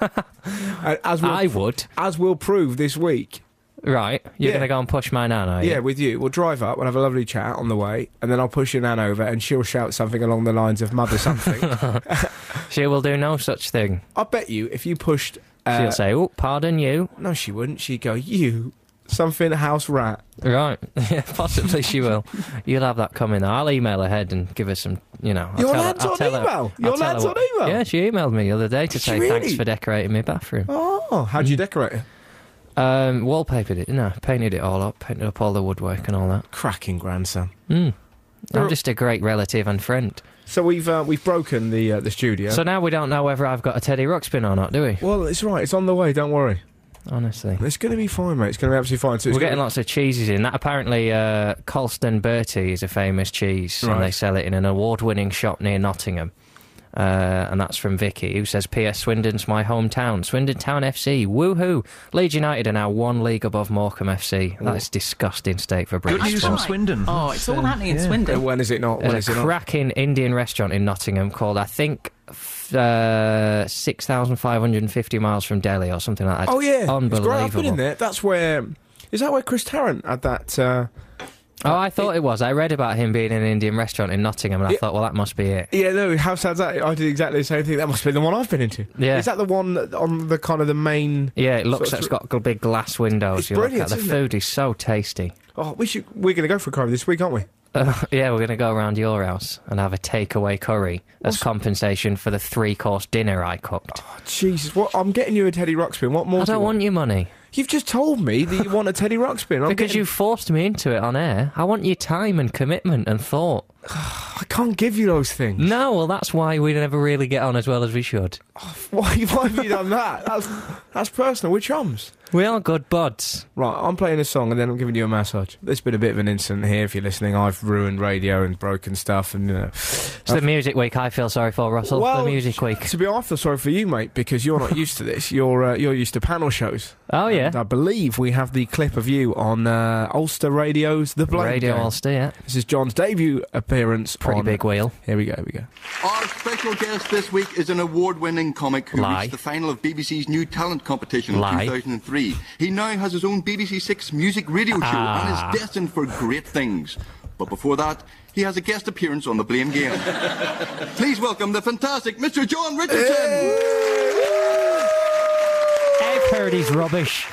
[SPEAKER 1] And as we'll-
[SPEAKER 2] I would.
[SPEAKER 1] as we'll prove this week.
[SPEAKER 2] Right, you're
[SPEAKER 1] Yeah.
[SPEAKER 2] going to go and push my nan, are you?
[SPEAKER 1] Yeah, with you. We'll drive up, we'll have a lovely chat on the way, and then I'll push your nan over and she'll shout something along the lines of mother something.
[SPEAKER 2] She will do no such thing.
[SPEAKER 1] I bet you if you pushed uh,
[SPEAKER 2] She'll say, "Oh, pardon you."
[SPEAKER 1] No, she wouldn't. She'd go, You something house rat.
[SPEAKER 2] Right, yeah, possibly she will. You'll have that coming. Though. I'll email ahead and give her some, you know. I'll
[SPEAKER 1] Your
[SPEAKER 2] tell her-
[SPEAKER 1] lad's
[SPEAKER 2] I'll
[SPEAKER 1] on
[SPEAKER 2] tell her-
[SPEAKER 1] email.
[SPEAKER 2] I'll
[SPEAKER 1] Your
[SPEAKER 2] tell her
[SPEAKER 1] lad's
[SPEAKER 2] what-
[SPEAKER 1] on email.
[SPEAKER 2] Yeah, she emailed me the other day to
[SPEAKER 1] Did
[SPEAKER 2] say
[SPEAKER 1] she
[SPEAKER 2] thanks
[SPEAKER 1] really?
[SPEAKER 2] for decorating my bathroom.
[SPEAKER 1] Oh, how'd you decorate it?
[SPEAKER 2] Um, wallpapered it, no, painted it all up, painted up all the woodwork and all that.
[SPEAKER 1] Cracking grandson.
[SPEAKER 2] Mm.
[SPEAKER 1] You're-
[SPEAKER 2] I'm just a great relative and friend.
[SPEAKER 1] So we've uh, we've broken the uh, the studio.
[SPEAKER 2] So now we don't know whether I've got a Teddy Ruxpin or not, do we?
[SPEAKER 1] well, it's right. It's on the way. Don't worry.
[SPEAKER 2] Honestly.
[SPEAKER 1] It's going to be fine, mate. It's going to be absolutely fine. So it's
[SPEAKER 2] We're getting
[SPEAKER 1] gonna-
[SPEAKER 2] lots of cheeses in. That apparently, uh, Colston Bertie is a famous cheese,
[SPEAKER 1] Right.
[SPEAKER 2] and they sell it in an award-winning shop near Nottingham. Uh, and that's from Vicky, who says, "P.S. Swindon's my hometown. Swindon Town FC. Woohoo! Leeds United are now one league above Morecambe FC. That is disgusting state for British sport.
[SPEAKER 7] Swindon. Oh, it's all happening in
[SPEAKER 1] Uh,
[SPEAKER 7] Swindon.
[SPEAKER 1] When is it not? When
[SPEAKER 2] There's
[SPEAKER 1] is
[SPEAKER 2] a
[SPEAKER 1] it not?
[SPEAKER 2] cracking Indian restaurant in Nottingham called, I think, f- uh, 6,550 miles from Delhi or something like that.
[SPEAKER 1] Oh yeah, It's
[SPEAKER 2] Unbelievable.
[SPEAKER 1] great. I've been in there. That's where. Is that where Chris Tarrant had that? Uh,
[SPEAKER 2] Oh, I thought it was. I read about him being in an Indian restaurant in Nottingham, and I
[SPEAKER 1] Yeah.
[SPEAKER 2] thought, well, that must be it.
[SPEAKER 1] yeah, no. How sad's that? I did exactly the same thing. That must be the one I've been into.
[SPEAKER 2] Yeah.
[SPEAKER 1] Is that the one that- on the kind of the main?
[SPEAKER 2] Yeah, it looks
[SPEAKER 1] Sort
[SPEAKER 2] like
[SPEAKER 1] of
[SPEAKER 2] it's got gl- big glass windows.
[SPEAKER 1] It's
[SPEAKER 2] you look
[SPEAKER 1] brilliant,
[SPEAKER 2] at the
[SPEAKER 1] isn't it?
[SPEAKER 2] food is so tasty.
[SPEAKER 1] Oh, we should. We're going to go for a curry this week, aren't we?
[SPEAKER 2] Uh, yeah, we're going to go around your house and have a takeaway curry as compensation for the three course dinner I cooked.
[SPEAKER 1] Oh, Jesus, what? I'm getting you a Teddy Ruxpin. What more?
[SPEAKER 2] I
[SPEAKER 1] do you
[SPEAKER 2] don't want your money
[SPEAKER 1] You've just told me that you want a Teddy Ruxpin. I'm
[SPEAKER 2] because
[SPEAKER 1] getting-
[SPEAKER 2] you forced me into it on air. I want your time and commitment and thought.
[SPEAKER 1] I can't give you those things.
[SPEAKER 2] No, well, that's why we never really get on as well as we should.
[SPEAKER 1] Why, why have you done that? That's that's personal. We're chums.
[SPEAKER 2] We are good buds.
[SPEAKER 1] Right, I'm playing a song and then I'm giving you a massage. There's been a bit of an incident here. If you're listening, I've ruined radio and broken stuff, and you know.
[SPEAKER 2] It's the music week I feel sorry for, Russell.
[SPEAKER 1] Well,
[SPEAKER 2] the music week.
[SPEAKER 1] To be honest, I feel sorry for you, mate, because you're not used to this. You're uh, you're used to panel shows.
[SPEAKER 2] Oh, yeah.
[SPEAKER 1] And I believe we have the clip of you on uh, Ulster Radio's The Blame
[SPEAKER 2] Radio
[SPEAKER 1] Game.
[SPEAKER 2] Ulster, yeah.
[SPEAKER 1] This is John's debut appearance.
[SPEAKER 2] Pretty
[SPEAKER 1] on-
[SPEAKER 2] big wheel.
[SPEAKER 1] Here we go. Here we go.
[SPEAKER 12] Our special guest this week is an award-winning comic who
[SPEAKER 2] Lie.
[SPEAKER 12] reached the final of BBC's new talent competition
[SPEAKER 2] Lie.
[SPEAKER 12] in 2003. He now has his own BBC Six music radio show
[SPEAKER 2] Ah.
[SPEAKER 12] and is destined for great things. But before that, he has a guest appearance on the Blame Game. Please welcome the fantastic Mr. John Richardson.
[SPEAKER 2] I've heard he's rubbish.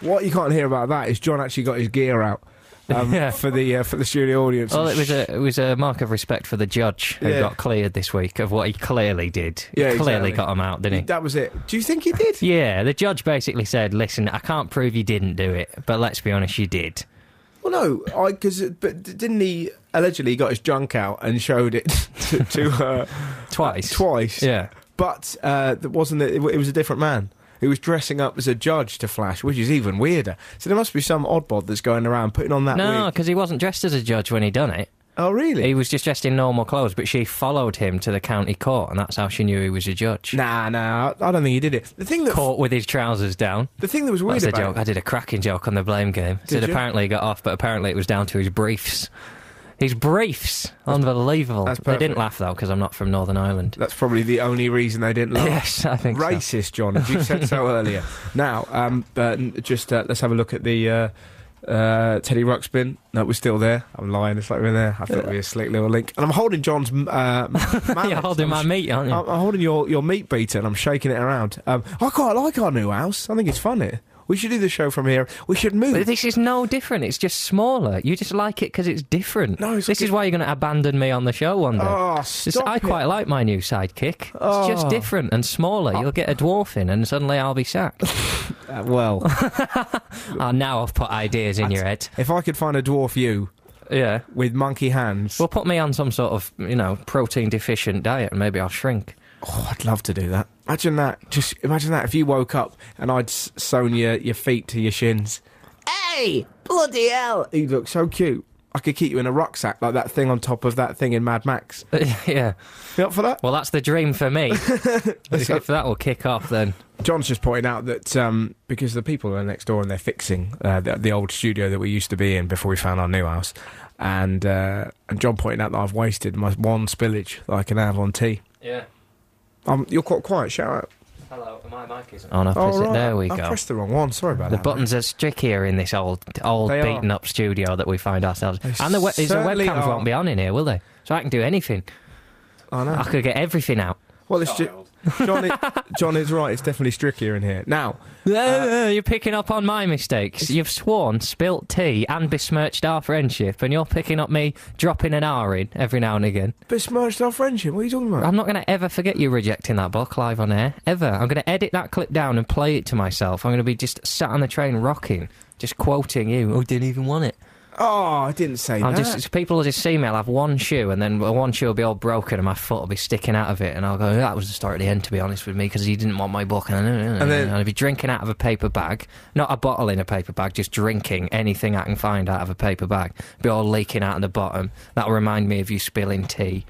[SPEAKER 1] What you can't hear about that is John actually got his gear out um,
[SPEAKER 2] Yeah.
[SPEAKER 1] for the uh, for the studio audience.
[SPEAKER 2] Well, it was a it was a mark of respect for the judge who
[SPEAKER 1] Yeah.
[SPEAKER 2] got cleared this week of what he clearly did. He
[SPEAKER 1] Yeah,
[SPEAKER 2] clearly
[SPEAKER 1] exactly.
[SPEAKER 2] got him out, didn't he?
[SPEAKER 1] That was it. Do you think he did?
[SPEAKER 2] Yeah, the judge basically said, "Listen, I can't prove you didn't do it, but let's be honest, you did."
[SPEAKER 1] Well, no, I because but d- didn't he allegedly he got his junk out and showed it to, to her
[SPEAKER 2] Twice.
[SPEAKER 1] twice?
[SPEAKER 2] Yeah.
[SPEAKER 1] but uh, that wasn't it, it was a different man who was dressing up as a judge to Flash, which is even weirder. So there must be some oddbod that's going around putting on that.
[SPEAKER 2] No,
[SPEAKER 1] wig.
[SPEAKER 2] because he wasn't dressed as a judge when he done it.
[SPEAKER 1] oh really?
[SPEAKER 2] He was just dressed in normal clothes, but she followed him to the county court, and that's how she knew he was a judge.
[SPEAKER 1] Nah, nah, I I don't think he did it. The thing that
[SPEAKER 2] Caught with his trousers down.
[SPEAKER 1] the thing that was weird
[SPEAKER 2] That's
[SPEAKER 1] about
[SPEAKER 2] a joke. I
[SPEAKER 1] it,
[SPEAKER 2] did a cracking joke on the blame game.
[SPEAKER 1] Did
[SPEAKER 2] Said
[SPEAKER 1] you?
[SPEAKER 2] apparently he got off, but apparently it was down to his briefs. His briefs, unbelievable.
[SPEAKER 1] that's
[SPEAKER 2] they
[SPEAKER 1] perfect.
[SPEAKER 2] didn't laugh though because I'm not from Northern Ireland.
[SPEAKER 1] that's probably the only reason they didn't. Laugh.
[SPEAKER 2] Yes, I think so.
[SPEAKER 1] racist, John. As you said so earlier. Now, um, but n- just uh, let's have a look at the uh, uh, Teddy Ruxpin. No, we're still there. I'm lying. It's like we're there. I thought it'd be a slick little link. And I'm holding John's. m- Uh, mallet.
[SPEAKER 2] You're holding
[SPEAKER 1] I'm
[SPEAKER 2] my
[SPEAKER 1] sh-
[SPEAKER 2] meat, aren't you?
[SPEAKER 1] I'm, I'm holding your, your meat beater and I'm shaking it around. Um, I quite like our new house. I think it's funny. We should do the show from here. We should move.
[SPEAKER 2] But this is no different. It's just smaller. You just like it because it's different. No, this is why you're going to abandon me on the show one day.
[SPEAKER 1] Oh,
[SPEAKER 2] This-
[SPEAKER 1] stop
[SPEAKER 2] I
[SPEAKER 1] it.
[SPEAKER 2] quite like my new sidekick. It's
[SPEAKER 1] Oh.
[SPEAKER 2] just different and smaller. You'll get a dwarf in, and suddenly I'll be sacked.
[SPEAKER 1] Uh, well,
[SPEAKER 2] oh, now I've put ideas in your head.
[SPEAKER 1] If I could find a dwarf you,
[SPEAKER 2] yeah,
[SPEAKER 1] with monkey hands,
[SPEAKER 2] well, put me on some sort of you know protein deficient diet, and maybe I'll shrink.
[SPEAKER 1] Oh, I'd love to do that. Imagine that. Just imagine that if you woke up and I'd s- sewn your, your feet to your shins.
[SPEAKER 8] Hey, bloody hell!
[SPEAKER 1] You look so cute. I could keep you in a rucksack like that thing on top of that thing in Mad Max.
[SPEAKER 2] yeah.
[SPEAKER 1] You up for that?
[SPEAKER 2] Well, that's the dream for me. if that will kick off, then
[SPEAKER 1] John's just pointed out that um, because the people are next door and they're fixing uh, the, the old studio that we used to be in before we found our new house, and uh, and John pointed out that I've wasted my one spillage that I can have on tea.
[SPEAKER 2] yeah.
[SPEAKER 1] Um, you're quite quiet. Shout out.
[SPEAKER 2] Hello, my mic isn't on. I press
[SPEAKER 1] Oh,
[SPEAKER 2] it.
[SPEAKER 1] right.
[SPEAKER 2] There we
[SPEAKER 1] I
[SPEAKER 2] go.
[SPEAKER 1] pressed the wrong one. Sorry about
[SPEAKER 2] The
[SPEAKER 1] that.
[SPEAKER 2] buttons are stickier in this old, old
[SPEAKER 1] They are.
[SPEAKER 2] beaten up studio that we find ourselves. and the, we- the
[SPEAKER 1] certainly
[SPEAKER 2] webcams
[SPEAKER 1] are.
[SPEAKER 2] won't be on in here, will they? So I can do anything.
[SPEAKER 1] I know.
[SPEAKER 2] I could get everything out.
[SPEAKER 1] Well, it's ju- John. i- John is right. It's definitely strickier in here now.
[SPEAKER 2] Uh, you're picking up on my mistakes. You've sworn, spilt tea, and besmirched our friendship, and you're picking up me dropping an R in every now and again.
[SPEAKER 1] Besmirched our friendship. What are you talking about?
[SPEAKER 2] I'm not going to ever forget you rejecting that book live on air, ever. I'm going to edit that clip down and play it to myself. I'm going to be just sat on the train rocking, just quoting you. Oh, didn't even want it.
[SPEAKER 1] Oh, I didn't say
[SPEAKER 2] I'll
[SPEAKER 1] that.
[SPEAKER 2] just people will just see me. I'll have one shoe, and then one shoe will be all broken, and my foot will be sticking out of it. And I'll go, "That was the story at the end, to be honest with me, because he didn't want my book." And, uh,
[SPEAKER 1] And
[SPEAKER 2] and
[SPEAKER 1] then-
[SPEAKER 2] then I'll be drinking out of a paper bag, not a bottle in a paper bag, just drinking anything I can find out of a paper bag. Be all leaking out of the bottom. That'll remind me of you spilling tea.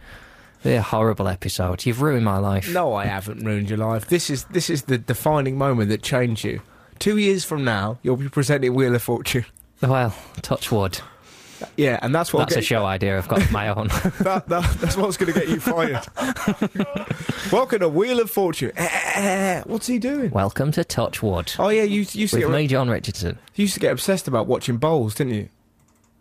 [SPEAKER 2] They're a horrible episode. You've ruined my life.
[SPEAKER 1] No, I haven't ruined your life. This is this is the defining moment that changed you. Two years from now, you'll be presenting Wheel of Fortune.
[SPEAKER 2] Well, touch wood.
[SPEAKER 1] Yeah, and that's what
[SPEAKER 2] That's a show idea I've got of my own.
[SPEAKER 1] that, that, that's what's going to get you fired. Welcome to Wheel of Fortune. Eh, eh, eh, eh. what's he doing?
[SPEAKER 2] Welcome to Touch Wood.
[SPEAKER 1] Oh yeah, you, you used to
[SPEAKER 2] With
[SPEAKER 1] get
[SPEAKER 2] me, John Richardson.
[SPEAKER 1] you used to get obsessed about watching bowls, didn't you?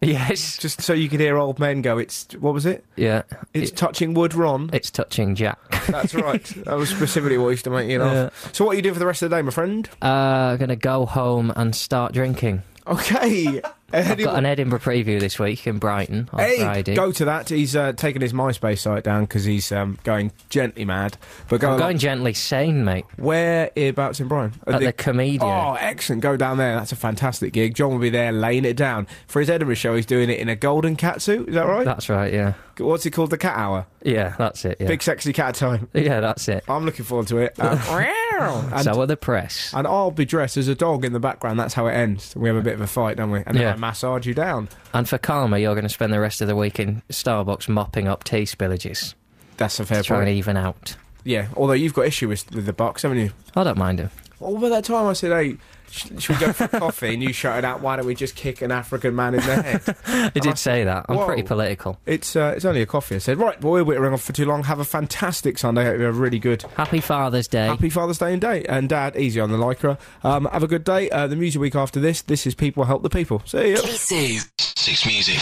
[SPEAKER 2] Yes.
[SPEAKER 1] Just so you could hear old men go, "It's what was it?
[SPEAKER 2] Yeah.
[SPEAKER 1] It's touching wood, Ron."
[SPEAKER 2] It's touching Jack.
[SPEAKER 1] That's right. that was specifically what used to make you laugh. So what are you doing for the rest of the day, my friend?
[SPEAKER 2] Uh, gonna go home and start drinking.
[SPEAKER 1] Okay.
[SPEAKER 2] I've got an Edinburgh preview this week in Brighton on
[SPEAKER 1] Hey,
[SPEAKER 2] Friday.
[SPEAKER 1] go to that. He's uh, taken his MySpace site down because he's um, going gently mad. But go
[SPEAKER 2] I'm
[SPEAKER 1] along.
[SPEAKER 2] going gently sane, mate.
[SPEAKER 1] Whereabouts in Brighton?
[SPEAKER 2] At the Comedia.
[SPEAKER 1] Oh, excellent. Go down there. That's a fantastic gig. John will be there laying it down. For his Edinburgh show, he's doing it in a golden cat suit. Is that right?
[SPEAKER 2] That's right. Yeah,
[SPEAKER 1] What's it called? The cat hour.
[SPEAKER 2] yeah, that's it. Yeah,
[SPEAKER 1] Big sexy cat time.
[SPEAKER 2] yeah that's it.
[SPEAKER 1] I'm looking forward to it. Um, and,
[SPEAKER 2] so are the press.
[SPEAKER 1] and I'll be dressed as a dog in the background. That's how it ends. We have a bit of a fight, don't we? And then
[SPEAKER 2] Yeah.
[SPEAKER 1] I massage you down.
[SPEAKER 2] And for karma, you're going to spend the rest of the week in Starbucks mopping up tea spillages,
[SPEAKER 1] That's a fair
[SPEAKER 2] to try and
[SPEAKER 1] point.
[SPEAKER 2] even out.
[SPEAKER 1] Yeah. Although you've got issue with, with the box, haven't you?
[SPEAKER 2] I don't mind him.
[SPEAKER 1] Well, by that time I said, "Hey, sh- should we go for coffee?" and you shouted out, "Why don't we just kick an African man in the head?"
[SPEAKER 2] He did say that. I'm
[SPEAKER 1] Whoa.
[SPEAKER 2] pretty political.
[SPEAKER 1] it's uh, it's only a coffee. I said, "Right, boy, we're on for too long. Have a fantastic Sunday. Hope you have a really good."
[SPEAKER 2] Happy Father's Day.
[SPEAKER 1] Happy Father's Day and day and Dad, easy on the lycra. Um, have a good day. Uh, the music week after this. This is people help the people. See ya.
[SPEAKER 10] Six music.